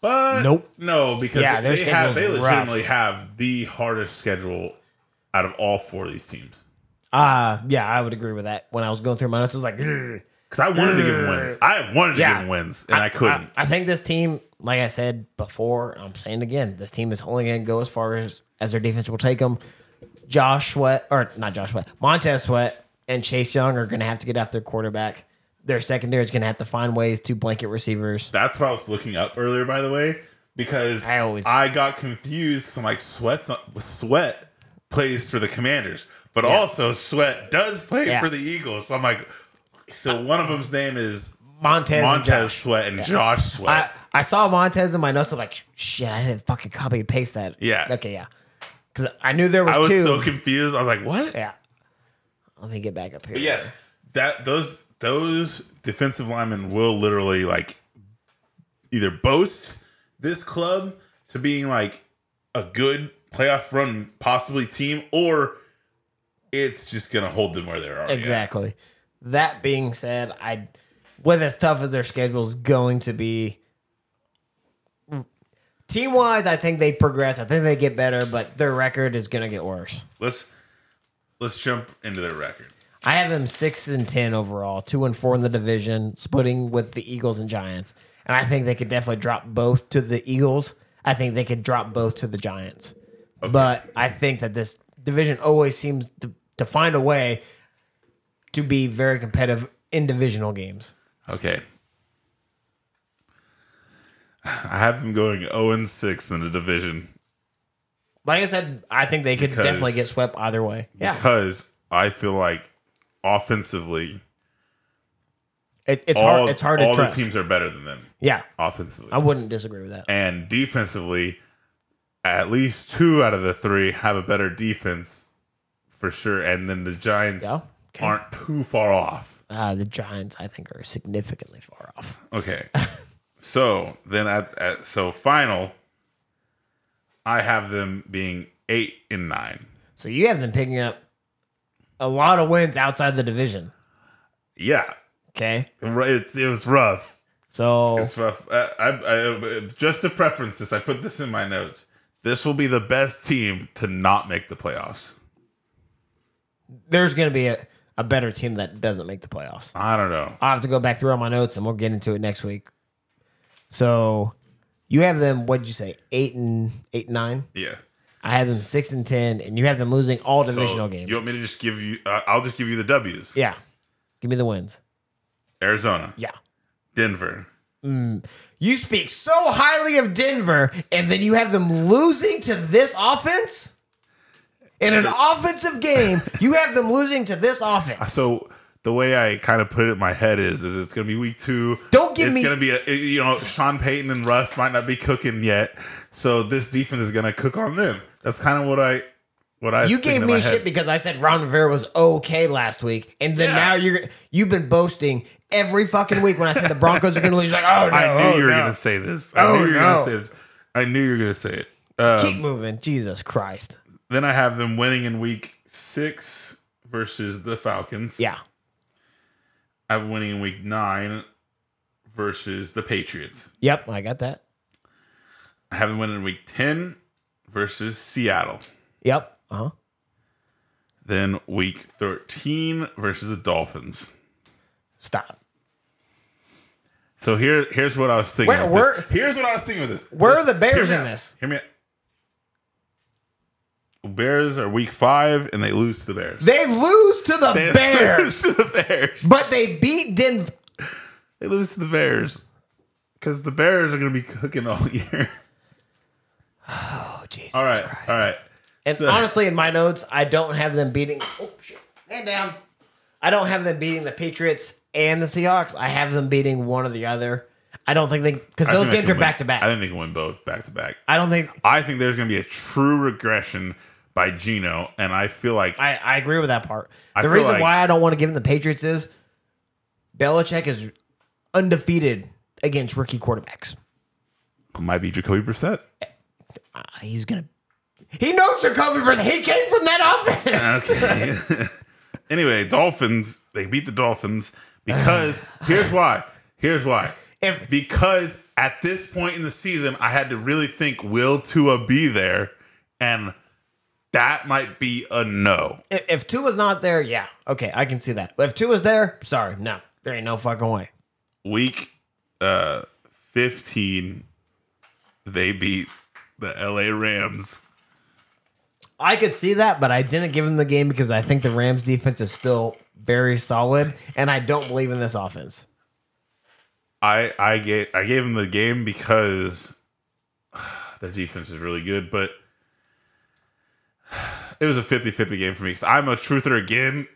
Speaker 1: But
Speaker 2: Nope.
Speaker 1: no, because
Speaker 2: Yeah, their
Speaker 1: they have they
Speaker 2: schedule's rough.
Speaker 1: legitimately have the hardest schedule out of all four of these teams.
Speaker 2: Uh yeah, I would agree with that. When I was going through my notes, I was like, "Grr."
Speaker 1: Because I wanted to give them wins, I wanted to
Speaker 2: Yeah.
Speaker 1: give them wins, and I, couldn't.
Speaker 2: I, I think this team, like I said before, I'm saying again, this team is only going to go as far as as their defense will take them. Josh Sweat or not Josh Sweat, Montez Sweat and Chase Young are going to have to get after their quarterback. Their secondary is going to have to find ways to blanket receivers.
Speaker 1: That's what I was looking up earlier, by the way, because
Speaker 2: I always-
Speaker 1: I got confused because I'm like Sweat's Sweat plays for the Commanders, but also Sweat does play
Speaker 2: Yeah.
Speaker 1: for the Eagles. So I'm like, so one of them's name is
Speaker 2: Montez, and
Speaker 1: Montez
Speaker 2: Josh.
Speaker 1: Sweat and Josh
Speaker 2: I,
Speaker 1: Sweat.
Speaker 2: I saw Montez in my notes. I'm like, shit, I didn't fucking copy and paste that.
Speaker 1: Yeah.
Speaker 2: Okay, yeah. Because I knew there was,
Speaker 1: I, was
Speaker 2: two.
Speaker 1: so confused. I was like, what?
Speaker 2: yeah. Let me get back up here.
Speaker 1: But yes, that those those defensive linemen will literally like either boast this club to being like a good playoff run possibly team, or it's just gonna hold them where they are.
Speaker 2: Exactly. That being said, I, with as tough as their schedule is going to be, team wise, I think they progress. I think they get better, but their record is going to get worse.
Speaker 1: Let's let's jump into their record.
Speaker 2: I have them six and ten overall, two and four in the division, splitting with the Eagles and Giants. And I think they could definitely drop both to the Eagles. I think they could drop both to the Giants. But I think that this division always seems to, to find a way to be very competitive in divisional games.
Speaker 1: Okay. I have them going 0 and 6 in the division
Speaker 2: Like I said, I think they could
Speaker 1: Because-
Speaker 2: definitely get swept either way. Yeah,
Speaker 1: because I feel like offensively
Speaker 2: it, it's
Speaker 1: all,
Speaker 2: hard. It's hard to
Speaker 1: all the
Speaker 2: trust.
Speaker 1: teams are better than them
Speaker 2: yeah,
Speaker 1: offensively.
Speaker 2: I wouldn't disagree with that.
Speaker 1: and defensively, at least two out of the three have a better defense for sure. And then the Giants
Speaker 2: Yeah, okay.
Speaker 1: aren't too far off.
Speaker 2: Uh, the Giants, I think, are significantly far off.
Speaker 1: Okay. [LAUGHS] so then at, at so final, I have them being eight and nine.
Speaker 2: So you have them picking up a lot of wins outside the division.
Speaker 1: Yeah,
Speaker 2: Okay.
Speaker 1: Right, it's it was rough.
Speaker 2: So
Speaker 1: It's rough. Uh, I, I, I just to preference this, I put this in my notes. This will be the best team to not make the playoffs.
Speaker 2: there's going to be a, a better team that doesn't make the playoffs.
Speaker 1: I don't know.
Speaker 2: I'll have to go back through all my notes and we'll get into it next week. So you have them, what'd you say, eight and eight, and nine?
Speaker 1: Yeah.
Speaker 2: I have them six and 10, and you have them losing all
Speaker 1: So,
Speaker 2: divisional games.
Speaker 1: You want me to just give you? Uh, I'll just give you the W's.
Speaker 2: Yeah. Give me the wins.
Speaker 1: Arizona,
Speaker 2: Yeah.
Speaker 1: Denver.
Speaker 2: You speak so highly of Denver, and then you have them losing to this offense? In an offensive game, you have them losing to this offense.
Speaker 1: So the way I kind of put it in my head is, is it's going to be week two.
Speaker 2: Don't give
Speaker 1: it's
Speaker 2: me-
Speaker 1: It's going to be a you know Sean Payton and Russ might not be cooking yet, so this defense is going to cook on them. That's kind of what I what I
Speaker 2: you
Speaker 1: was thinking
Speaker 2: gave
Speaker 1: in my
Speaker 2: me
Speaker 1: head.
Speaker 2: shit because I said Ron Rivera was okay last week, and then
Speaker 1: Yeah.
Speaker 2: now you're you've been boasting every fucking week when I said the Broncos are going to lose. You're like, oh
Speaker 1: [LAUGHS]
Speaker 2: no,
Speaker 1: I knew
Speaker 2: oh,
Speaker 1: you were
Speaker 2: no.
Speaker 1: going to say this. I
Speaker 2: Oh,
Speaker 1: knew you were
Speaker 2: no.
Speaker 1: going to say this. I knew you were going to say it. Um,
Speaker 2: keep moving. Jesus Christ.
Speaker 1: then I have them winning in week six versus the Falcons.
Speaker 2: Yeah.
Speaker 1: I have winning in week nine versus the Patriots.
Speaker 2: Yep. I got that.
Speaker 1: I have them winning in week ten versus Seattle.
Speaker 2: Yep. Uh huh.
Speaker 1: Then week thirteen versus the Dolphins.
Speaker 2: Stop.
Speaker 1: So here, here's what I was thinking.
Speaker 2: Where-
Speaker 1: with this.
Speaker 2: where-
Speaker 1: Here's what I was thinking with this.
Speaker 2: Where
Speaker 1: Listen,
Speaker 2: are the Bears
Speaker 1: hear me
Speaker 2: in
Speaker 1: out.
Speaker 2: this?
Speaker 1: Hear me. out. Bears are week five, and they lose to the Bears.
Speaker 2: They lose to the
Speaker 1: They [LAUGHS]
Speaker 2: Bears,
Speaker 1: lose to the Bears.
Speaker 2: but they beat Denver.
Speaker 1: They lose to the Bears because the Bears are going to be cooking all [LAUGHS] year.
Speaker 2: Oh Jesus
Speaker 1: all right,
Speaker 2: Christ.
Speaker 1: all right.
Speaker 2: And
Speaker 1: So-
Speaker 2: honestly, in my notes, I don't have them beating. Oh shit! Man down. I don't have them beating the Patriots and the Seahawks. I have them beating one or the other. I don't think they because
Speaker 1: I
Speaker 2: those
Speaker 1: think they
Speaker 2: games
Speaker 1: can
Speaker 2: are
Speaker 1: win.
Speaker 2: back to back.
Speaker 1: I think they can win both back to back.
Speaker 2: I don't think
Speaker 1: I think there's going to be a true regression by Gino, and I feel like
Speaker 2: I, I agree with that part.
Speaker 1: I
Speaker 2: The
Speaker 1: feel
Speaker 2: reason
Speaker 1: like-
Speaker 2: why I don't want to give him the Patriots is Belichick is undefeated against rookie quarterbacks.
Speaker 1: it might be Jacoby Brissett.
Speaker 2: Uh, he's gonna. He knows Jacoby Brissett. He came from that
Speaker 1: [LAUGHS]
Speaker 2: offense.
Speaker 1: Okay. anyway, Dolphins. They beat the Dolphins because here's why. Here's why.
Speaker 2: If-
Speaker 1: because at this point in the season, I had to really think will Tua be there, and that might be a no.
Speaker 2: If, if Tua's not there, yeah, okay, I can see that. But if Tua's there, sorry, no, there ain't no fucking way.
Speaker 1: Week uh, 15, they beat the LA Rams.
Speaker 2: I could see that, but I didn't give him the game because I think the Rams defense is still very solid, and I don't believe in this offense.
Speaker 1: I I gave I gave him the game because [SIGHS] their defense is really good, but [SIGHS] it was a 50-50 game for me because I'm a truther again.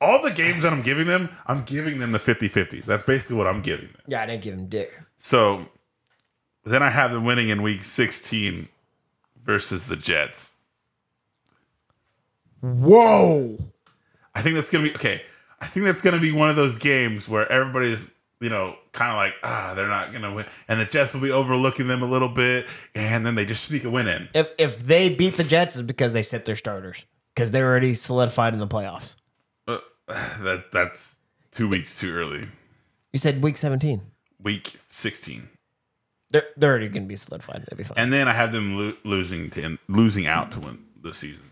Speaker 1: All the games that I'm giving them, I'm giving them the 50-50s. That's basically what I'm giving them.
Speaker 2: Yeah, I didn't give him dick.
Speaker 1: So then I have them winning in week 16 versus the Jets.
Speaker 2: Whoa.
Speaker 1: I think that's gonna be okay. I think that's gonna be one of those games where everybody's you know kind of like ah they're not gonna win, and the Jets will be overlooking them a little bit, and then they just sneak a win in.
Speaker 2: If if they beat the Jets, it's because they sit their starters because they're already solidified in the playoffs.
Speaker 1: Uh, [SIGHS] that that's two weeks too early.
Speaker 2: You said week 17.
Speaker 1: Week sixteen,
Speaker 2: They're, they're already going to be solidified. That'd be fine.
Speaker 1: and then I have them lo- losing to losing out to win the season.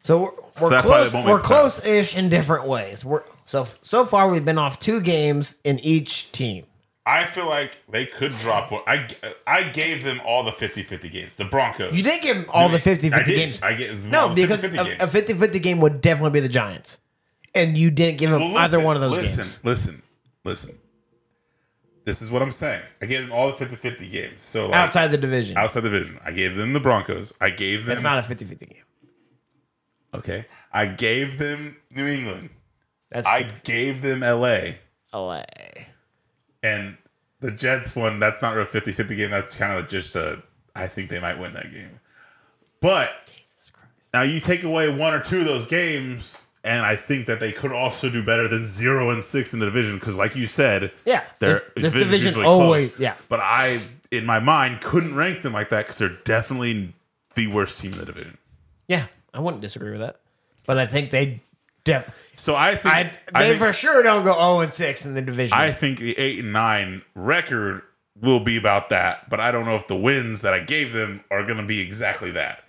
Speaker 2: So we're, we're
Speaker 1: that's why they
Speaker 2: close.
Speaker 1: won't
Speaker 2: We're
Speaker 1: make the playoffs.
Speaker 2: close-ish in different ways. We're so so far we've been off two games in each team.
Speaker 1: I feel like they could drop one. I I gave them all the 50-50 games. The Broncos.
Speaker 2: You did give them all the 50-50 games.
Speaker 1: I get
Speaker 2: no, because a, a 50-50 game would definitely be the Giants, and you didn't give them
Speaker 1: Well,
Speaker 2: either one of those
Speaker 1: listen,
Speaker 2: games.
Speaker 1: Listen, listen, This is what I'm saying. I gave them all the 50 50 games. So, like, outside.
Speaker 2: Outside the division,
Speaker 1: the division, I gave them the Broncos. I gave them.
Speaker 2: it's not a 50-50 game.
Speaker 1: okay. I gave them New England.
Speaker 2: That's
Speaker 1: I gave them LA.
Speaker 2: LA.
Speaker 1: And the Jets one, that's not a 50 50 game. That's kind of just a, I think they might win that game. But
Speaker 2: Jesus Christ.
Speaker 1: now you take away one or two of those games. And I think that they could also do better than zero and six in the division because, like you said,
Speaker 2: Yeah,
Speaker 1: They're,
Speaker 2: this, this
Speaker 1: division's
Speaker 2: division
Speaker 1: usually
Speaker 2: always
Speaker 1: close.
Speaker 2: yeah.
Speaker 1: But I, in my mind, couldn't rank them like that because they're definitely the worst team in the division.
Speaker 2: Yeah, I wouldn't disagree with that. But I think they def-
Speaker 1: So I think
Speaker 2: I,
Speaker 1: I,
Speaker 2: they
Speaker 1: think,
Speaker 2: for sure don't go 0 and 6 in the division.
Speaker 1: I think the eight and nine record will be about that. But I don't know if the wins that I gave them are going to be exactly that.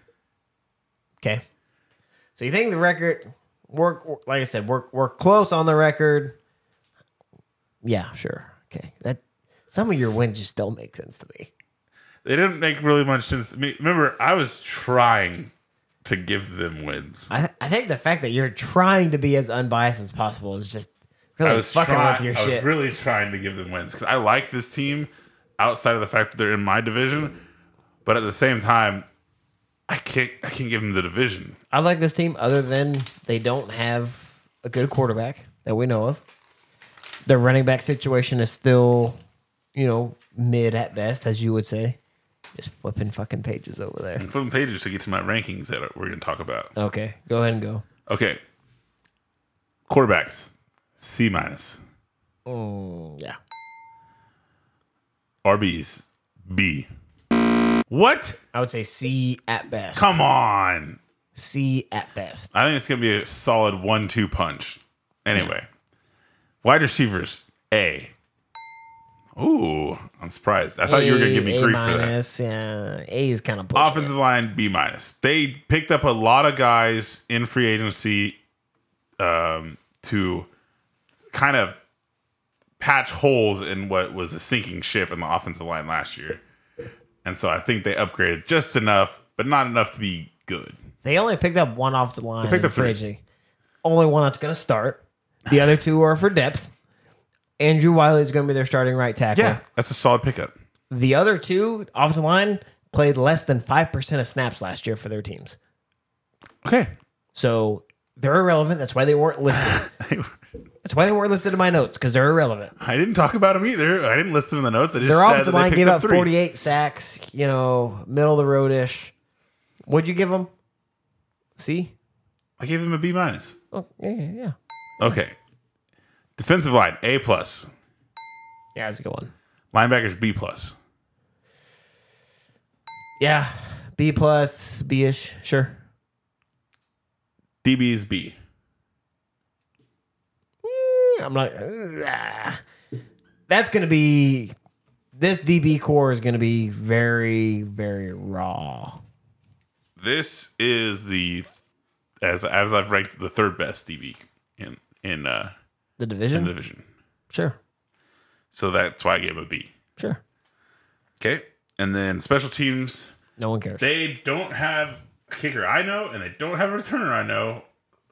Speaker 2: okay. So you think the record we're like I said, we're we're close on the record. Yeah, sure. Okay. That some of your wins just don't make sense to me.
Speaker 1: They didn't make really much sense. to me. Remember, I was trying to give them wins.
Speaker 2: I I think the fact that you're trying to be as unbiased as possible is just
Speaker 1: I
Speaker 2: really
Speaker 1: was
Speaker 2: fucking
Speaker 1: try-
Speaker 2: with your
Speaker 1: I
Speaker 2: shit.
Speaker 1: was really trying to give them wins because I like this team outside of the fact that they're in my division, but at the same time, I can't. I can't give him the division.
Speaker 2: I like this team other than they don't have a good quarterback that we know of. Their running back situation is still, you know, mid at best, as you would say. Just flipping fucking pages over there.
Speaker 1: I'm flipping pages to get to my rankings that we're going to talk about.
Speaker 2: Okay, go ahead and go.
Speaker 1: Okay, quarterbacks C minus,
Speaker 2: Mm, yeah.
Speaker 1: RBs B. What?
Speaker 2: I would say C at best.
Speaker 1: Come on!
Speaker 2: C at best.
Speaker 1: I think it's going to be a solid one-two punch. Anyway, wide receivers A. Ooh, I'm surprised. I thought you were going to give me
Speaker 2: A-
Speaker 1: grief
Speaker 2: A
Speaker 1: for that.
Speaker 2: minus, Yeah, A is kind of pushing.
Speaker 1: Offensive line B minus. They picked up a lot of guys in free agency um, to kind of patch holes in what was a sinking ship in the offensive line last year, and so I think they upgraded just enough, but not enough to be good.
Speaker 2: They only picked up one off the line.
Speaker 1: picked
Speaker 2: in
Speaker 1: up three.
Speaker 2: Fridgey. Only one that's going to start. The other two are for depth. Andrew Wiley is going to be their starting right tackle.
Speaker 1: that's a solid pickup.
Speaker 2: The other two offensive line played less than five percent of snaps last year for their teams,
Speaker 1: [LAUGHS] Okay,
Speaker 2: so they're irrelevant. That's why they
Speaker 1: [SIGHS]
Speaker 2: weren't listed. that's why they weren't listed in my notes because they're irrelevant.
Speaker 1: I didn't talk about them either. I didn't list them in the notes. I just
Speaker 2: Their
Speaker 1: said
Speaker 2: offensive
Speaker 1: that they
Speaker 2: line
Speaker 1: picked
Speaker 2: gave
Speaker 1: up
Speaker 2: up
Speaker 1: three.
Speaker 2: forty-eight sacks. You know, middle of the road ish. What'd you give them? See?
Speaker 1: I gave them a B minus.
Speaker 2: Oh, yeah, yeah, yeah.
Speaker 1: Okay, defensive line A plus.
Speaker 2: Yeah, it's a good one.
Speaker 1: Linebackers B plus.
Speaker 2: Yeah, B plus, B ish, sure.
Speaker 1: DB is B.
Speaker 2: Eh, I'm like, ah. that's gonna be this DB core is gonna be very, very raw.
Speaker 1: This is the as as I've ranked the third best DB in in uh
Speaker 2: The
Speaker 1: in
Speaker 2: division,
Speaker 1: the division.
Speaker 2: sure,
Speaker 1: So that's why I gave him a B.
Speaker 2: sure.
Speaker 1: Okay. And then special teams,
Speaker 2: No one cares.
Speaker 1: they don't have a kicker I know, and they don't have a returner I know.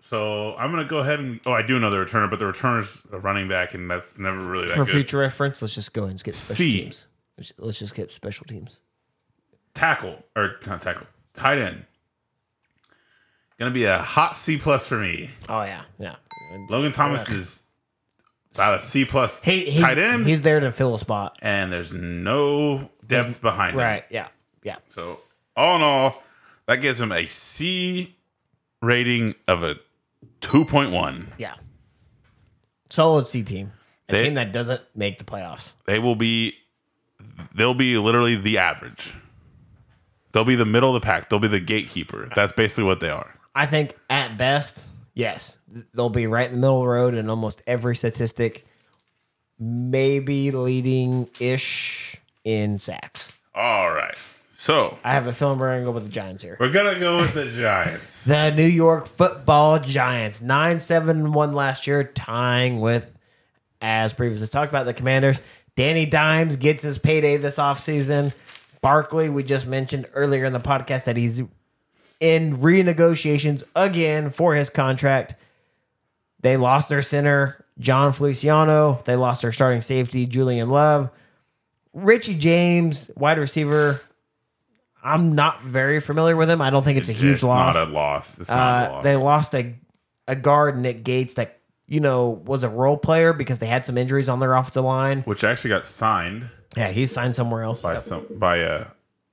Speaker 1: So I'm gonna go ahead and oh I do know the returner, but the returner's a running back, and that's never really that
Speaker 2: For
Speaker 1: good.
Speaker 2: future reference, let's just go ahead and skip special
Speaker 1: C.
Speaker 2: teams. Let's- Let's just skip special teams.
Speaker 1: Tackle or not tackle, tight end. Gonna be a hot C plus for me.
Speaker 2: Oh yeah, yeah.
Speaker 1: Logan Thomas is about a C plus
Speaker 2: He, he's,
Speaker 1: tight end.
Speaker 2: he's there to fill a spot.
Speaker 1: and there's no depth behind him.
Speaker 2: Right. Yeah. Yeah.
Speaker 1: So all in all, that gives him a C rating of a two point one.
Speaker 2: Yeah. Solid C team. A
Speaker 1: They-
Speaker 2: team that doesn't make the playoffs.
Speaker 1: They will be they'll be literally the average. They'll be the middle of the pack. They'll be the gatekeeper. That's basically what they are.
Speaker 2: I think at best, yes, they'll be right in the middle of the road in almost every statistic, maybe leading ish in sacks.
Speaker 1: All right. So
Speaker 2: I have a feeling we're gonna go with the Giants here.
Speaker 1: we're gonna go with the Giants.
Speaker 2: The New York Football Giants, nine seven and one last year, tying with, as previously talked about, the Commanders. Danny Dimes gets his payday this offseason. Barkley, we just mentioned earlier in the podcast that he's in renegotiations again for his contract. They lost their center, John Feliciano. They lost their starting safety, Julian Love. Richie James, wide receiver. I'm not very familiar with him. I don't think it's a huge
Speaker 1: it's
Speaker 2: loss.
Speaker 1: Not a loss. It's not a
Speaker 2: Uh,
Speaker 1: loss.
Speaker 2: they lost a, a guard, Nick Gates, that, you know, was a role player because they had some injuries on their offensive line.
Speaker 1: Which actually got signed
Speaker 2: Yeah, he's signed somewhere else.
Speaker 1: by some by uh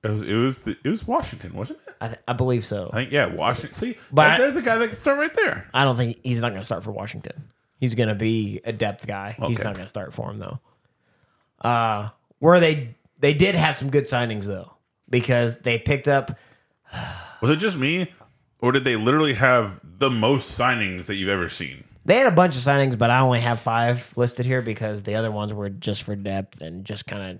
Speaker 1: it was it was, it was Washington, wasn't it?
Speaker 2: I, th- I believe so.
Speaker 1: I think yeah, Washington. See,
Speaker 2: But-
Speaker 1: like, there's a guy that can start right there.
Speaker 2: I don't think he's not going to start for Washington. He's going to be a depth guy. He's
Speaker 1: Okay.
Speaker 2: not going to start for him though. Uh, where they they did have some good signings though because they picked up
Speaker 1: Was it just me, or did they literally have the most signings that you've ever seen?
Speaker 2: they had a bunch of signings, but I only have five listed here because the other ones were just for depth and just kind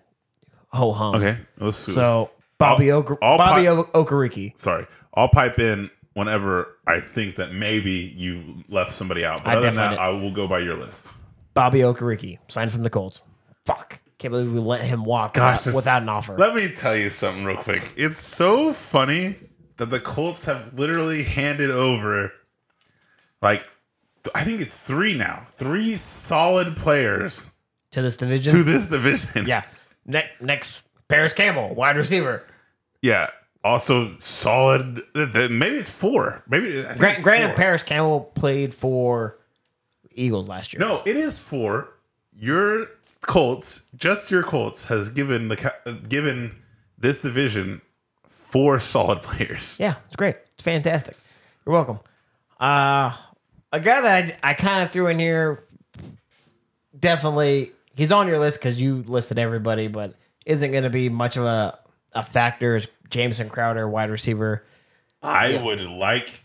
Speaker 2: of ho hum.
Speaker 1: Okay, let's see.
Speaker 2: So Bobby
Speaker 1: All-
Speaker 2: Oka-
Speaker 1: all
Speaker 2: Bobby o- Okereke.
Speaker 1: sorry, I'll pipe in whenever I think that maybe you left somebody out. But
Speaker 2: I
Speaker 1: other than that,
Speaker 2: definitely
Speaker 1: I will go by your list.
Speaker 2: Bobby Okereke signed from the Colts. Fuck. Can't believe we let him walk
Speaker 1: Gosh,
Speaker 2: without,
Speaker 1: this-
Speaker 2: without an offer.
Speaker 1: Let me tell you something real quick. It's so funny that the Colts have literally handed over, like, I think it's three now, three solid players
Speaker 2: to this division.
Speaker 1: to this division.
Speaker 2: yeah. Ne- next Paris Campbell, wide receiver.
Speaker 1: Yeah. also solid. th- th- Maybe it's four. Maybe I think
Speaker 2: Grant,
Speaker 1: it's
Speaker 2: Grant
Speaker 1: four.
Speaker 2: and Paris Campbell played for Eagles last year.
Speaker 1: No, it is four. Your Colts, just your Colts, has given the Ca- given this division four solid [LAUGHS] players.
Speaker 2: Yeah, it's great. It's fantastic. You're welcome. Uh, a guy that I, I kind of threw in here, definitely, he's on your list because you listed everybody, but isn't going to be much of a, a factor is Jameson Crowder, wide receiver.
Speaker 1: I would like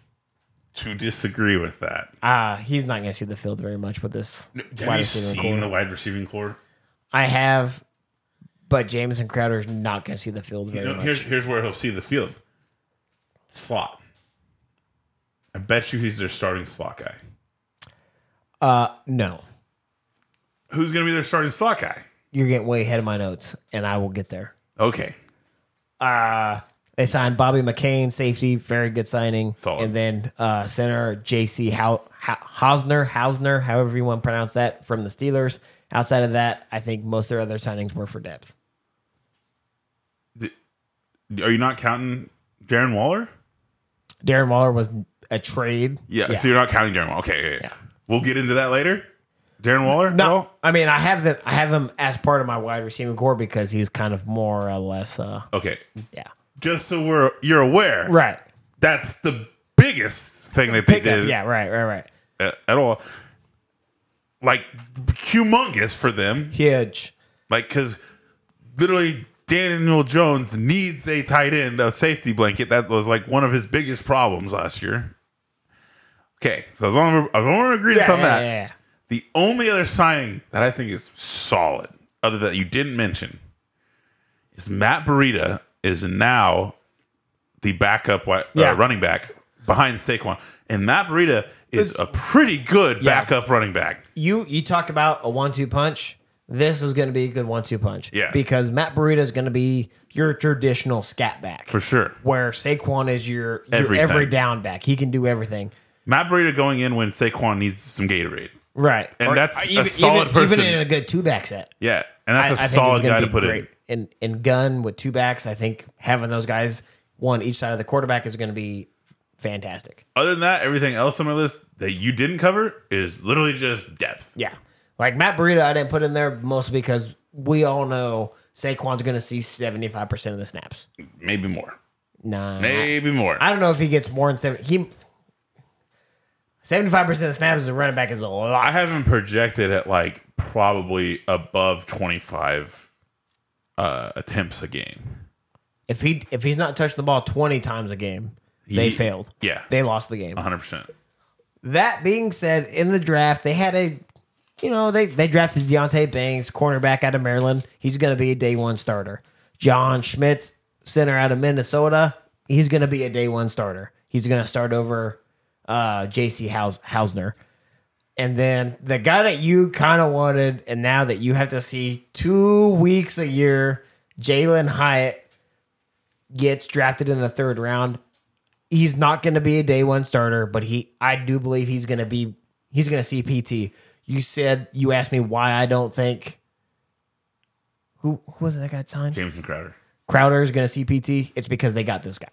Speaker 1: to disagree with that.
Speaker 2: Uh, he's not going to see the field very much with this
Speaker 1: Have
Speaker 2: wide
Speaker 1: you
Speaker 2: receiver.
Speaker 1: seen
Speaker 2: core.
Speaker 1: the wide receiving core?
Speaker 2: I have, but Jameson Crowder's not going to see the field very
Speaker 1: You know,
Speaker 2: much.
Speaker 1: here's here's where he'll see the field slot. I bet you he's their starting slot guy.
Speaker 2: Uh, no,
Speaker 1: Who's going to be their starting slot guy?
Speaker 2: you're getting way ahead of my notes, and I will get there.
Speaker 1: Okay,
Speaker 2: Uh, they signed Bobby McCain, safety, very good signing.
Speaker 1: Solid.
Speaker 2: And then uh, center J.C. How- Hausner, Hausner, however you want to pronounce that, from the Steelers. Outside of that, I think most of their other signings were for depth.
Speaker 1: Th- are you not counting Darren Waller?
Speaker 2: Darren Waller was a trade.
Speaker 1: Yeah, So you're not counting Darren Waller. Okay. okay, okay.
Speaker 2: Yeah.
Speaker 1: We'll get into that later. Darren Waller.
Speaker 2: No, I mean I have the I have him as part of my wide receiving core because he's kind of more or less. Uh,
Speaker 1: No? Okay.
Speaker 2: yeah,
Speaker 1: Just so we're you're aware,
Speaker 2: right.
Speaker 1: that's the biggest thing that they
Speaker 2: Pick up.
Speaker 1: did
Speaker 2: Yeah, right, right, right.
Speaker 1: at, at all. Like humongous for them.
Speaker 2: Huge.
Speaker 1: Like because literally Daniel Jones needs a tight end, a safety blanket. That was like one of his biggest problems last year. Okay, so as long as I'm in agreement
Speaker 2: Yeah,
Speaker 1: on that.
Speaker 2: yeah, yeah.
Speaker 1: The only other signing that I think is solid, other that you didn't mention, is Matt Burita is now the backup wi-
Speaker 2: Yeah.
Speaker 1: uh, running back behind Saquon, and Matt Burita is a pretty good
Speaker 2: Yeah.
Speaker 1: backup running back.
Speaker 2: you you talk about a one two punch. This is going to be a good one two punch.
Speaker 1: Yeah.
Speaker 2: Because Matt Burita is going to be your traditional scat back
Speaker 1: For sure.
Speaker 2: Where Saquon is your, your
Speaker 1: Everything.
Speaker 2: every down back. He can do everything.
Speaker 1: Matt Burita going in when Saquon needs some Gatorade.
Speaker 2: Right. uh,
Speaker 1: And that's a
Speaker 2: even,
Speaker 1: solid
Speaker 2: even, even
Speaker 1: person.
Speaker 2: in a good two back set.
Speaker 1: Yeah, and that's a
Speaker 2: I- I think
Speaker 1: solid
Speaker 2: it's gonna
Speaker 1: guy to
Speaker 2: be
Speaker 1: put in.
Speaker 2: great. in. In gun with two backs, I think having those guys one each side of the quarterback is going to be fantastic.
Speaker 1: Other than that, everything else on my list that you didn't cover is literally just depth.
Speaker 2: Yeah. Like Matt Burrito, I didn't put in there mostly because we all know Saquon's going to see 75% of the snaps.
Speaker 1: Maybe more.
Speaker 2: Nah.
Speaker 1: Maybe more.
Speaker 2: I don't know if he gets more than seven. He seventy-five percent of snaps as a running back is a
Speaker 1: I
Speaker 2: lot.
Speaker 1: have him projected at like probably above 25 uh, attempts a game.
Speaker 2: If he if he's not touched the ball twenty times a game, they
Speaker 1: Ye-
Speaker 2: failed.
Speaker 1: Yeah,
Speaker 2: They lost the game.
Speaker 1: 100%.
Speaker 2: That being said, in the draft they had a, you know they they drafted Deontay Banks, cornerback out of Maryland. He's going to be a day one starter. John Schmitz, center out of Minnesota. He's going to be a day one starter. He's going to start over uh, J.C. Haus- Hausner. And then the guy that you kind of wanted, and now that you have to see two weeks a year, Jalen Hyatt gets drafted in the third round. He's not going to be a day one starter, but he, I do believe he's going to be, he's going to see PT. You said you asked me why I don't think. Who, who was it that got signed?
Speaker 1: Jameson Crowder.
Speaker 2: Crowder is going to see PT. It's because they got this guy.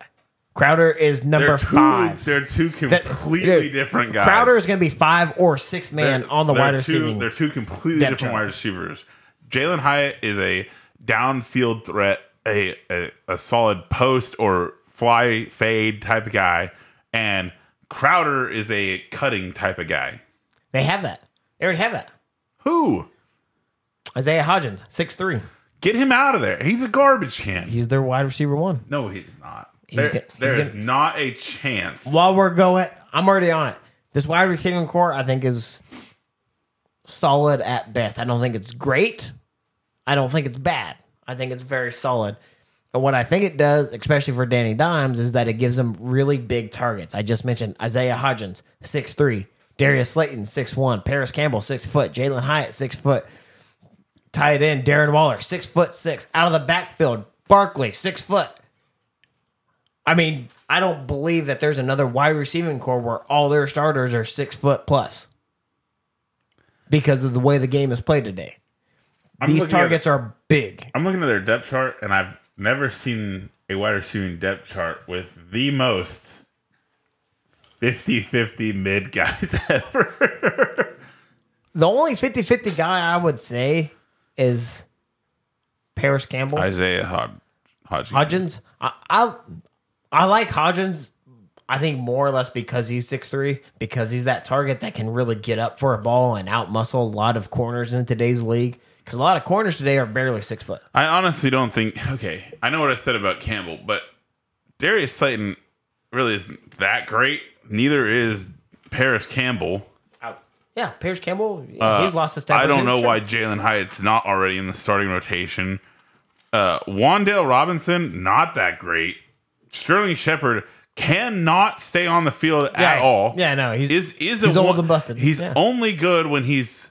Speaker 2: Crowder is number
Speaker 1: They're two,
Speaker 2: five.
Speaker 1: they're two
Speaker 2: That-
Speaker 1: completely
Speaker 2: dude,
Speaker 1: different guys.
Speaker 2: Crowder is going to be five or six man
Speaker 1: They're-
Speaker 2: on the
Speaker 1: they're
Speaker 2: wide
Speaker 1: two-
Speaker 2: receiving.
Speaker 1: They're two completely
Speaker 2: depth
Speaker 1: different
Speaker 2: chart.
Speaker 1: wide receivers. Jalen Hyatt is a downfield threat, a, a a solid post or fly fade type of guy, and Crowder is a cutting type of guy.
Speaker 2: They have that. They already have that.
Speaker 1: Who?
Speaker 2: Isaiah Hodgins, six three.
Speaker 1: Get him out of there. He's a garbage can.
Speaker 2: He's their wide receiver one.
Speaker 1: No, he's not.
Speaker 2: He's
Speaker 1: There-
Speaker 2: go- he's
Speaker 1: there
Speaker 2: gonna-
Speaker 1: is not a chance.
Speaker 2: While we're going, I'm already on it. This wide receiving core, I think, is solid at best. I don't think it's great. I don't think it's bad. I think it's very solid. And what I think it does, especially for Danny Dimes, is that it gives him really big targets. I just mentioned Isaiah Hodgins, 6'3, Darius Slayton, 6'1, Paris Campbell, 6 foot, Jalen Hyatt, 6 foot, tight end Darren Waller, six foot six, out of the backfield, Barkley, six foot. I mean, I don't believe that there's another wide receiving core where all their starters are six foot plus because of the way the game is played today.
Speaker 1: I'm
Speaker 2: These
Speaker 1: looking at-
Speaker 2: targets are big.
Speaker 1: I'm looking at their depth chart, and I've never seen a wide receiving depth chart with the most 50-50 mid guys [LAUGHS] ever.
Speaker 2: The only 50 50 guy I would say is Paris Campbell.
Speaker 3: Isaiah Hod- Hodgins.
Speaker 2: Hodgins. I, I I like Hodgins. I think more or less because he's 6'3", because he's that target that can really get up for a ball and out muscle a lot of corners in today's league. Because a lot of corners today are barely six foot.
Speaker 3: I honestly don't think
Speaker 1: okay, I know what I said about Campbell, but
Speaker 3: Darius Slayton really isn't that great. Neither is Paris Campbell.
Speaker 2: Yeah, Paris Campbell, yeah, he's lost his step.
Speaker 3: Uh, I
Speaker 2: or two,
Speaker 3: don't know
Speaker 2: sure.
Speaker 3: why Jalen Hyatt's not already in the starting rotation. Uh, Wandale Robinson, not that great. Sterling Shepard cannot stay on the field
Speaker 2: yeah,
Speaker 3: at all.
Speaker 2: Yeah, no, he's
Speaker 3: Is is
Speaker 2: He's
Speaker 3: a
Speaker 2: old
Speaker 3: one-
Speaker 2: and busted,
Speaker 3: He's
Speaker 2: yeah.
Speaker 3: only good when he's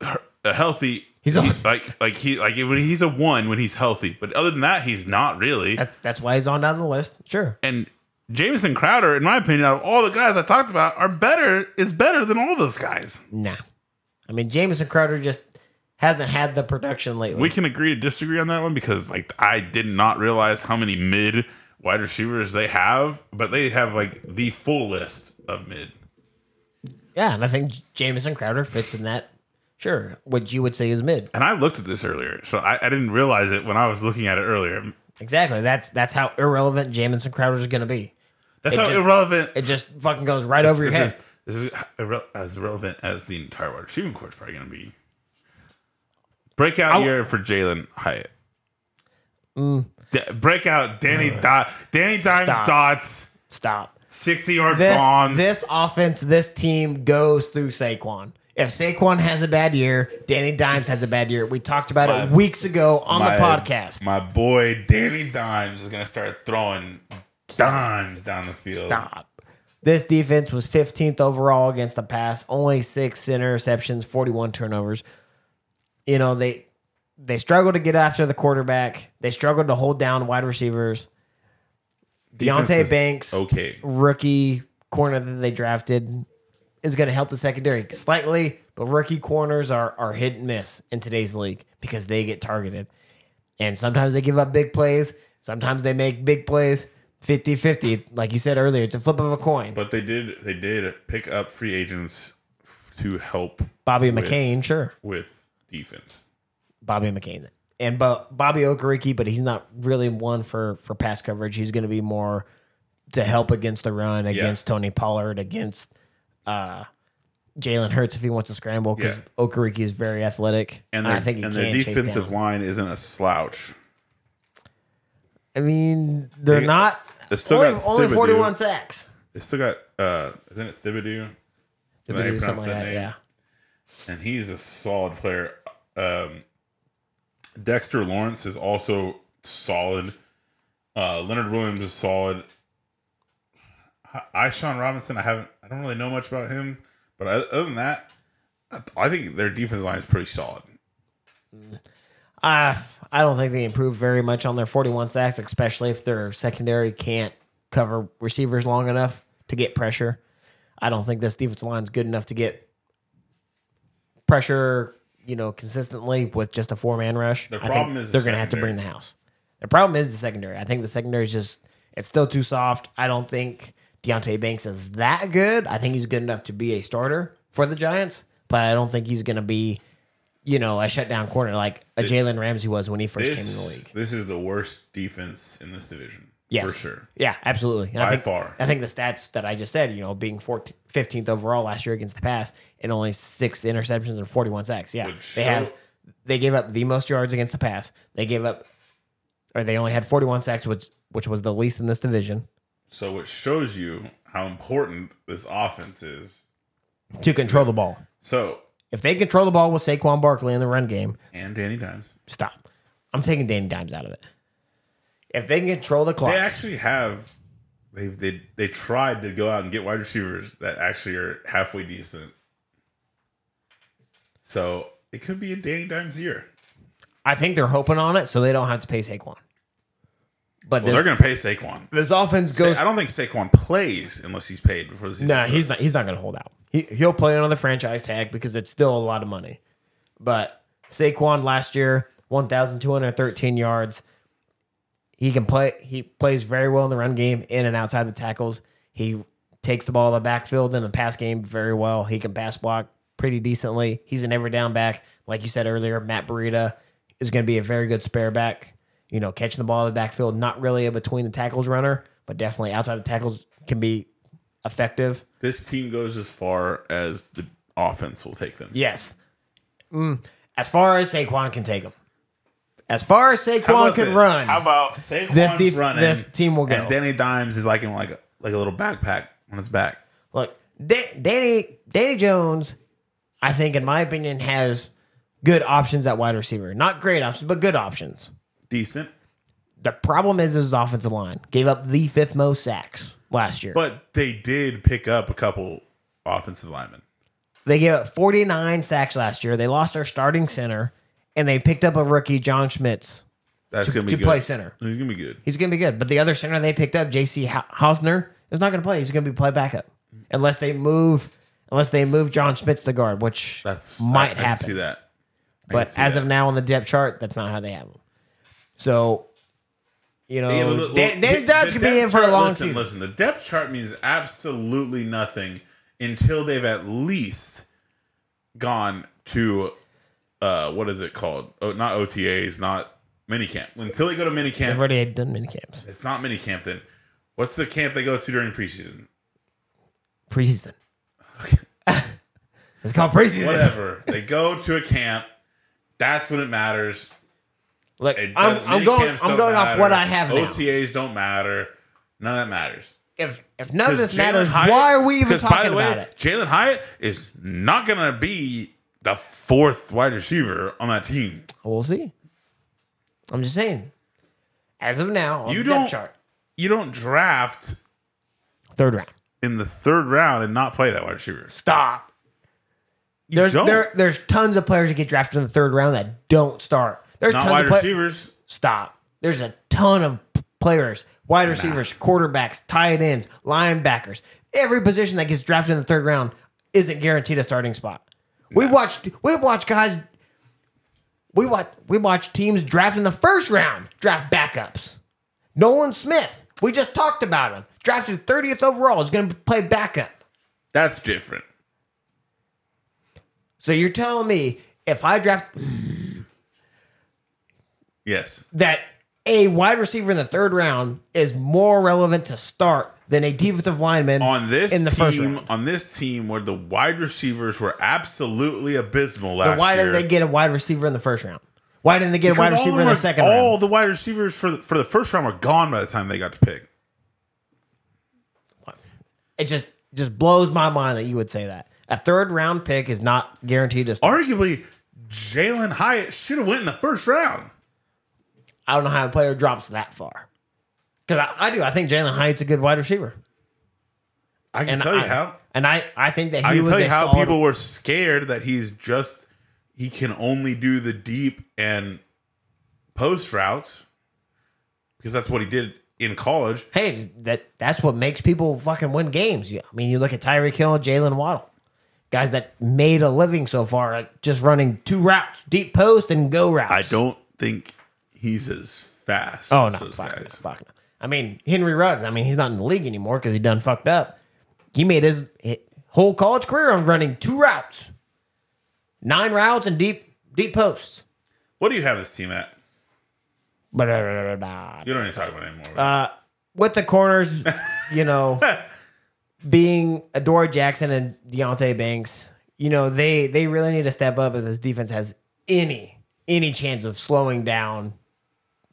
Speaker 3: he- healthy.
Speaker 2: He's on-
Speaker 3: like like he like when he's a one when he's healthy, but other than that, he's not really.
Speaker 2: that, that's why he's on down the list. Sure,
Speaker 3: And Jameson Crowder, in my opinion, out of all the guys I talked about, are better is better than all those guys.
Speaker 2: nah. I mean, Jamison Crowder just hasn't had the production lately.
Speaker 3: We can agree to disagree on that one because like I did not realize how many mid wide receivers they have,
Speaker 1: but they have like the full list of mid.
Speaker 2: yeah, and I think Jamison Crowder fits in that. Sure, what you would say is mid.
Speaker 3: and I looked at this earlier, so I, I didn't realize it when I was looking at it earlier.
Speaker 2: Exactly. That's that's how irrelevant Jamison Crowder is going to be.
Speaker 1: That's
Speaker 2: It
Speaker 1: how
Speaker 2: just-
Speaker 1: irrelevant
Speaker 2: It just fucking goes right over your
Speaker 1: this
Speaker 2: head.
Speaker 1: is- this is irre- as relevant as the entire wide receiving core is probably going to be.
Speaker 3: Breakout
Speaker 2: I'll- Mm.
Speaker 3: year for Jalen Hyatt. Da- breakout Danny Dot Danny Dimes
Speaker 2: Uh, Stop.
Speaker 3: Dots
Speaker 2: Stop.
Speaker 3: sixty yard
Speaker 2: This
Speaker 3: bombs.
Speaker 2: this offense, this team goes through Saquon. If Saquon has a bad year, Danny Dimes has a bad year. We talked about it
Speaker 1: My-
Speaker 2: weeks ago on
Speaker 1: my,
Speaker 2: the podcast.
Speaker 1: My boy Danny Dimes is going to start throwing dimes down the field.
Speaker 2: Stop. This defense was 15th overall against the pass, only six interceptions, 41 turnovers. You know, they they struggled to get after the quarterback. They struggled to hold down wide receivers.
Speaker 1: Defense
Speaker 2: Deontay
Speaker 1: is
Speaker 2: Banks.
Speaker 1: Okay.
Speaker 2: rookie corner that they drafted is going to help the secondary slightly, but rookie corners are are hit and miss in today's league because they get targeted. And sometimes they give up big plays, sometimes they make big plays 50-50 like you said earlier, it's a flip of a coin.
Speaker 1: But they did they did pick up free agents to help
Speaker 2: Bobby McCain, sure.
Speaker 1: with defense.
Speaker 2: Bobby McCain. And Bo- Bobby Okereke, but he's not really one for for pass coverage. He's going to be more to help against the run, against Tony Pollard, against uh, Jalen Hurts if he wants to scramble because
Speaker 1: Yeah.
Speaker 2: Okereke is very athletic,
Speaker 1: And,
Speaker 2: and,
Speaker 1: their,
Speaker 2: I think he
Speaker 1: and
Speaker 2: can
Speaker 1: their
Speaker 2: chase
Speaker 1: defensive
Speaker 2: down.
Speaker 1: line isn't a slouch.
Speaker 2: I mean, they're
Speaker 1: They-
Speaker 2: not
Speaker 1: They still
Speaker 2: only,
Speaker 1: got
Speaker 2: only
Speaker 1: Thibodeau.
Speaker 2: forty one sacks.
Speaker 1: They still got uh isn't it Thibodeau?
Speaker 2: Thibodeau,
Speaker 1: They pronounce
Speaker 2: something like
Speaker 1: that
Speaker 2: that.
Speaker 1: name.
Speaker 2: Yeah,
Speaker 1: and he's a solid player. Um, Dexter Lawrence is also solid. Uh, Leonard Williams is solid. I Sean Robinson, I haven't, I don't really know much about him, but I, other than that, I, I think their defensive line is pretty solid.
Speaker 2: I I don't think they improved very much on their forty one sacks, especially if their secondary can't cover receivers long enough to get pressure. I don't think this defensive line's good enough to get pressure, you know, consistently with just a four man rush.
Speaker 1: Their
Speaker 2: I think
Speaker 1: problem is the
Speaker 2: they're going to have to
Speaker 1: secondary.
Speaker 2: bring the house. The problem is the secondary. I think the secondary is just it's still too soft. I don't think Deontay Banks is that good. I think he's good enough to be a starter for the Giants, but I don't think he's going to be, you know, a shutdown corner like a Jalen Ramsey was when he first came in the
Speaker 1: This,
Speaker 2: league.
Speaker 1: this is the worst defense in this division.
Speaker 2: Yes.
Speaker 1: For sure.
Speaker 2: Yeah, absolutely. And I
Speaker 1: By
Speaker 2: think,
Speaker 1: far.
Speaker 2: I think the stats that I just said, you know, being 14, 15th overall last year against the pass and only six interceptions and 41 sacks. Yeah.
Speaker 1: Which
Speaker 2: they
Speaker 1: so-
Speaker 2: have they gave up the most yards against the pass. They gave up or they only had 41 sacks which which was the least in this division
Speaker 1: So, it shows you how important this offense is.
Speaker 2: to control the ball.
Speaker 1: So,
Speaker 2: If they control the ball with Saquon Barkley in the run game,
Speaker 1: and Danny Dimes.
Speaker 2: stop. I'm taking Danny Dimes out of it. If they can control the clock,
Speaker 1: They actually have. They they they tried to go out and get wide receivers that actually are halfway decent. So it could be a Danny Dimes year.
Speaker 2: I think they're hoping on it so they don't have to pay Saquon.
Speaker 1: Well,
Speaker 2: But this,
Speaker 1: they're going to pay Saquon.
Speaker 2: this offense
Speaker 1: Sa-
Speaker 2: goes
Speaker 1: I don't think Saquon plays unless he's paid before the season.
Speaker 2: No, he's
Speaker 1: starts.
Speaker 2: not. He's not going to hold out. He he'll play another franchise tag because it's still a lot of money. But Saquon last year, one thousand two hundred thirteen yards, He can play. He plays very well in the run game, in and outside the tackles. He takes the ball in the backfield in the pass game very well. He can pass block pretty decently. He's an every down back, like you said earlier. Matt Burita is going to be a very good spare back. You know, catching the ball in the backfield, not really a between the tackles runner, but definitely outside the tackles can be effective.
Speaker 3: This team goes as far as the offense will take them.
Speaker 2: Yes. Mm, as far as Saquon can take him, as far as
Speaker 1: How
Speaker 2: Saquon
Speaker 1: about
Speaker 2: can
Speaker 1: this?
Speaker 2: run,
Speaker 1: How about Saquon's
Speaker 2: This def-
Speaker 1: running?
Speaker 2: this team will go.
Speaker 1: And Danny Dimes is like in like a, like a little backpack on his back.
Speaker 2: look, Da- Danny Danny Jones, I think, in my opinion, has good options at wide receiver. Not great options, but good options.
Speaker 1: Decent,
Speaker 2: The problem is his offensive line gave up the fifth most sacks last year.
Speaker 1: but they did pick up a couple offensive linemen.
Speaker 2: They gave up 49 sacks last year. They lost their starting center, and they picked up a rookie, John Schmitz,
Speaker 1: That's gonna be
Speaker 2: to
Speaker 1: good.
Speaker 2: play center.
Speaker 1: He's gonna be good.
Speaker 2: He's going to be good. But the other center they picked up, J.C. Ho- Hausner, is not going to play. He's going to be play backup unless they move unless they move John Schmitz to guard, which
Speaker 1: That's I, I
Speaker 2: might
Speaker 1: can
Speaker 2: happen.
Speaker 1: See that. I can
Speaker 2: but
Speaker 1: see
Speaker 2: as
Speaker 1: that.
Speaker 2: of now on the depth chart, that's not how they have him. So, you know,
Speaker 1: Yeah, but look- look,
Speaker 2: Dan- Danny
Speaker 1: the-
Speaker 2: Dimes
Speaker 1: the
Speaker 2: could be
Speaker 1: depth
Speaker 2: in for a
Speaker 1: chart-
Speaker 2: long
Speaker 1: listen,
Speaker 2: season.
Speaker 1: Listen, the depth chart means absolutely nothing until they've at least gone to uh, what is it called? Oh, not OTAs, not minicamp. Until they go to
Speaker 2: They've
Speaker 1: minicamp,
Speaker 2: already had done mini camps
Speaker 1: it's not minicamp. Then what's the camp they go to during
Speaker 2: [LAUGHS]
Speaker 1: preseason? [LAUGHS]
Speaker 2: preseason. it's called preseason.
Speaker 1: Whatever they go to a camp, that's when it matters.
Speaker 2: Look,
Speaker 1: It
Speaker 2: I'm,
Speaker 1: does-
Speaker 2: I'm going.
Speaker 1: minicamps
Speaker 2: I'm
Speaker 1: don't
Speaker 2: going off what I
Speaker 1: matter.
Speaker 2: have now.
Speaker 1: OTAs don't matter. None of that matters.
Speaker 2: If if none of
Speaker 1: 'Cause
Speaker 2: this
Speaker 1: Jalen
Speaker 2: matters,
Speaker 1: Hyatt-
Speaker 2: why are we even
Speaker 1: 'cause
Speaker 2: talking about it?
Speaker 1: Jalen Hyatt is not going to be the fourth wide receiver on that team.
Speaker 2: We'll see. I'm just saying. As of now, on
Speaker 1: You
Speaker 2: the
Speaker 1: don't-
Speaker 2: depth chart,
Speaker 1: You don't draft
Speaker 2: third round.
Speaker 1: in the third round and not play that wide receiver.
Speaker 2: Stop. There's
Speaker 1: don't.
Speaker 2: there, there's tons of players that get drafted in the third round that don't start. There's
Speaker 1: Not
Speaker 2: tons
Speaker 1: wide
Speaker 2: of play-
Speaker 1: receivers.
Speaker 2: Stop. There's a ton of p- players, wide receivers, quarterbacks, tight ends, linebackers. Every position that gets drafted in the third round isn't guaranteed a starting spot. We watched we watched guys we watch we watch teams draft in the first round, draft backups. Nolan Smith, we just talked about him. Drafted 30th overall is going to play backup.
Speaker 1: That's different.
Speaker 2: So you're telling me if I draft
Speaker 1: Yes.
Speaker 2: that a wide receiver in the third round is more relevant to start than a defensive lineman
Speaker 1: On this
Speaker 2: in the first
Speaker 1: team,
Speaker 2: round.
Speaker 1: on this team where the wide receivers were absolutely abysmal last
Speaker 2: Then why
Speaker 1: year.
Speaker 2: didn't they get a wide receiver in the first round? Why didn't they get a
Speaker 1: Because
Speaker 2: wide
Speaker 1: all of
Speaker 2: receiver
Speaker 1: them
Speaker 2: in the
Speaker 1: are-
Speaker 2: second
Speaker 1: all
Speaker 2: round?
Speaker 1: the wide receivers for the, for the first round were gone by the time they got to pick.
Speaker 2: It just just blows my mind that you would say that. A third round pick is not guaranteed to start.
Speaker 1: Arguably, Jalen Hyatt should have went in the first round.
Speaker 2: I don't know how a player drops that far. Because I, I do. I think Jalen Hyatt's a good wide receiver.
Speaker 1: I can
Speaker 2: And
Speaker 1: tell you
Speaker 2: I,
Speaker 1: how.
Speaker 2: And I, I think that he
Speaker 1: I can
Speaker 2: was
Speaker 1: tell
Speaker 2: a
Speaker 1: you how
Speaker 2: solid-
Speaker 1: people were scared that he's just he can only do the deep and post routes because that's what he did in college.
Speaker 2: hey, that that's what makes people fucking win games. You- I mean, you look at Tyreek Hill and Jalen Waddle, guys that made a living so far at just running two routes, deep post and go routes.
Speaker 1: I don't think he's as fast
Speaker 2: Oh
Speaker 1: as
Speaker 2: no,
Speaker 1: those
Speaker 2: fuck, no,
Speaker 1: guys.
Speaker 2: fuck no. I mean, Henry Ruggs. I mean, he's not in the league anymore because he done fucked up. He made his hi- whole college career on running two routes, nine routes and deep deep posts.
Speaker 1: What do you have this team at?
Speaker 2: Blah, blah, blah, blah, blah.
Speaker 1: You don't even talk about it anymore.
Speaker 2: Uh, With the corners, you know, being Adora Jackson and Deontay Banks, you know, they they really need to step up if this defense has any any chance of slowing down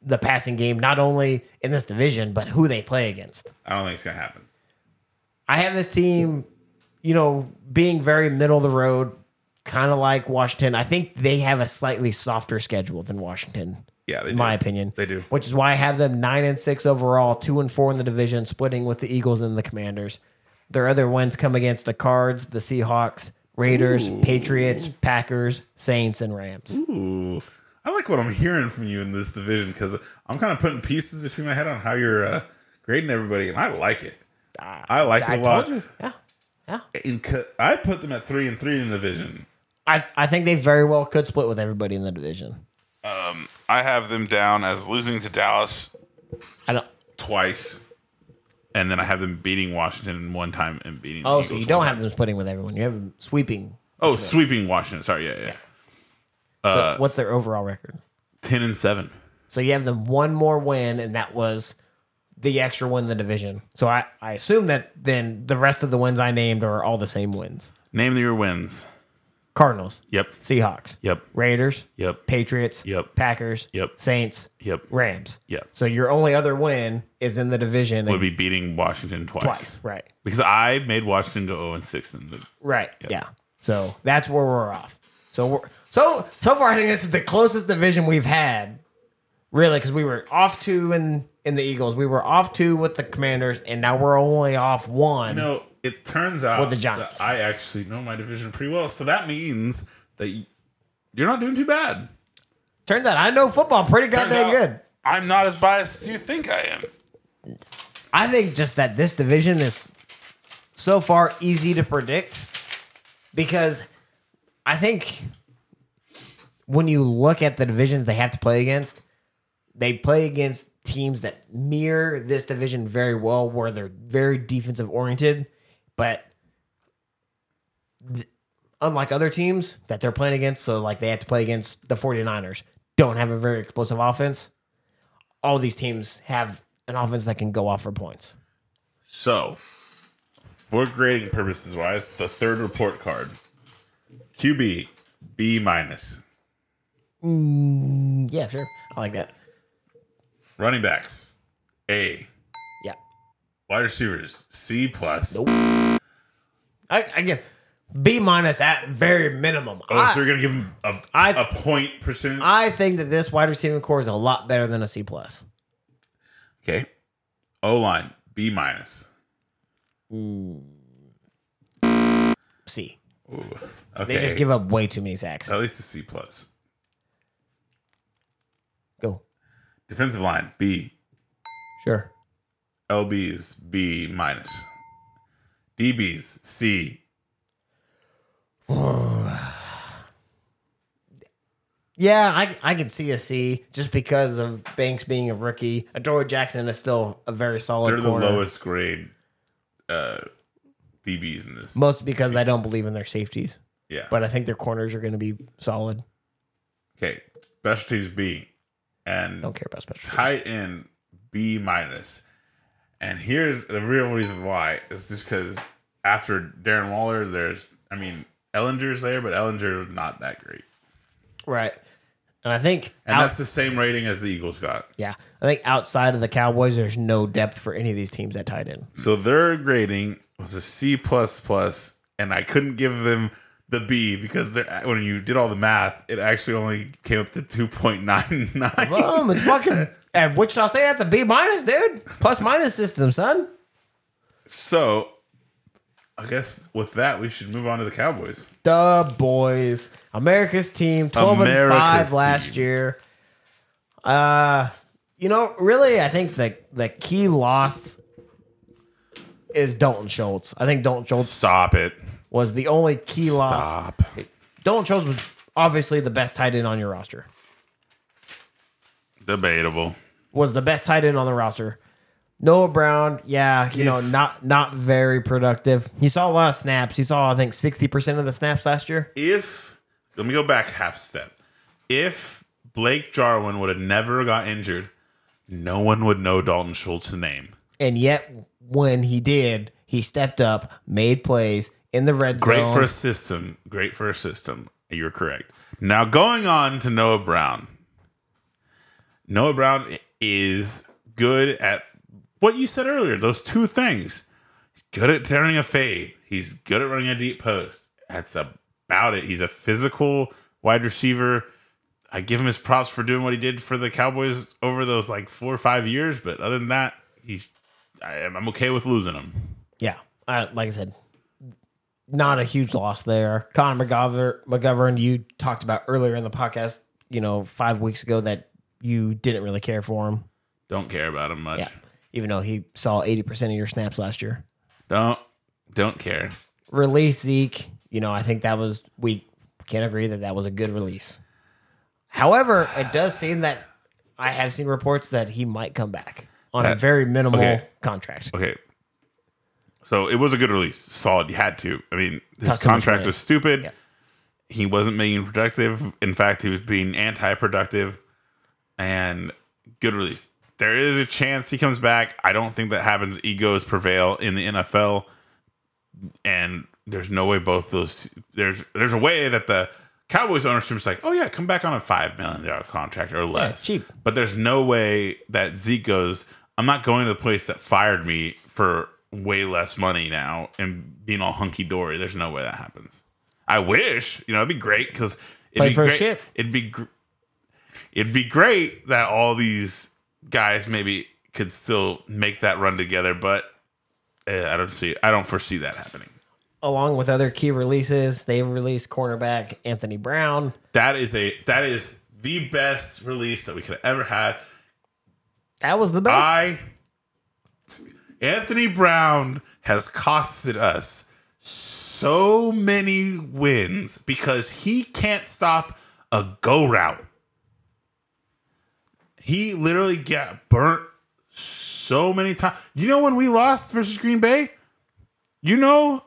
Speaker 2: the passing game, not only in this division, but who they play against.
Speaker 1: I don't think it's gonna happen.
Speaker 2: I have this team, you know, being very middle of the road, kind of like Washington. I think they have a slightly softer schedule than Washington,
Speaker 1: Yeah, they
Speaker 2: in
Speaker 1: do.
Speaker 2: my opinion.
Speaker 1: They do.
Speaker 2: Which is why I have them nine and six overall, two and four in the division, splitting with the Eagles and the Commanders. Their other wins come against the Cards, the Seahawks, Raiders, Patriots, Packers, Saints, and Rams.
Speaker 1: Ooh, I like what I'm hearing from you in this division because I'm kind of putting pieces between my head on how you're uh, grading everybody, and I like it. I like
Speaker 2: Ah, I
Speaker 1: it a lot.
Speaker 2: told you. Yeah.
Speaker 1: In co- I put them at three and three in the division.
Speaker 2: I, I think they very well could split with everybody in the division.
Speaker 3: I have them down as losing to Dallas
Speaker 2: I don't.
Speaker 3: twice, and then I have them beating Washington one time and beating. the
Speaker 2: Oh, so
Speaker 3: Eagles
Speaker 2: you don't
Speaker 3: one
Speaker 2: have them splitting with everyone. You have them sweeping.
Speaker 3: Oh, sweeping Washington. Sorry, yeah, yeah.
Speaker 2: So
Speaker 1: Uh,
Speaker 2: what's their overall record?
Speaker 3: Ten and seven.
Speaker 2: So you have them one more win, and that was the extra win in the division. So I, I assume that then the rest of the wins I named are all the same wins.
Speaker 3: Name your wins.
Speaker 2: Cardinals,
Speaker 3: Yep.
Speaker 2: Seahawks,
Speaker 3: Yep.
Speaker 2: Raiders,
Speaker 3: Yep.
Speaker 2: Patriots,
Speaker 3: Yep.
Speaker 2: Packers,
Speaker 3: Yep.
Speaker 2: Saints,
Speaker 3: Yep.
Speaker 2: Rams.
Speaker 3: Yep.
Speaker 2: So your only other win is in the division
Speaker 3: Would be beating Washington twice.
Speaker 2: twice. Right.
Speaker 3: Because I made Washington go zero and six in the
Speaker 2: Right. Yeah. So that's where we're off. So we're so so far. I think this is the closest division we've had, really, because we were off two in in the Eagles. We were off two with the Commanders, and now we're only off one.
Speaker 1: You know, it turns out
Speaker 2: the Giants.
Speaker 1: that I actually know my division pretty well. So that means that y- you're not doing too bad.
Speaker 2: Turns out I know football pretty
Speaker 1: Turns
Speaker 2: goddamn
Speaker 1: out
Speaker 2: good.
Speaker 1: I'm not as biased as you think I am.
Speaker 2: I think just that this division is so far easy to predict because I think when you look at the divisions they have to play against, they play against teams that mirror this division very well, where they're very defensive oriented, but th- unlike other teams that they're playing against, so like they have to play against the 49ers, don't have a very explosive offense. All these teams have an offense that can go off for points.
Speaker 1: So, for grading purposes wise, the third report card QB B minus,
Speaker 2: Mm, Yeah, sure. I like that.
Speaker 1: running backs A,
Speaker 2: Yeah.
Speaker 1: wide receivers C plus.
Speaker 2: Nope. I, I get B minus at very minimum.
Speaker 1: Oh, Uh,
Speaker 2: I,
Speaker 1: so you're gonna give him a
Speaker 2: I-
Speaker 1: a point percent?
Speaker 2: I think that this wide receiving core is a lot better than a C plus.
Speaker 1: okay. O line B minus.
Speaker 2: C.
Speaker 1: Ooh,
Speaker 2: They
Speaker 1: Okay. Uh,
Speaker 2: just give up way too many sacks.
Speaker 1: at least a C plus.
Speaker 2: Go.
Speaker 1: Defensive line B,
Speaker 2: Sure.
Speaker 1: LBs B minus, DBs C.
Speaker 2: Yeah, I, I could see a C just because of Banks being a rookie. Adore Jackson is still a very solid.
Speaker 1: They're the
Speaker 2: corner,
Speaker 1: lowest grade uh, DBs in this.
Speaker 2: Mostly because I don't believe in their safeties,
Speaker 1: yeah.
Speaker 2: but I think their corners are going to be solid.
Speaker 1: okay. Special teams B, and
Speaker 2: Don't care about special. teams.
Speaker 1: tight end B minus. And here's the real reason why is just because after Darren Waller, there's I mean Ellinger's there, but Ellinger's not that great.
Speaker 2: Right. And I think
Speaker 1: And
Speaker 2: out-
Speaker 1: that's the same rating as the Eagles got.
Speaker 2: Yeah, I think outside of the Cowboys, there's no depth for any of these teams at tight end.
Speaker 1: So their grading was a C plus plus, and I couldn't give them the B because they're, when you did all the math, it actually only came up to two point nine nine.
Speaker 2: [LAUGHS] Boom! It's fucking at Wichita State. That's a B minus, dude. Plus minus system, son.
Speaker 1: So I guess with that, we should move on to the Cowboys.
Speaker 2: The boys, America's team, twelve and
Speaker 1: America's
Speaker 2: five last
Speaker 1: team.
Speaker 2: year. Uh, you know, really, I think the the key loss is Dalton Schultz. I think Dalton Schultz
Speaker 1: Stop it!
Speaker 2: was the only key loss.
Speaker 1: Stop.
Speaker 2: Dalton Schultz was obviously the best tight end on your roster.
Speaker 3: debatable.
Speaker 2: was the best tight end on the roster. Noah Brown, yeah, you know, not not very productive. He saw a lot of snaps. He saw, I think, sixty percent of the snaps last year.
Speaker 1: if let me go back half step. If Blake Jarwin would have never got injured, no one would know Dalton Schultz's name.
Speaker 2: And yet, when he did, he stepped up, made plays in the red
Speaker 1: Great
Speaker 2: zone.
Speaker 1: for a system. Great for a system. You're correct. Now going on to Noah Brown. Noah Brown is good at what you said earlier, those two things. He's good at tearing a fade. He's good at running a deep post. That's about it. He's a physical wide receiver. I give him his props for doing what he did for the Cowboys over those like four or five years, but other than that, he's I, I'm okay with losing him.
Speaker 2: yeah, I, like I said, not a huge loss there. Connor McGovern, McGovern, you talked about earlier in the podcast, you know, five weeks ago that you didn't really care for him,
Speaker 1: Don't care about him much.
Speaker 2: yeah, even though he saw eighty percent of your snaps last year.
Speaker 1: Don't don't care.
Speaker 2: release Zeke. You know, I think that was we can't agree that that was a good release. However, it does seem that I have seen reports that he might come back on a
Speaker 1: That-
Speaker 2: very minimal
Speaker 1: Uh, okay.
Speaker 2: contract.
Speaker 1: Okay. So it was a good release. Solid. You had to. I mean, his
Speaker 2: Customers
Speaker 1: contract
Speaker 2: made.
Speaker 1: was stupid.
Speaker 2: Yep.
Speaker 1: He wasn't being productive. In fact, he was being anti productive. And good release. There is a chance he comes back. I don't think that happens. Egos prevail in the NFL. And there's no way both those there's there's a way that the Cowboys ownership is like, oh yeah, come back on a five million dollar contract or less.
Speaker 2: cheap.
Speaker 1: But there's no way that Zeke goes, I'm not going to the place that fired me for way less money now and being all hunky dory. There's no way that happens. I wish, you know, it'd be great because it'd
Speaker 2: Play
Speaker 1: be
Speaker 2: for
Speaker 1: great.
Speaker 2: shit.
Speaker 1: It'd be gr- it'd be great that all these guys maybe could still make that run together, but eh, I don't see I don't foresee that happening.
Speaker 2: Along with other key releases, they released cornerback Anthony Brown.
Speaker 4: That is a that is the best release that we could have ever had.
Speaker 2: That was the best.
Speaker 1: Uh,
Speaker 4: I
Speaker 1: Anthony Brown has costed us so many wins because he can't stop a go route.
Speaker 4: he literally got burnt
Speaker 1: so many times. You know when we lost versus Green Bay? You know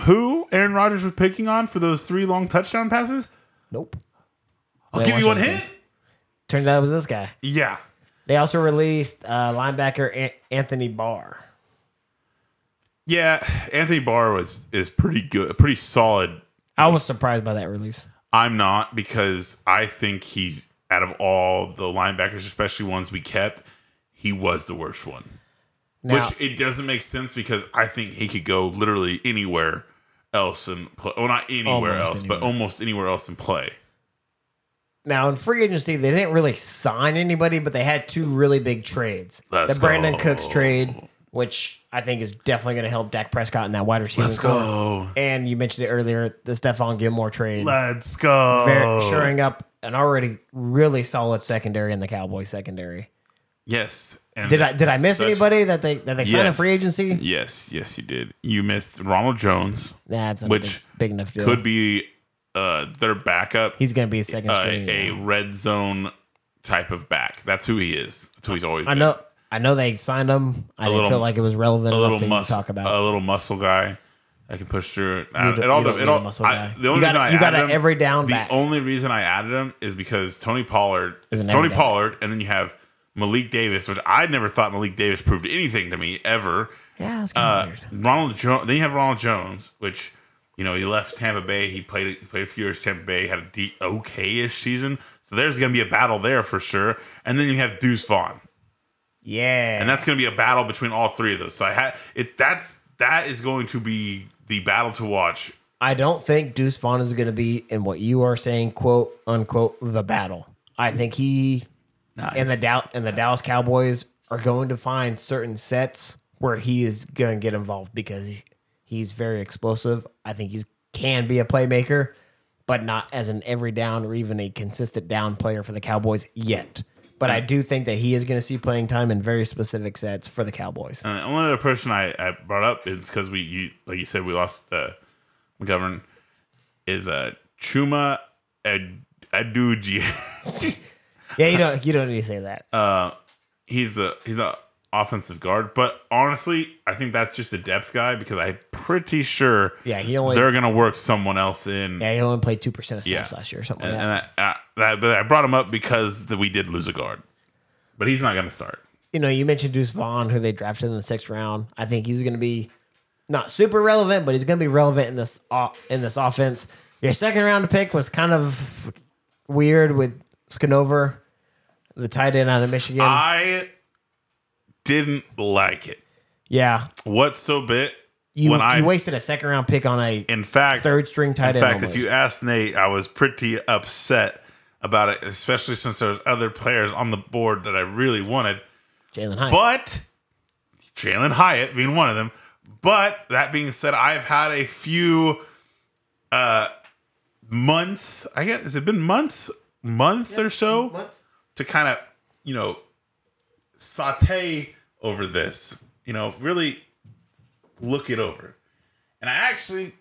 Speaker 1: who Aaron Rodgers was picking on for those three long touchdown passes?
Speaker 2: nope.
Speaker 1: I'll
Speaker 2: Wait,
Speaker 1: give you one
Speaker 2: watch
Speaker 1: hint.
Speaker 2: those things. Turns out it was this guy.
Speaker 1: Yeah.
Speaker 2: They also released uh, linebacker An- Anthony Barr.
Speaker 1: Yeah, Anthony Barr was is pretty good, pretty solid.
Speaker 2: I was surprised by that release.
Speaker 1: I'm not because I think he's out of all the linebackers, especially ones we kept, he was the worst one.
Speaker 2: Now,
Speaker 1: Which it doesn't make sense because I think he could go literally anywhere else and play. Well, not anywhere
Speaker 2: Almost
Speaker 1: else, but
Speaker 2: anywhere.
Speaker 1: almost anywhere else and play.
Speaker 2: now in free agency, they didn't really sign anybody, but they had two really big trades.
Speaker 1: Let's
Speaker 2: the Brandon
Speaker 1: go.
Speaker 2: Cooks trade, which I think is definitely going to help Dak Prescott in that wide receiver.
Speaker 1: Let's
Speaker 2: core.
Speaker 1: go.
Speaker 2: And you mentioned it earlier, the Stephon Gilmore trade,
Speaker 1: Let's go.
Speaker 2: ver- shoring up an already really solid secondary in the Cowboys secondary.
Speaker 1: Yes. And
Speaker 2: Did I did I miss
Speaker 1: such-
Speaker 2: anybody that they that they signed in
Speaker 1: Yes.
Speaker 2: free agency?
Speaker 1: Yes, yes, you did. You missed Ronald Jones,
Speaker 2: Nah, it's not
Speaker 1: Which
Speaker 2: a big, big enough deal.
Speaker 1: could be uh, their backup,
Speaker 2: He's going to be a second
Speaker 1: uh,
Speaker 2: string.
Speaker 1: a red zone type of back. That's who he is. That's who he's always
Speaker 2: I
Speaker 1: been.
Speaker 2: know. I know they signed him. I didn't
Speaker 1: little-
Speaker 2: feel like it was relevant
Speaker 1: a
Speaker 2: enough to
Speaker 1: little
Speaker 2: even
Speaker 1: muscle,
Speaker 2: talk about.
Speaker 1: a little muscle guy that can push through. it. I-
Speaker 2: don't-
Speaker 1: it all,
Speaker 2: you don't
Speaker 1: it
Speaker 2: need a
Speaker 1: all,
Speaker 2: muscle
Speaker 1: I-
Speaker 2: guy.
Speaker 1: the
Speaker 2: You
Speaker 1: only
Speaker 2: gotta-
Speaker 1: reason I
Speaker 2: you gotta
Speaker 1: added him-
Speaker 2: every down
Speaker 1: The
Speaker 2: back.
Speaker 1: only reason I added him is because Tony Pollard
Speaker 2: Is
Speaker 1: is
Speaker 2: an
Speaker 1: Tony
Speaker 2: every down
Speaker 1: Pollard, and then you have Malik Davis, which I never thought Malik Davis proved anything to me ever.
Speaker 2: yeah, it's
Speaker 1: Uh,
Speaker 2: kind of weird.
Speaker 1: Ronald Jones. Then you have Ronald Jones, which you know he left Tampa Bay. He played he played a few years at Tampa Bay. Had a de- okay-ish season. So there's going to be a battle there for sure. And then you have Deuce Vaughn,
Speaker 2: Yeah,
Speaker 1: and that's going to be a battle between all three of those. So I had it. That's that is going to be the battle to watch.
Speaker 2: I don't think Deuce Vaughn is going to be in what you are saying, quote unquote, the battle. I think he and the doubt and the Dallas Cowboys are going to find certain sets where he is going to get involved because he- he's very explosive. I think he's can be a playmaker, but not as an every down or even a consistent down player for the Cowboys yet. But I do think that he is going to see playing time in very specific sets for the Cowboys.
Speaker 1: And Uh, the only other person I, I brought up is because we, you, like you said, we lost uh, McGovern, is uh, Chuma Ad- Aduji. [LAUGHS]
Speaker 2: Yeah, you don't you don't need to say that.
Speaker 1: Uh, he's a he's a offensive guard, but honestly, I think that's just a depth guy because I'm pretty sure
Speaker 2: yeah, he only
Speaker 1: they're gonna work someone else in.
Speaker 2: yeah he only played two percent of snaps
Speaker 1: Yeah.
Speaker 2: last year or something
Speaker 1: And,
Speaker 2: like that.
Speaker 1: and I, I, that, but I brought him up because that we did lose a guard, but he's not gonna start.
Speaker 2: you know, you mentioned Deuce Vaughn, who they drafted in the sixth round. I think he's going to be not super relevant, but he's going to be relevant in this o- in this offense. Your second round pick was kind of weird with Skinover, the tight end out of Michigan.
Speaker 1: I didn't like it.
Speaker 2: yeah,
Speaker 1: What's so bit?
Speaker 2: you
Speaker 1: when I
Speaker 2: you wasted a second round pick on a
Speaker 1: in fact
Speaker 2: third string
Speaker 1: In
Speaker 2: tight end.
Speaker 1: fact, if
Speaker 2: almost.
Speaker 1: you asked Nate, I was pretty upset about it, especially since there's other players on the board that I really wanted.
Speaker 2: Jalen Hyatt,
Speaker 1: But Jalen Hyatt being one of them. But that being said, I've had a few uh months. I guess has it been months, month or so to kind of you know saute over this. You know, really look it over. And I actually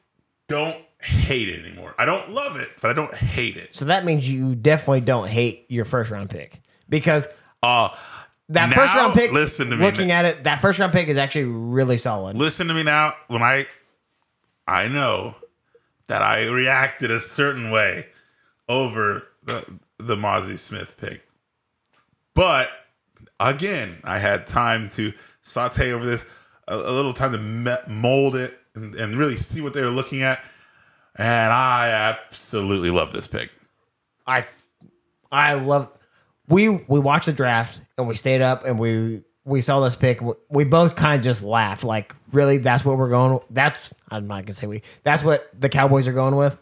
Speaker 1: don't hate it anymore. I don't love it, but I don't hate it.
Speaker 2: so that means you definitely don't hate your first round pick because
Speaker 1: Uh,
Speaker 2: that
Speaker 1: Now,
Speaker 2: first round pick.
Speaker 1: listen to me.
Speaker 2: Looking at it, that first round pick is actually really solid.
Speaker 1: listen to me now. When I, I know that I reacted a certain way over the the Mozzie Smith pick, but again, I had time to saute over this, a, a little time to me- mold it and, and really see what they were looking at, and I absolutely love this pick.
Speaker 2: I I love. We we watched the draft and we stayed up and we we saw this pick. We, we both kind of just laughed. Like, really, that's what we're going. That's I'm not gonna say we. That's what the Cowboys are going with.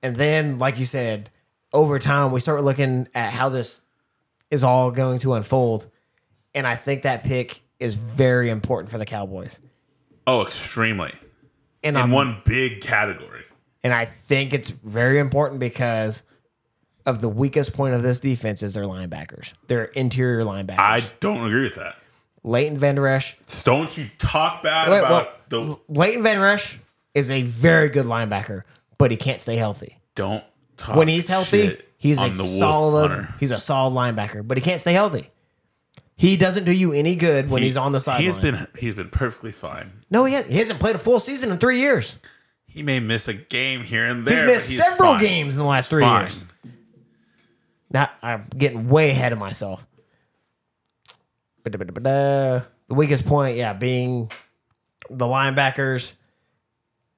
Speaker 2: And then, like you said, over time we start looking at how this is all going to unfold. And I think that pick is very important for the Cowboys.
Speaker 1: Oh, extremely
Speaker 2: And
Speaker 1: in
Speaker 2: I'm
Speaker 1: one big category.
Speaker 2: And I think it's very important because of the weakest point of this defense is their linebackers, their interior linebackers.
Speaker 1: I don't agree with that.
Speaker 2: Leighton Van Der Esch.
Speaker 1: Don't you talk bad
Speaker 2: Wait,
Speaker 1: about the
Speaker 2: Leighton Van Der Esch is a very good linebacker, but he can't stay healthy.
Speaker 1: don't talk
Speaker 2: When he's healthy,
Speaker 1: shit
Speaker 2: he's
Speaker 1: on
Speaker 2: a
Speaker 1: the Wolf
Speaker 2: solid.
Speaker 1: Hunter.
Speaker 2: He's a solid linebacker, but he can't stay healthy. He doesn't do you any good when he's on the sideline.
Speaker 1: He's been he's been perfectly fine.
Speaker 2: no, he, has, he hasn't played a full season in three years.
Speaker 1: He may miss a game here and
Speaker 2: He's
Speaker 1: there. but
Speaker 2: missed several
Speaker 1: fine.
Speaker 2: games in the last three
Speaker 1: Fine.
Speaker 2: years. Now I'm getting way ahead of myself. Ba-da-ba-da-ba-da. The weakest point, yeah, being the linebackers.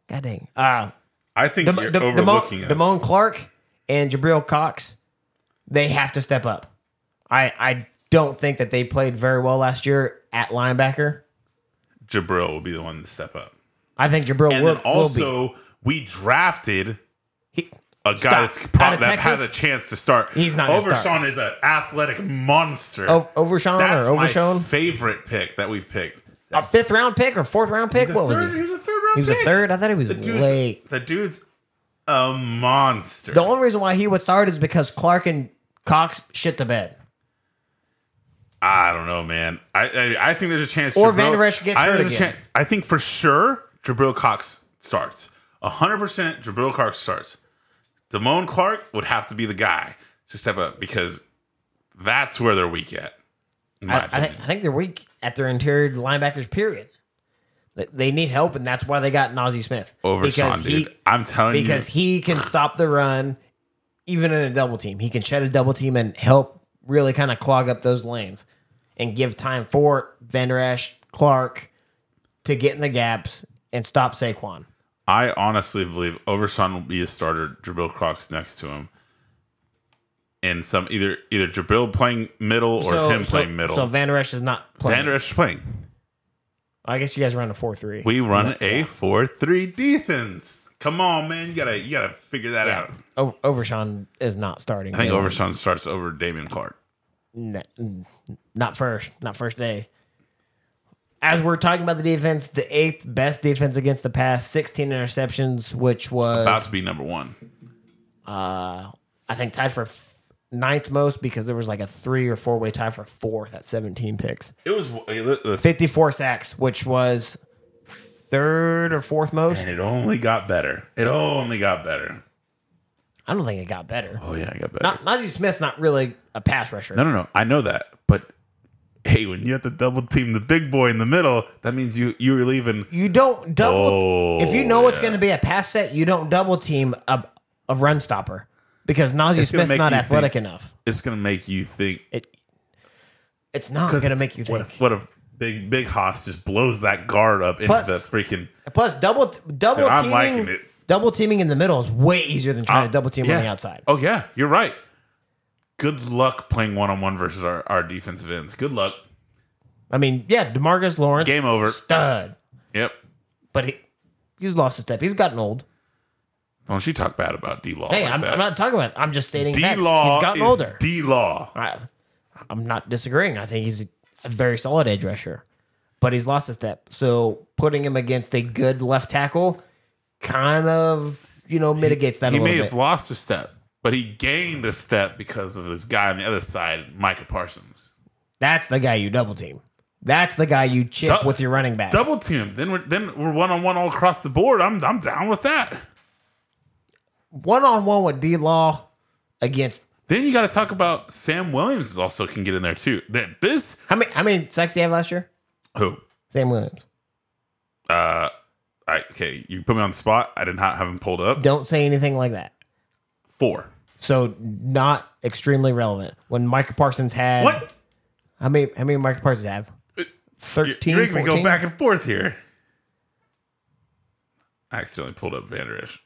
Speaker 2: God dang. Uh,
Speaker 1: I think
Speaker 2: Dem-
Speaker 1: you're
Speaker 2: Dem-
Speaker 1: overlooking us.
Speaker 2: Demone, Damone Clark and Jabril Cox, they have to step up. I, I don't think that they played very well last year at linebacker.
Speaker 1: Jabril will be the one to step up.
Speaker 2: I think Jabril
Speaker 1: And
Speaker 2: will,
Speaker 1: then
Speaker 2: will be.
Speaker 1: also we drafted
Speaker 2: He,
Speaker 1: a
Speaker 2: Stop.
Speaker 1: guy that's pro-
Speaker 2: Out of
Speaker 1: that has a
Speaker 2: Texas?
Speaker 1: chance to start.
Speaker 2: He's not gonna
Speaker 1: Overshawn
Speaker 2: start.
Speaker 1: is an athletic monster.
Speaker 2: O- Overshawn
Speaker 1: that's
Speaker 2: or
Speaker 1: my
Speaker 2: Overshawn?
Speaker 1: favorite pick that we've picked.
Speaker 2: a fifth round pick or fourth round pick?
Speaker 1: He's a
Speaker 2: What was
Speaker 1: third,
Speaker 2: it?
Speaker 1: he was a third round.
Speaker 2: He was a
Speaker 1: pick.
Speaker 2: third? I thought he was
Speaker 1: The dude's
Speaker 2: late.
Speaker 1: the dude's a monster.
Speaker 2: The only reason why he would start is because Clark and Cox shit the bed.
Speaker 1: I don't know, man. I I, I think there's a chance.
Speaker 2: Or Van Der Esch gets
Speaker 1: I think
Speaker 2: hurt
Speaker 1: there's a
Speaker 2: again.
Speaker 1: chan- I think for sure Jabril Cox starts. hundred percent, Jabril Cox starts. Damone Clark would have to be the guy to step up because that's where they're weak at. in my
Speaker 2: I, I think
Speaker 1: opinion.
Speaker 2: I think they're weak at their interior linebackers. Period. They- They need help, and that's why they got Nazi Smith
Speaker 1: over Sean,
Speaker 2: because he
Speaker 1: dude. I'm telling
Speaker 2: because
Speaker 1: you,
Speaker 2: he can stop the run, even in a double team. He can shed a double team and help really kind of clog up those lanes and give time for Van Der Esch, Clark to get in the gaps and stop Saquon.
Speaker 1: I honestly believe Overshawn will be a starter. Jabril Cox next to him, and some either either Jabril playing middle or him playing middle.
Speaker 2: So Van Der Esch is not playing.
Speaker 1: Van Der Esch is playing.
Speaker 2: I guess you guys run a four three.
Speaker 1: We run a four three defense. Come on, man. You gotta you gotta figure that out.
Speaker 2: O- Overshawn is not starting.
Speaker 1: I think Overshawn starts over Damian Clark.
Speaker 2: not first, not first day. As we're talking about the defense, the eighth best defense against the pass, 16 interceptions, which was
Speaker 1: About to be number one.
Speaker 2: I think tied for f- ninth most because there was like a three or four way tie for fourth at 17 picks,
Speaker 1: It was hey, li- listen,
Speaker 2: 54 sacks, which was third or fourth most.
Speaker 1: and it only got better. It only got better.
Speaker 2: I don't think it got better.
Speaker 1: Oh yeah, it got better.
Speaker 2: Not Najee Smith's not really a pass rusher.
Speaker 1: no, no, no. I know that, but hey, when you have to double team the big boy in the middle, that means you you're leaving.
Speaker 2: You don't double
Speaker 1: Oh,
Speaker 2: if you know it's
Speaker 1: yeah.
Speaker 2: going to be a pass set. You don't double team a, a run stopper because Najee
Speaker 1: It's gonna
Speaker 2: Smith's
Speaker 1: make
Speaker 2: not
Speaker 1: you
Speaker 2: athletic
Speaker 1: think.
Speaker 2: enough.
Speaker 1: It's gonna make you think.
Speaker 2: It it's not
Speaker 1: 'cause
Speaker 2: going to make you
Speaker 1: what
Speaker 2: think.
Speaker 1: If, what if big big Haas just blows that guard up into
Speaker 2: Plus-
Speaker 1: the freaking
Speaker 2: Plus, double double
Speaker 1: Dude, I'm liking
Speaker 2: teaming
Speaker 1: it. Uh,
Speaker 2: double teaming in the middle is way easier than trying to double team on the
Speaker 1: Yeah.
Speaker 2: outside.
Speaker 1: Oh yeah, you're right. Good luck playing one on one versus our, our defensive ends. Good luck.
Speaker 2: I mean, yeah, Demarcus Lawrence
Speaker 1: Game over.
Speaker 2: stud,
Speaker 1: Yep.
Speaker 2: but he he's lost a step. He's gotten old.
Speaker 1: Don't you talk bad about D Law?
Speaker 2: Hey,
Speaker 1: like
Speaker 2: I'm, I'm not talking about. It. I'm just stating
Speaker 1: D
Speaker 2: facts. He's
Speaker 1: Law
Speaker 2: gotten
Speaker 1: is
Speaker 2: older.
Speaker 1: D Law.
Speaker 2: I, I'm not disagreeing. I think he's a very solid edge rusher, but he's lost a step. So putting him against a good left tackle kind of you know mitigates that
Speaker 1: He
Speaker 2: a little
Speaker 1: may
Speaker 2: bit.
Speaker 1: have lost a step, but he gained a step because of this guy on the other side, Micah Parsons.
Speaker 2: That's the guy you double team. That's the guy you chip
Speaker 1: Dou-
Speaker 2: with your running back.
Speaker 1: Double team. Then we're then we're one on one all across the board. I'm I'm down with that.
Speaker 2: One on one with D Law against
Speaker 1: Then you got to talk about Sam Williams is also can get in there too. That this
Speaker 2: How many how many sacks did he have last year?
Speaker 1: who
Speaker 2: Sam Williams.
Speaker 1: uh I, okay you put me on the spot. I did not have him pulled up.
Speaker 2: Don't say anything like that.
Speaker 1: Four.
Speaker 2: So not extremely relevant. When Micah Parsons had
Speaker 1: What?
Speaker 2: How many how many Micah Parsons have?
Speaker 1: You're,
Speaker 2: 13
Speaker 1: you're making me go
Speaker 2: 14?
Speaker 1: back and forth here. I accidentally pulled up Vanderish.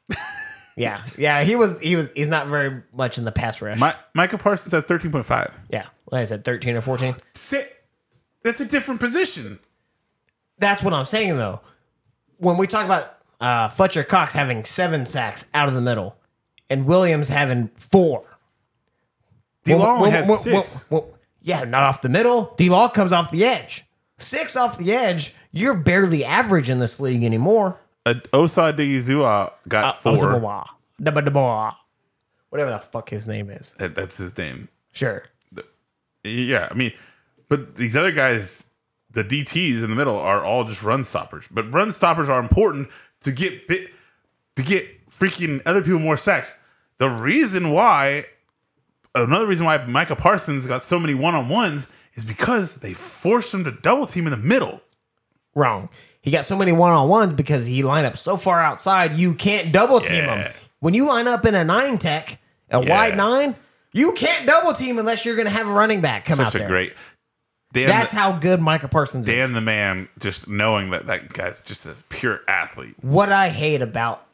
Speaker 2: Yeah. Yeah, he was he was he's not very much in the pass rush.
Speaker 1: My, Micah Parsons at thirteen point five.
Speaker 2: yeah. Like I said 13 or 14.
Speaker 1: Sit. That's a different position.
Speaker 2: That's what I'm saying though. When we talk about uh, Fletcher Cox having seven sacks out of the middle, and Williams having four.
Speaker 1: D Law
Speaker 2: Well,
Speaker 1: only
Speaker 2: well,
Speaker 1: had
Speaker 2: well,
Speaker 1: six.
Speaker 2: well, well, yeah, not off the middle. D Law comes off the edge. Six off the edge. You're barely average in this league anymore.
Speaker 1: Uh, Osa Digizua got
Speaker 2: Uh,
Speaker 1: four.
Speaker 2: Osabawa. Dabadabawa. Whatever the fuck his name is.
Speaker 1: That- that's his name.
Speaker 2: Sure.
Speaker 1: Yeah, I mean, but these other guys, the DTs in the middle are all just run stoppers. But run stoppers are important to get bit to get freaking other people more sacks. The reason why, another reason why Micah Parsons got so many one on ones is because they forced him to double team in the middle.
Speaker 2: Wrong. He got so many one on ones because he lined up so far outside, you can't double team
Speaker 1: Yeah.
Speaker 2: him. When you line up in a nine tech, a wide nine, you can't double team unless you're going to have a running back come out
Speaker 1: Such a
Speaker 2: there.
Speaker 1: great. Dan
Speaker 2: That's
Speaker 1: the,
Speaker 2: how good Micah Parsons is.
Speaker 1: Dan the man, just knowing that that guy's just a pure athlete.
Speaker 2: what I hate about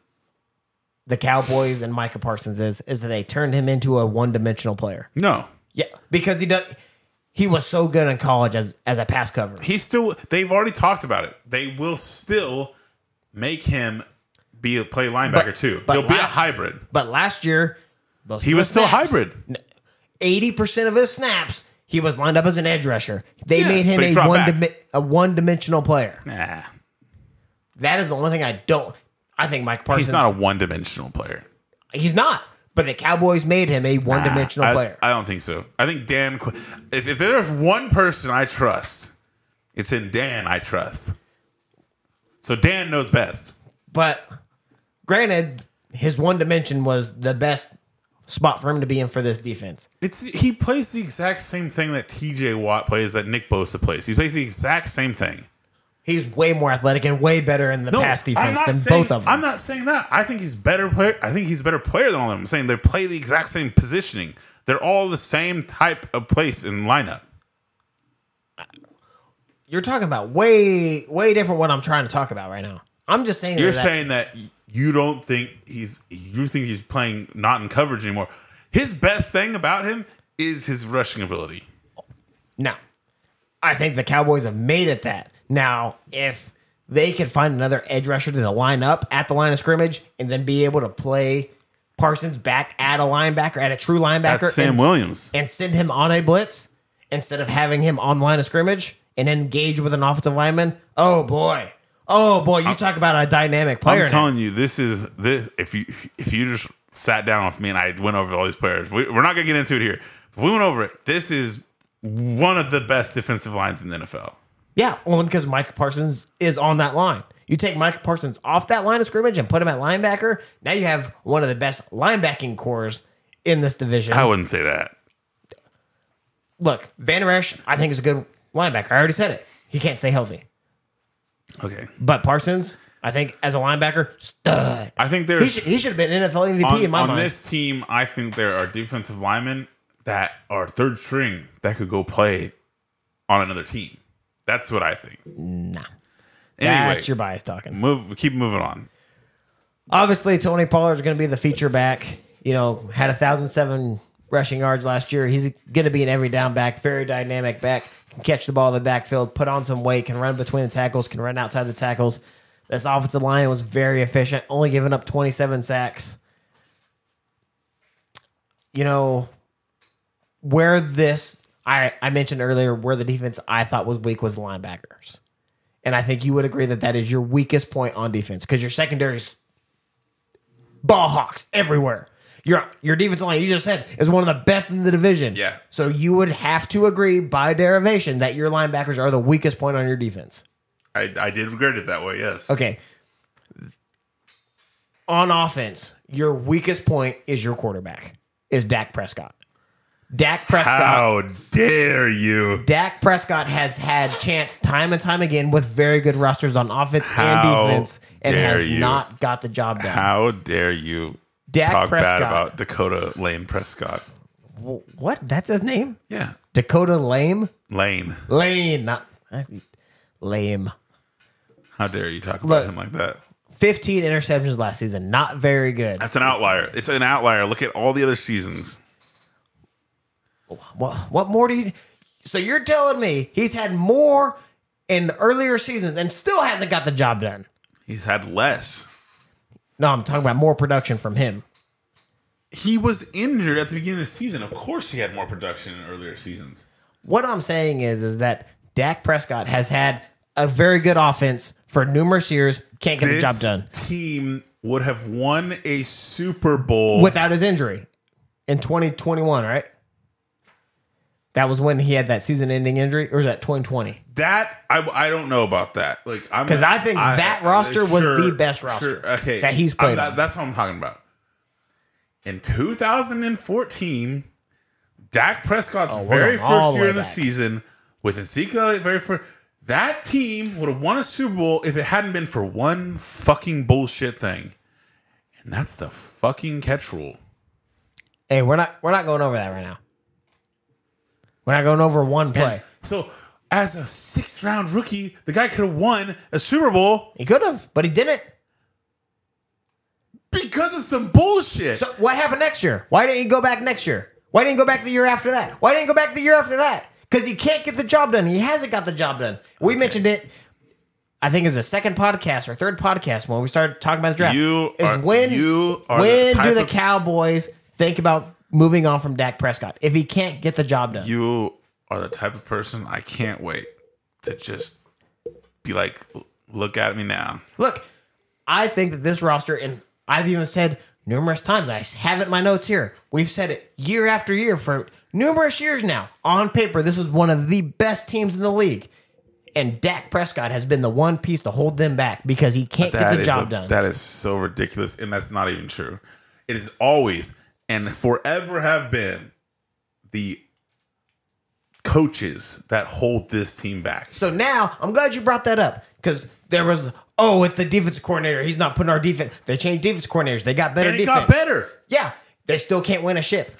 Speaker 2: the Cowboys and Micah Parsons is is that they turned him into a one dimensional player.
Speaker 1: No,
Speaker 2: Yeah, because he does. He was so good in college as as a pass cover.
Speaker 1: he still they've already talked about it. They will still make him be a play linebacker
Speaker 2: But-
Speaker 1: too.
Speaker 2: but
Speaker 1: He'll be a
Speaker 2: la-
Speaker 1: hybrid.
Speaker 2: But last year, most
Speaker 1: He
Speaker 2: of
Speaker 1: was
Speaker 2: his
Speaker 1: still
Speaker 2: snaps-
Speaker 1: hybrid.
Speaker 2: eighty percent of his snaps, he was lined up as an edge rusher. They
Speaker 1: Yeah,
Speaker 2: made him
Speaker 1: but he
Speaker 2: a
Speaker 1: dropped
Speaker 2: one
Speaker 1: back.
Speaker 2: dimi- a one dimensional player.
Speaker 1: Nah.
Speaker 2: That is the only thing I don't. I think Mike Parsons.
Speaker 1: He's not a one dimensional player.
Speaker 2: he's not. But the Cowboys made him a one dimensional
Speaker 1: I,
Speaker 2: player.
Speaker 1: I don't think so. I think Dan Qu- if, if there's one person I trust, it's in Dan I trust. So Dan knows best.
Speaker 2: but granted, his one dimension was the best spot for him to be in for this defense.
Speaker 1: It's he plays the exact same thing that TJ Watt plays, that Nick Bosa plays. He plays the exact same thing.
Speaker 2: He's way more athletic and way better in the pass defense than
Speaker 1: saying,
Speaker 2: both of them.
Speaker 1: I'm not saying that. I think he's better player. I think he's a better player than all of them. I'm saying they play the exact same positioning. They're all the same type of place in lineup.
Speaker 2: You're talking about way way different what I'm trying to talk about right now. I'm just saying.
Speaker 1: You're
Speaker 2: that-
Speaker 1: saying that y- you don't think he's you think he's playing not in coverage anymore. His best thing about him is his rushing ability.
Speaker 2: No. I think the Cowboys have made it that. Now, if they could find another edge rusher to line up at the line of scrimmage and then be able to play Parsons back at a linebacker, at a true linebacker,
Speaker 1: That's Sam
Speaker 2: and,
Speaker 1: Williams.
Speaker 2: and send him on a blitz instead of having him on the line of scrimmage and engage with an offensive lineman, oh boy. Oh boy, you talk about a dynamic player.
Speaker 1: I'm
Speaker 2: now.
Speaker 1: telling you, this is this. If you if you just sat down with me and I went over all these players, we, we're not gonna get into it here. But we went over it. This is one of the best defensive lines in the NFL.
Speaker 2: Yeah, only because Mike Parsons is on that line. You take Mike Parsons off that line of scrimmage and put him at linebacker. Now you have one of the best linebacking cores in this division.
Speaker 1: I wouldn't say that.
Speaker 2: Look, Van Der Esch, I think is a good linebacker. I already said it. He can't stay healthy,
Speaker 1: Okay.
Speaker 2: but Parsons, I think as a linebacker, stud.
Speaker 1: I think
Speaker 2: He
Speaker 1: there's
Speaker 2: should, he should have been NFL MVP
Speaker 1: Er, on,
Speaker 2: in my
Speaker 1: on
Speaker 2: mind.
Speaker 1: this team, I think there are defensive linemen that are third string that could go play on another team. That's what I think.
Speaker 2: nah,
Speaker 1: Anyway,
Speaker 2: that's your bias talking.
Speaker 1: move keep moving on.
Speaker 2: Obviously, Tony Pollard's going to be the feature back. You know, had a thousand seven rushing yards last year. He's going to be an every down back, very dynamic back. Can catch the ball in the backfield, put on some weight, can run between the tackles, can run outside the tackles. This offensive line was very efficient, only giving up twenty seven sacks. You know, where this I I mentioned earlier, where the defense I thought was weak was linebackers. And I think you would agree that that is your weakest point on defense because your secondary is ball hawks everywhere. Your your defensive line, you just said, is one of the best in the division.
Speaker 1: Yeah.
Speaker 2: So you would have to agree by derivation that your linebackers are the weakest point on your defense.
Speaker 1: I, I did regret it that way, yes.
Speaker 2: Okay. On offense, your weakest point is your quarterback, is Dak Prescott. Dak Prescott.
Speaker 3: How dare you?
Speaker 2: Dak Prescott has had chance time and time again with very good rosters on offense
Speaker 3: How
Speaker 2: and defense and
Speaker 3: dare
Speaker 2: has
Speaker 3: you.
Speaker 2: not got the job done.
Speaker 3: How dare you
Speaker 2: Dak
Speaker 3: talk
Speaker 2: Prescott.
Speaker 3: bad about Dakota Lane Prescott?
Speaker 2: W- What? That's his name?
Speaker 3: Yeah,
Speaker 2: Dakota Lame?
Speaker 3: Lane.
Speaker 2: Lane, not eh, lame.
Speaker 3: How dare you talk about
Speaker 2: Look.
Speaker 3: him like that?
Speaker 2: 15 interceptions last season. Not very good.
Speaker 3: That's an outlier. It's an outlier. Look at all the other seasons.
Speaker 2: What, what more do you. So you're telling me he's had more in earlier seasons and still hasn't got the job done?
Speaker 3: He's had less.
Speaker 2: No, I'm talking about more production from him.
Speaker 3: He was injured at the beginning.
Speaker 1: beginning of the season, of course, he had more production in earlier seasons.
Speaker 2: What I'm saying is, is that Dak Prescott has had a very good offense for numerous years. Can't get the
Speaker 3: This
Speaker 2: job done
Speaker 3: team would have won a Super Bowl.
Speaker 2: without his injury in 2021. Right? That was when he had that season-ending injury, or was that 2020?
Speaker 3: that
Speaker 1: I, I don't know about that. Like I'm
Speaker 2: 'Cause I think that roster was the best roster
Speaker 1: okay,
Speaker 2: that he's
Speaker 1: I'm
Speaker 2: played
Speaker 1: not-
Speaker 2: on.
Speaker 1: that's what I'm talking about. In 2014, Dak Prescott's
Speaker 2: Oh, we're
Speaker 1: very
Speaker 2: going all
Speaker 1: first
Speaker 2: the
Speaker 1: year
Speaker 2: way
Speaker 1: in the
Speaker 2: back.
Speaker 1: season with Ezekiel Elliott, very first. That team would have won a Super Bowl if it hadn't been for one fucking bullshit thing, and that's the fucking catch rule.
Speaker 2: Hey, we're not we're not going over that right now. We're not going over one play.
Speaker 1: So, as a sixth round rookie, the guy could have won a Super Bowl
Speaker 2: He could have, but he didn't.
Speaker 1: because of some bullshit.
Speaker 2: So what happened next year? Why didn't he go back next year? Why didn't he go back the year after that? Why didn't he go back the year after that? Because he can't get the job done. He hasn't got the job done. We mentioned it. I think it was the second podcast or third podcast when we started talking about the draft.
Speaker 3: You
Speaker 2: is
Speaker 3: are-
Speaker 2: when
Speaker 3: you are
Speaker 2: when
Speaker 3: the
Speaker 2: do
Speaker 3: type
Speaker 2: the
Speaker 3: of-
Speaker 2: Cowboys think about moving on from Dak Prescott if he can't get the job done?
Speaker 3: you are the type of person I can't wait to just be like, look at me now.
Speaker 2: Look, I think that this roster, and I've even said numerous times, I have it in my notes here. We've said it year after year for numerous years now. On paper, this was one of the best teams in the league. And Dak Prescott has been the one piece to hold them back because he can't
Speaker 3: That
Speaker 2: get the
Speaker 3: is
Speaker 2: job
Speaker 3: a-
Speaker 2: done.
Speaker 1: That is so ridiculous, and that's not even true. It is always and forever have been the coaches that hold this team back.
Speaker 2: so now I'm glad you brought that up because there was, oh, it's the defense coordinator. He's not putting our defense. They changed defense coordinators. They got better
Speaker 1: And it
Speaker 2: defense.
Speaker 1: got better.
Speaker 2: Yeah, they still can't win a ship.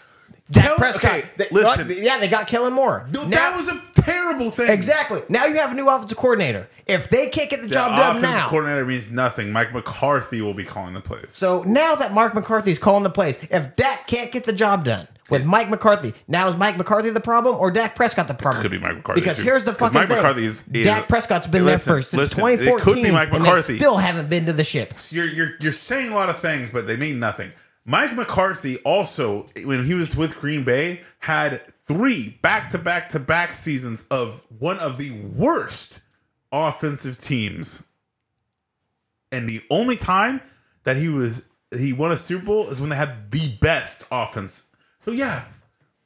Speaker 2: Dak
Speaker 1: Kill-
Speaker 2: Prescott.
Speaker 1: okay,
Speaker 2: they-
Speaker 1: listen.
Speaker 2: yeah, they got Kellen Moore.
Speaker 1: No,
Speaker 2: Now-
Speaker 1: that was a terrible thing.
Speaker 2: Exactly. Now you have a new offensive coordinator. If they can't get the
Speaker 1: The
Speaker 2: job done
Speaker 1: offensive
Speaker 2: now,
Speaker 1: coordinator means nothing. Mike McCarthy will be calling the plays.
Speaker 2: so now that Mark McCarthy's calling the plays, if Dak can't get the job done with Mike McCarthy, now is Mike McCarthy the problem or Dak Prescott the problem?
Speaker 3: Could be Mike McCarthy,
Speaker 2: Because
Speaker 3: too.
Speaker 2: here's the
Speaker 3: 'Cause
Speaker 2: fucking
Speaker 3: Mike
Speaker 2: thing:
Speaker 3: McCarthy is- is-
Speaker 2: Dak Prescott's been
Speaker 3: Listen,
Speaker 2: there for since
Speaker 3: listen, it could be
Speaker 2: 2014,
Speaker 3: Mike
Speaker 2: and they
Speaker 3: McCarthy.
Speaker 2: still haven't been to the ship.
Speaker 1: you're you're you're saying a lot of things, but they mean nothing. Mike McCarthy also, when he was with Green Bay, had three back to back to back seasons of one of the worst offensive teams. And the only time that he was he won a Super Bowl is when they had the best offense. So yeah,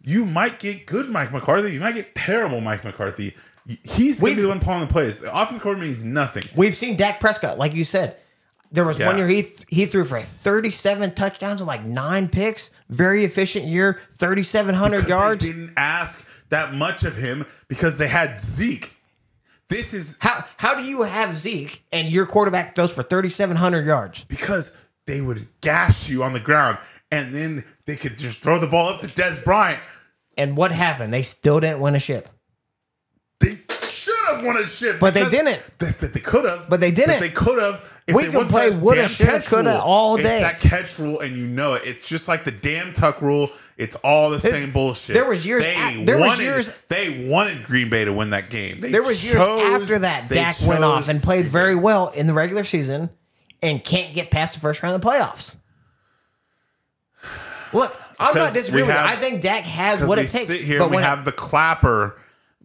Speaker 1: you might get good Mike McCarthy, you might get terrible Mike McCarthy. He's gonna be
Speaker 2: We've-
Speaker 1: the one calling the plays. The offensive coordinator means nothing.
Speaker 2: We've seen Dak Prescott, like you said. There was one
Speaker 1: Yeah.
Speaker 2: year he th- he threw for 37 touchdowns and like nine picks. Very efficient year, 3,700
Speaker 1: because
Speaker 2: yards.
Speaker 1: They didn't ask that much of him because they had Zeke. This is
Speaker 2: How how do you have Zeke and your quarterback throws for thirty seven hundred yards?
Speaker 1: because they would gash you on the ground and then they could just throw the ball up to Des Bryant.
Speaker 2: And what happened? They still didn't win a ship.
Speaker 1: They should have won a shit,
Speaker 2: But they
Speaker 1: because
Speaker 2: didn't.
Speaker 1: They, they- they could have,
Speaker 2: But they didn't.
Speaker 1: They could have. if
Speaker 2: We
Speaker 1: they
Speaker 2: can
Speaker 1: wasn't
Speaker 2: play
Speaker 1: that
Speaker 2: woulda,
Speaker 1: damn
Speaker 2: shoulda,
Speaker 1: catch
Speaker 2: coulda
Speaker 1: rule.
Speaker 2: all day.
Speaker 1: It's that catch rule, and you know it. It's just like the damn tuck rule. It's all the same bullshit.
Speaker 2: there was years
Speaker 1: They
Speaker 2: at- there was
Speaker 1: wanted,
Speaker 2: years-
Speaker 1: They wanted Green Bay to win that game. They
Speaker 2: There was years
Speaker 1: chose-
Speaker 2: after that
Speaker 1: they
Speaker 2: Dak went off
Speaker 1: chose-
Speaker 2: and played very well in the regular season and can't get past the first round of the playoffs. Look, I'm not
Speaker 1: Because we
Speaker 2: disagreeing with you.
Speaker 1: have-
Speaker 2: I think Dak has
Speaker 1: because
Speaker 2: what
Speaker 1: we
Speaker 2: it takes.
Speaker 1: sit here
Speaker 2: but
Speaker 1: and we
Speaker 2: when it-
Speaker 1: have the clapper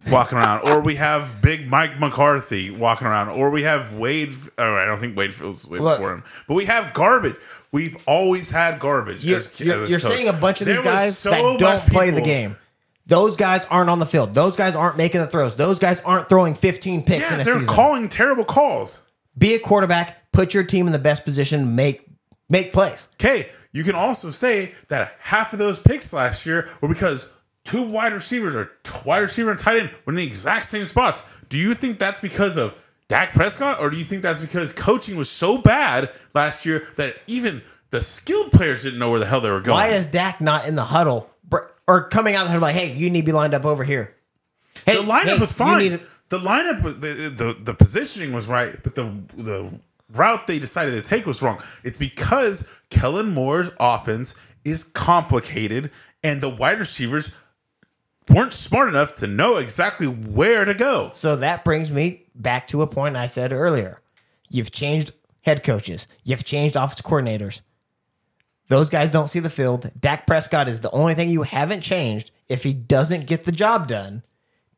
Speaker 1: walking around, or we have Big Mike McCarthy walking around, or we have Wade. Or I don't think Wade was way
Speaker 2: Look.
Speaker 1: before him, but we have garbage. We've always had garbage.
Speaker 2: you're,
Speaker 1: as-
Speaker 2: you're,
Speaker 1: as
Speaker 2: you're
Speaker 1: coach.
Speaker 2: saying a bunch of these
Speaker 1: There was
Speaker 2: guys
Speaker 1: so
Speaker 2: that
Speaker 1: much
Speaker 2: don't play the
Speaker 1: people-
Speaker 2: game. Those guys aren't on the field. Those guys aren't making the throws. Those guys aren't throwing 15 picks
Speaker 1: Yeah,
Speaker 2: in a
Speaker 1: they're
Speaker 2: season.
Speaker 1: calling terrible calls.
Speaker 2: be a quarterback, put your team in the best position, make make plays.
Speaker 1: Okay, you can also say that half of those picks last year were because two wide receivers or t- wide receiver and tight end were in the exact same spots. Do you think that's because of Dak Prescott, or do you think that's because coaching was so bad last year that even the skilled players didn't know where the hell they were going?
Speaker 2: Why is Dak not in the huddle Br- or coming out of the huddle like, hey, you need to be lined up over here? Hey,
Speaker 1: the lineup
Speaker 2: hey,
Speaker 1: was
Speaker 2: you
Speaker 1: fine.
Speaker 2: need to-
Speaker 1: the lineup, was- the, the the positioning was right, but the the route they decided to take was wrong. It's because Kellen Moore's offense is complicated, and the wide receivers weren't smart enough to know exactly where to go.
Speaker 2: So that brings me back to a point I said earlier. You've changed head coaches, you've changed offensive coordinators. Those guys don't see the field. Dak Prescott is the only thing you haven't changed. If he doesn't get the job done,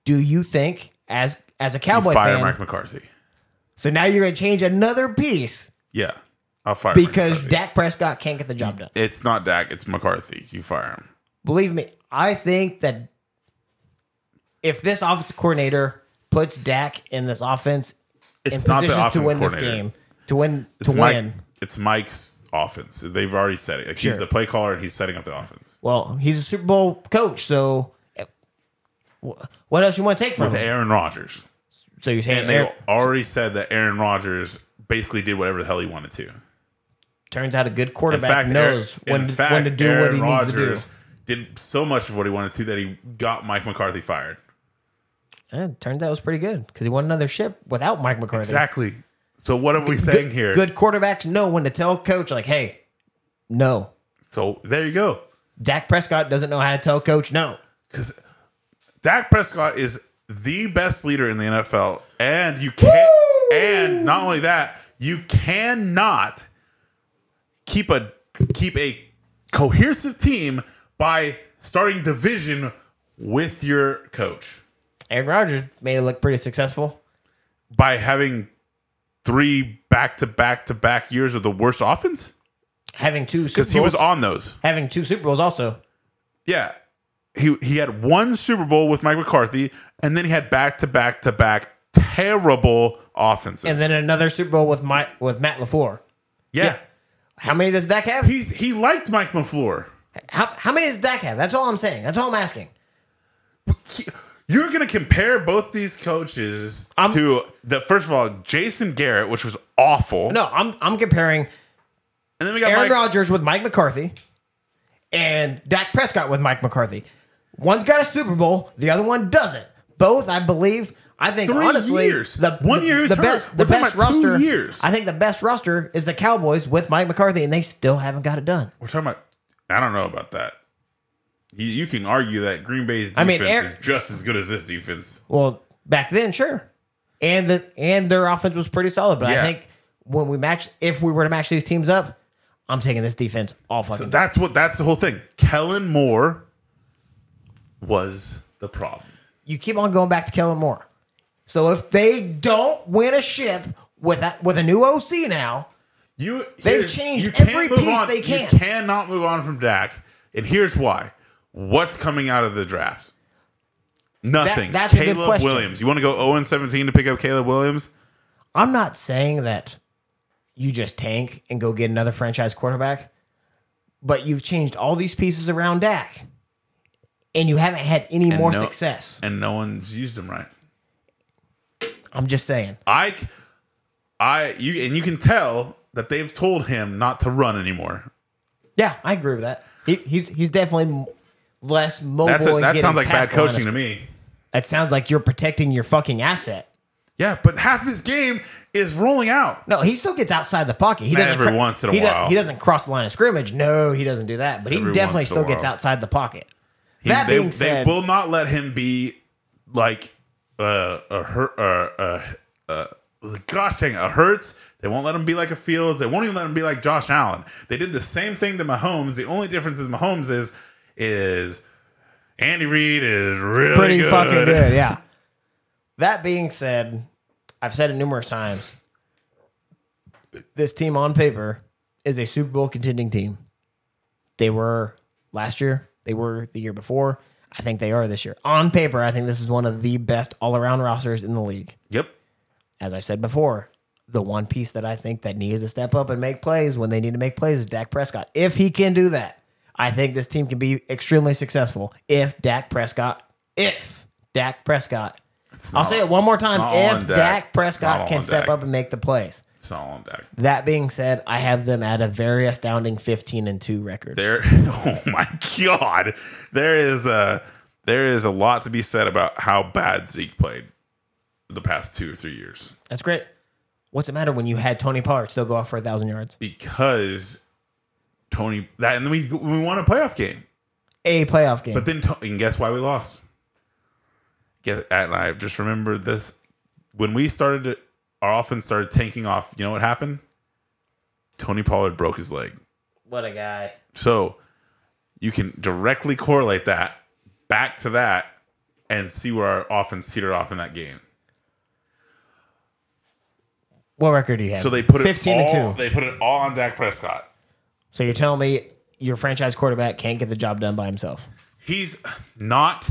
Speaker 2: do you think as as a Cowboy
Speaker 1: Fire
Speaker 2: fan?
Speaker 1: Mike McCarthy.
Speaker 2: So now you're going to change another piece
Speaker 1: Yeah, I'll fire Mike
Speaker 2: because
Speaker 1: McCarthy.
Speaker 2: Dak Prescott can't get the job done.
Speaker 1: it's not Dak, it's McCarthy. You fire him.
Speaker 2: believe me, I think that if this offensive coordinator puts Dak in this offense
Speaker 1: It's
Speaker 2: in
Speaker 1: not the
Speaker 2: positions to
Speaker 1: offense
Speaker 2: win this
Speaker 1: coordinator.
Speaker 2: game, to win,
Speaker 1: It's
Speaker 2: to
Speaker 1: Mike-
Speaker 2: win,
Speaker 1: It's Mike's offense. They've already said it. Like He's
Speaker 2: Sure.
Speaker 1: the play caller, and he's setting up the offense.
Speaker 2: well, he's a Super Bowl coach, so eh, wh- what else you want to take from
Speaker 1: With
Speaker 2: him?
Speaker 1: Aaron Rodgers.
Speaker 2: So you're saying
Speaker 1: And they
Speaker 2: Aaron-
Speaker 1: already said that Aaron Rodgers basically did whatever the hell he wanted to.
Speaker 2: turns out a good
Speaker 1: In
Speaker 2: quarterback
Speaker 1: fact,
Speaker 2: knows
Speaker 1: Aaron,
Speaker 2: when
Speaker 1: in
Speaker 2: to,
Speaker 1: fact,
Speaker 2: when to do
Speaker 1: Aaron
Speaker 2: what he needs
Speaker 1: Rodgers
Speaker 2: to
Speaker 1: did so much of what he wanted to that he got Mike McCarthy fired.
Speaker 2: do. Eh, turns out it was pretty good because he won another ship without Mike McCarthy.
Speaker 1: Exactly. So what are we saying here?
Speaker 2: Good quarterbacks know when to tell coach like, "Hey, no."
Speaker 1: So there you go.
Speaker 2: Dak Prescott doesn't know how to tell coach no.
Speaker 1: Because Dak Prescott is the best leader in the NFL, and you can't. And not only that, you cannot keep a keep a cohesive team by starting division with your coach
Speaker 2: Aaron Rodgers made it look pretty successful.
Speaker 1: by having three back to back to back years of the worst offense
Speaker 2: Having two Super
Speaker 1: because
Speaker 2: Bowls,
Speaker 1: he was on those.
Speaker 2: having two Super Bowls also.
Speaker 1: Yeah. He he had one Super Bowl with Mike McCarthy, and then he had back to back to back terrible offenses.
Speaker 2: And then another Super Bowl with my with Matt LaFleur.
Speaker 1: yeah.
Speaker 2: How many does Dak have?
Speaker 1: He's he liked Mike McFleur.
Speaker 2: How, how many does Dak have? That's all I'm saying. That's all I'm asking.
Speaker 1: He- you're gonna compare both these coaches
Speaker 2: I'm-
Speaker 1: to the first of all, Jason Garrett, which was awful.
Speaker 2: No, I'm I'm comparing
Speaker 1: and then we got
Speaker 2: Aaron
Speaker 1: Mike,
Speaker 2: Rodgers with Mike McCarthy and Dak Prescott with Mike McCarthy. One's got a Super Bowl, the other one doesn't. Both, I believe, I think
Speaker 1: Three
Speaker 2: honestly,
Speaker 1: years.
Speaker 2: the
Speaker 1: One
Speaker 2: the-
Speaker 1: year he's
Speaker 2: the
Speaker 1: hurt.
Speaker 2: best,
Speaker 1: We're
Speaker 2: the
Speaker 1: talking
Speaker 2: best
Speaker 1: about two
Speaker 2: roster.
Speaker 1: years.
Speaker 2: I think the best roster is the Cowboys with Mike McCarthy, and they still haven't got it done.
Speaker 1: We're talking about I don't know about that. You, you can argue that Green Bay's defense
Speaker 2: I mean, Aaron-
Speaker 1: is just as good as this defense.
Speaker 2: Well, back then, sure, and the and their offense was pretty solid. But
Speaker 1: Yeah.
Speaker 2: I think when we match, if we were to match these teams up, I'm taking this defense all fucking.
Speaker 1: So that's what that's the whole thing. Kellen Moore was the problem.
Speaker 2: you keep on going back to Kellen Moore. So if they don't win a ship with a, with a new OC now,
Speaker 1: You
Speaker 2: They've
Speaker 1: here's-
Speaker 2: changed
Speaker 1: can't
Speaker 2: every
Speaker 1: move
Speaker 2: piece
Speaker 1: on-
Speaker 2: they can.
Speaker 1: You cannot move on from Dak, and here's why. What's coming out of the draft? Nothing.
Speaker 2: that's a good
Speaker 1: Caleb
Speaker 2: question.
Speaker 1: Williams. You want to go 0 and 17 to pick up Caleb Williams?
Speaker 2: I'm not saying that you just tank and go get another franchise quarterback, but you've changed all these pieces around Dak, and you haven't had any more
Speaker 1: no-
Speaker 2: success.
Speaker 1: And no one's used him right.
Speaker 2: I'm just saying.
Speaker 1: I, c- I, you, and you can tell that they've told him not to run anymore.
Speaker 2: Yeah, I agree with that. He, he's he's definitely m- less mobile.
Speaker 1: That's a,
Speaker 2: and
Speaker 1: that
Speaker 2: Oh getting
Speaker 1: sounds like bad
Speaker 2: past the line of
Speaker 1: coaching to
Speaker 2: sc-
Speaker 1: me.
Speaker 2: That sounds like you're protecting your fucking asset.
Speaker 1: Yeah, but half his game is rolling out.
Speaker 2: No, he still gets outside the pocket. He doesn't
Speaker 1: Every once in a
Speaker 2: he do-
Speaker 1: while.
Speaker 2: he doesn't cross the line of scrimmage. No, he doesn't do that. But he
Speaker 1: Every
Speaker 2: definitely
Speaker 1: once in a
Speaker 2: still gets
Speaker 1: while.
Speaker 2: outside the pocket.
Speaker 1: He-
Speaker 2: that
Speaker 1: they,
Speaker 2: being
Speaker 1: they
Speaker 2: said,
Speaker 1: will not let him be like uh, a hurt. Uh, uh, uh, gosh dang, a Hurts. They won't let him be like a Fields. They won't even let him be like Josh Allen. They did the same thing to Mahomes. The only difference is Mahomes is is Andy Reid is really
Speaker 2: pretty
Speaker 1: good.
Speaker 2: fucking good. Yeah. that being said, I've said it numerous times. This team on paper is a Super Bowl contending team. They were last year. They were the year before. I think they are this year. On paper, I think this is one of the best all around rosters in the league.
Speaker 1: Yep.
Speaker 2: as I said before, the one piece that I think that needs to step up and make plays when they need to make plays is Dak Prescott. If he can do that, I think this team can be extremely successful if Dak Prescott, if Dak Prescott,
Speaker 1: It's
Speaker 2: I'll
Speaker 1: not-
Speaker 2: say it one more time,
Speaker 1: not all
Speaker 2: if
Speaker 1: on
Speaker 2: Dak, Prescott
Speaker 1: Not all
Speaker 2: can
Speaker 1: on
Speaker 2: step
Speaker 1: Dak.
Speaker 2: up and make the plays.
Speaker 1: It's all on Dak.
Speaker 2: That being said, I have them at a very astounding 15 and 2 record.
Speaker 1: There, [LAUGHS] oh my god, there is a there is a lot to be said about how bad Zeke played the past two or three years
Speaker 2: That's great. What's it matter when you had Tony Pollard still go off for a 1,000 yards?
Speaker 1: because Tony that and then we we won a playoff game,
Speaker 2: A playoff game.
Speaker 1: but then To- and guess why we lost? Guess, and I just remembered this when we started to- our offense started tanking off. You know what happened? Tony Pollard broke his leg.
Speaker 2: what a guy.
Speaker 1: So you can directly correlate that back to that and see where our offense teetered off in that game.
Speaker 2: What record do you have?
Speaker 1: So they put it
Speaker 2: 15
Speaker 1: all,
Speaker 2: and 2.
Speaker 1: They put it all on Dak Prescott.
Speaker 2: So you're telling me your franchise quarterback can't get the job done by himself?
Speaker 1: He's not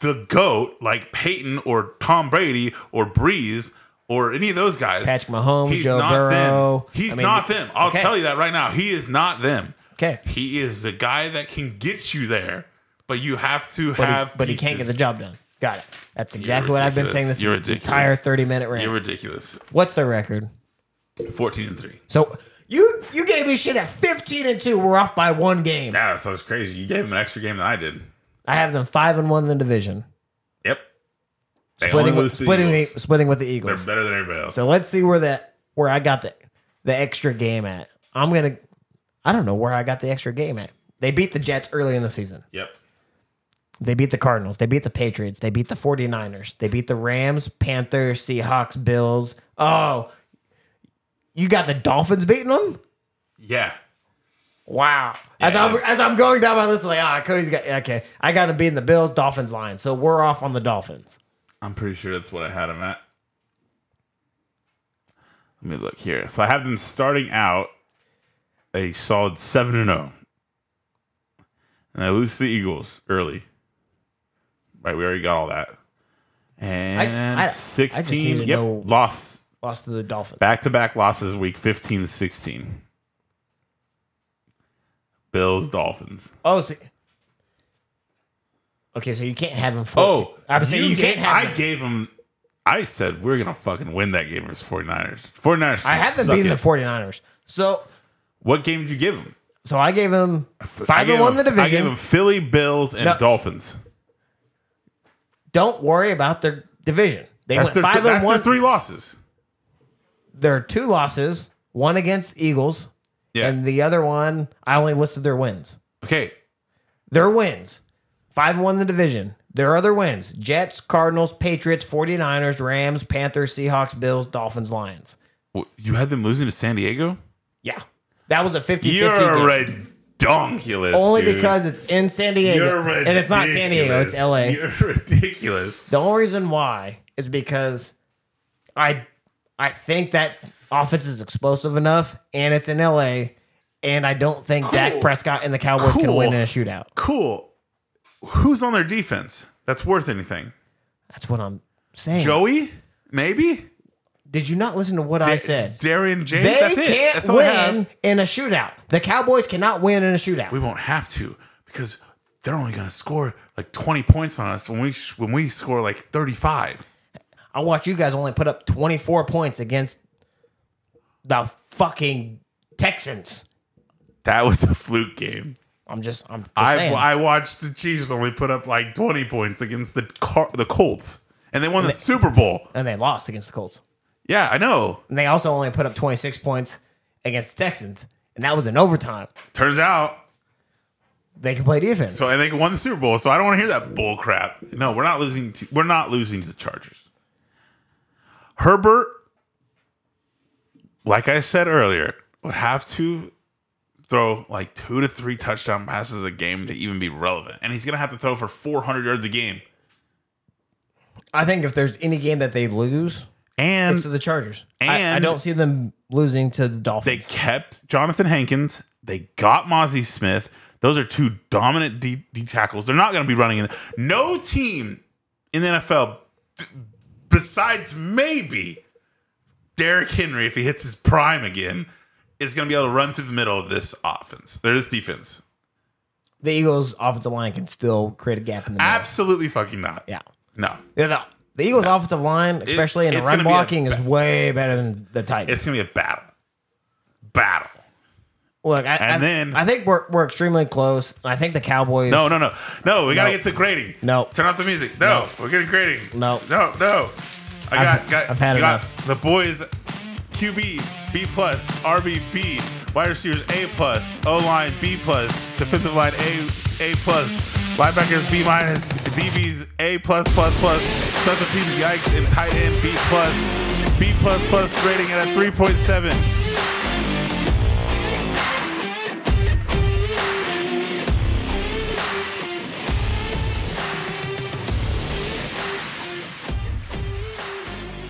Speaker 1: the goat like Peyton or Tom Brady or Breeze or any of those guys.
Speaker 2: Patrick Mahomes,
Speaker 1: He's
Speaker 2: Joe
Speaker 1: not
Speaker 2: Burrow.
Speaker 1: them. He's
Speaker 2: I mean,
Speaker 1: not them. I'll
Speaker 2: okay.
Speaker 1: tell you that right now. He is not them.
Speaker 2: Okay.
Speaker 1: He is the guy that can get you there, but you have to
Speaker 2: But,
Speaker 1: have.
Speaker 2: he, but he can't get the
Speaker 1: pieces.
Speaker 2: job done. Got it. That's exactly what I've been saying
Speaker 1: ridiculous.
Speaker 2: this
Speaker 1: You're ridiculous.
Speaker 2: entire 30 minute
Speaker 1: You're
Speaker 2: rant.
Speaker 1: ridiculous.
Speaker 2: What's their record?
Speaker 1: Fourteen and three.
Speaker 2: So you you gave me shit at 15 and 2. We're off by one game.
Speaker 5: Yeah, so it's crazy. You
Speaker 1: You gave him an extra game than I did.
Speaker 2: I have them 5 and 1 in the division.
Speaker 5: Yep. They
Speaker 2: Splitting
Speaker 5: only
Speaker 2: with,
Speaker 5: lose to the
Speaker 2: splitting,
Speaker 5: Eagles.
Speaker 2: the- splitting with the
Speaker 5: They're
Speaker 2: Eagles.
Speaker 5: better than everybody else.
Speaker 2: So let's see where that where I got the the extra game at. I'm going to I don't know where I got the extra game at. They beat the Jets early in the season.
Speaker 5: yep.
Speaker 2: They beat the Cardinals. They beat the Patriots. They beat the 49ers. They beat the Rams, Panthers, Seahawks, Bills. Oh, you got the Dolphins beating them?
Speaker 1: Yeah.
Speaker 2: Wow. As,
Speaker 1: Yeah.
Speaker 2: I'm, as I'm going down my list, like, ah, Cody's got, okay. I got him beating the Bills, Dolphins, Lions. So we're off on the Dolphins.
Speaker 1: I'm pretty sure that's what I had them at. Let me look here. So I have them starting out a solid 7 and 0. And I lose to the Eagles early. Right, we already got all that. And
Speaker 2: I- I just
Speaker 1: 16
Speaker 2: need to
Speaker 1: yep,
Speaker 2: know-
Speaker 1: loss
Speaker 2: Lost to the Dolphins.
Speaker 1: back to back losses week 15 16. Bills Dolphins.
Speaker 2: Oh, see. Okay, so you can't have him 14.
Speaker 1: Oh,
Speaker 2: I was saying you,
Speaker 1: gave,
Speaker 2: can't have
Speaker 1: I
Speaker 2: them.
Speaker 1: gave him. I said we're gonna fucking win that game versus 49ers. 49ers.
Speaker 2: I have them
Speaker 1: suck
Speaker 2: beating
Speaker 1: it.
Speaker 2: the 49ers. So
Speaker 1: What game did you give him?
Speaker 2: so I gave him 5
Speaker 1: gave
Speaker 2: and 1 in the
Speaker 1: him-
Speaker 2: division.
Speaker 1: I gave him Philly, Bills, and
Speaker 2: No.
Speaker 1: Dolphins.
Speaker 2: Don't worry about their division. They
Speaker 1: That's their,
Speaker 2: went 5
Speaker 1: that's
Speaker 2: and
Speaker 1: their
Speaker 2: 1.
Speaker 1: three losses.
Speaker 2: there are two losses, one against the Eagles,
Speaker 1: Yeah.
Speaker 2: and the other one I only listed their wins.
Speaker 1: okay.
Speaker 2: Their wins. 5 1 in the division. Their other wins Jets, Cardinals, Patriots, 49ers, Rams, Panthers, Seahawks, Bills, Dolphins, Lions.
Speaker 1: Well, You had them losing to San Diego.
Speaker 2: Yeah. That was a 50
Speaker 1: You're
Speaker 2: 50 game.
Speaker 1: redonkulous.
Speaker 2: Only
Speaker 1: dude.
Speaker 2: because it's in San Diego.
Speaker 1: you're ridiculous.
Speaker 2: and it's not San Diego, it's LA.
Speaker 1: You're ridiculous.
Speaker 2: The only reason why is because I I think that offense is explosive enough and it's in LA and I don't think Dak Prescott and the Cowboys can
Speaker 1: Cool.
Speaker 2: win in a shootout.
Speaker 1: Cool. Who's on their defense? That's worth anything.
Speaker 2: That's what I'm saying.
Speaker 1: Joey, maybe.
Speaker 2: Did you not listen to what I said?
Speaker 1: Darian James.
Speaker 2: They
Speaker 1: that's it.
Speaker 2: can't
Speaker 1: That's all I have.
Speaker 2: win in a shootout. The Cowboys cannot win in a shootout.
Speaker 1: we won't have to because they're only going to score like 20 points on us when we when we score like 35.
Speaker 2: I watch you guys only put up 24 points against the fucking Texans.
Speaker 1: That was a fluke game.
Speaker 2: I'm just I'm just
Speaker 1: I
Speaker 2: saying.
Speaker 1: I watched the Chiefs only put up like 20 points against the Car- the Colts and they won the Super Bowl.
Speaker 2: and they lost against the Colts.
Speaker 1: Yeah, I know.
Speaker 2: And they also only put up 26 points against the Texans. And that was in overtime.
Speaker 1: Turns out
Speaker 2: They can play defense.
Speaker 1: so I think won the Super Bowl. So I don't want to hear that bull crap. No, we're not losing to, we're not losing to the Chargers. Herbert like I said earlier, would have to throw like two to three touchdown passes a game to even be relevant. And he's going to have to throw for 400 yards a game.
Speaker 2: I think if there's any game that they lose, it's
Speaker 1: And
Speaker 2: to the Chargers. I, I
Speaker 1: and-
Speaker 2: don't see them losing to the
Speaker 1: they
Speaker 2: Dolphins.
Speaker 1: kept Jonathan Hankins. They got Mozzie Smith. Those are two dominant D, D tackles. They're not going to be running in. No team in the NFL, b- besides maybe Derrick Henry, if he hits his prime again, is going to be able to run through the middle of this offense. There's defense.
Speaker 2: the Eagles' offensive line can still create a gap in the middle.
Speaker 1: Absolutely fucking not.
Speaker 2: yeah.
Speaker 1: No.
Speaker 2: Yeah, the, the Eagles' offensive line, especially in the
Speaker 1: it's
Speaker 2: run
Speaker 1: gonna be a
Speaker 2: blocking, is way better than the Titans.
Speaker 1: It's gonna be a battle. Battle.
Speaker 2: Look, I,
Speaker 1: and
Speaker 2: I-
Speaker 1: then-
Speaker 2: I think we're we're extremely close. I think the Cowboys.
Speaker 1: No, no, no. No, we gotta
Speaker 2: No.
Speaker 1: get to grading.
Speaker 2: No.
Speaker 1: Turn off the music. No, we're getting grading.
Speaker 2: No.
Speaker 1: No, no. I got
Speaker 2: I've-
Speaker 1: got
Speaker 2: I've
Speaker 1: got
Speaker 2: had enough.
Speaker 1: the boys QB, B plus, RB B, wide receivers A plus, O line B plus, defensive line A A plus, linebackers B minus, DBs A plus plus plus, special teams yikes, and tight end B plus, B plus plus rating at a three point seven.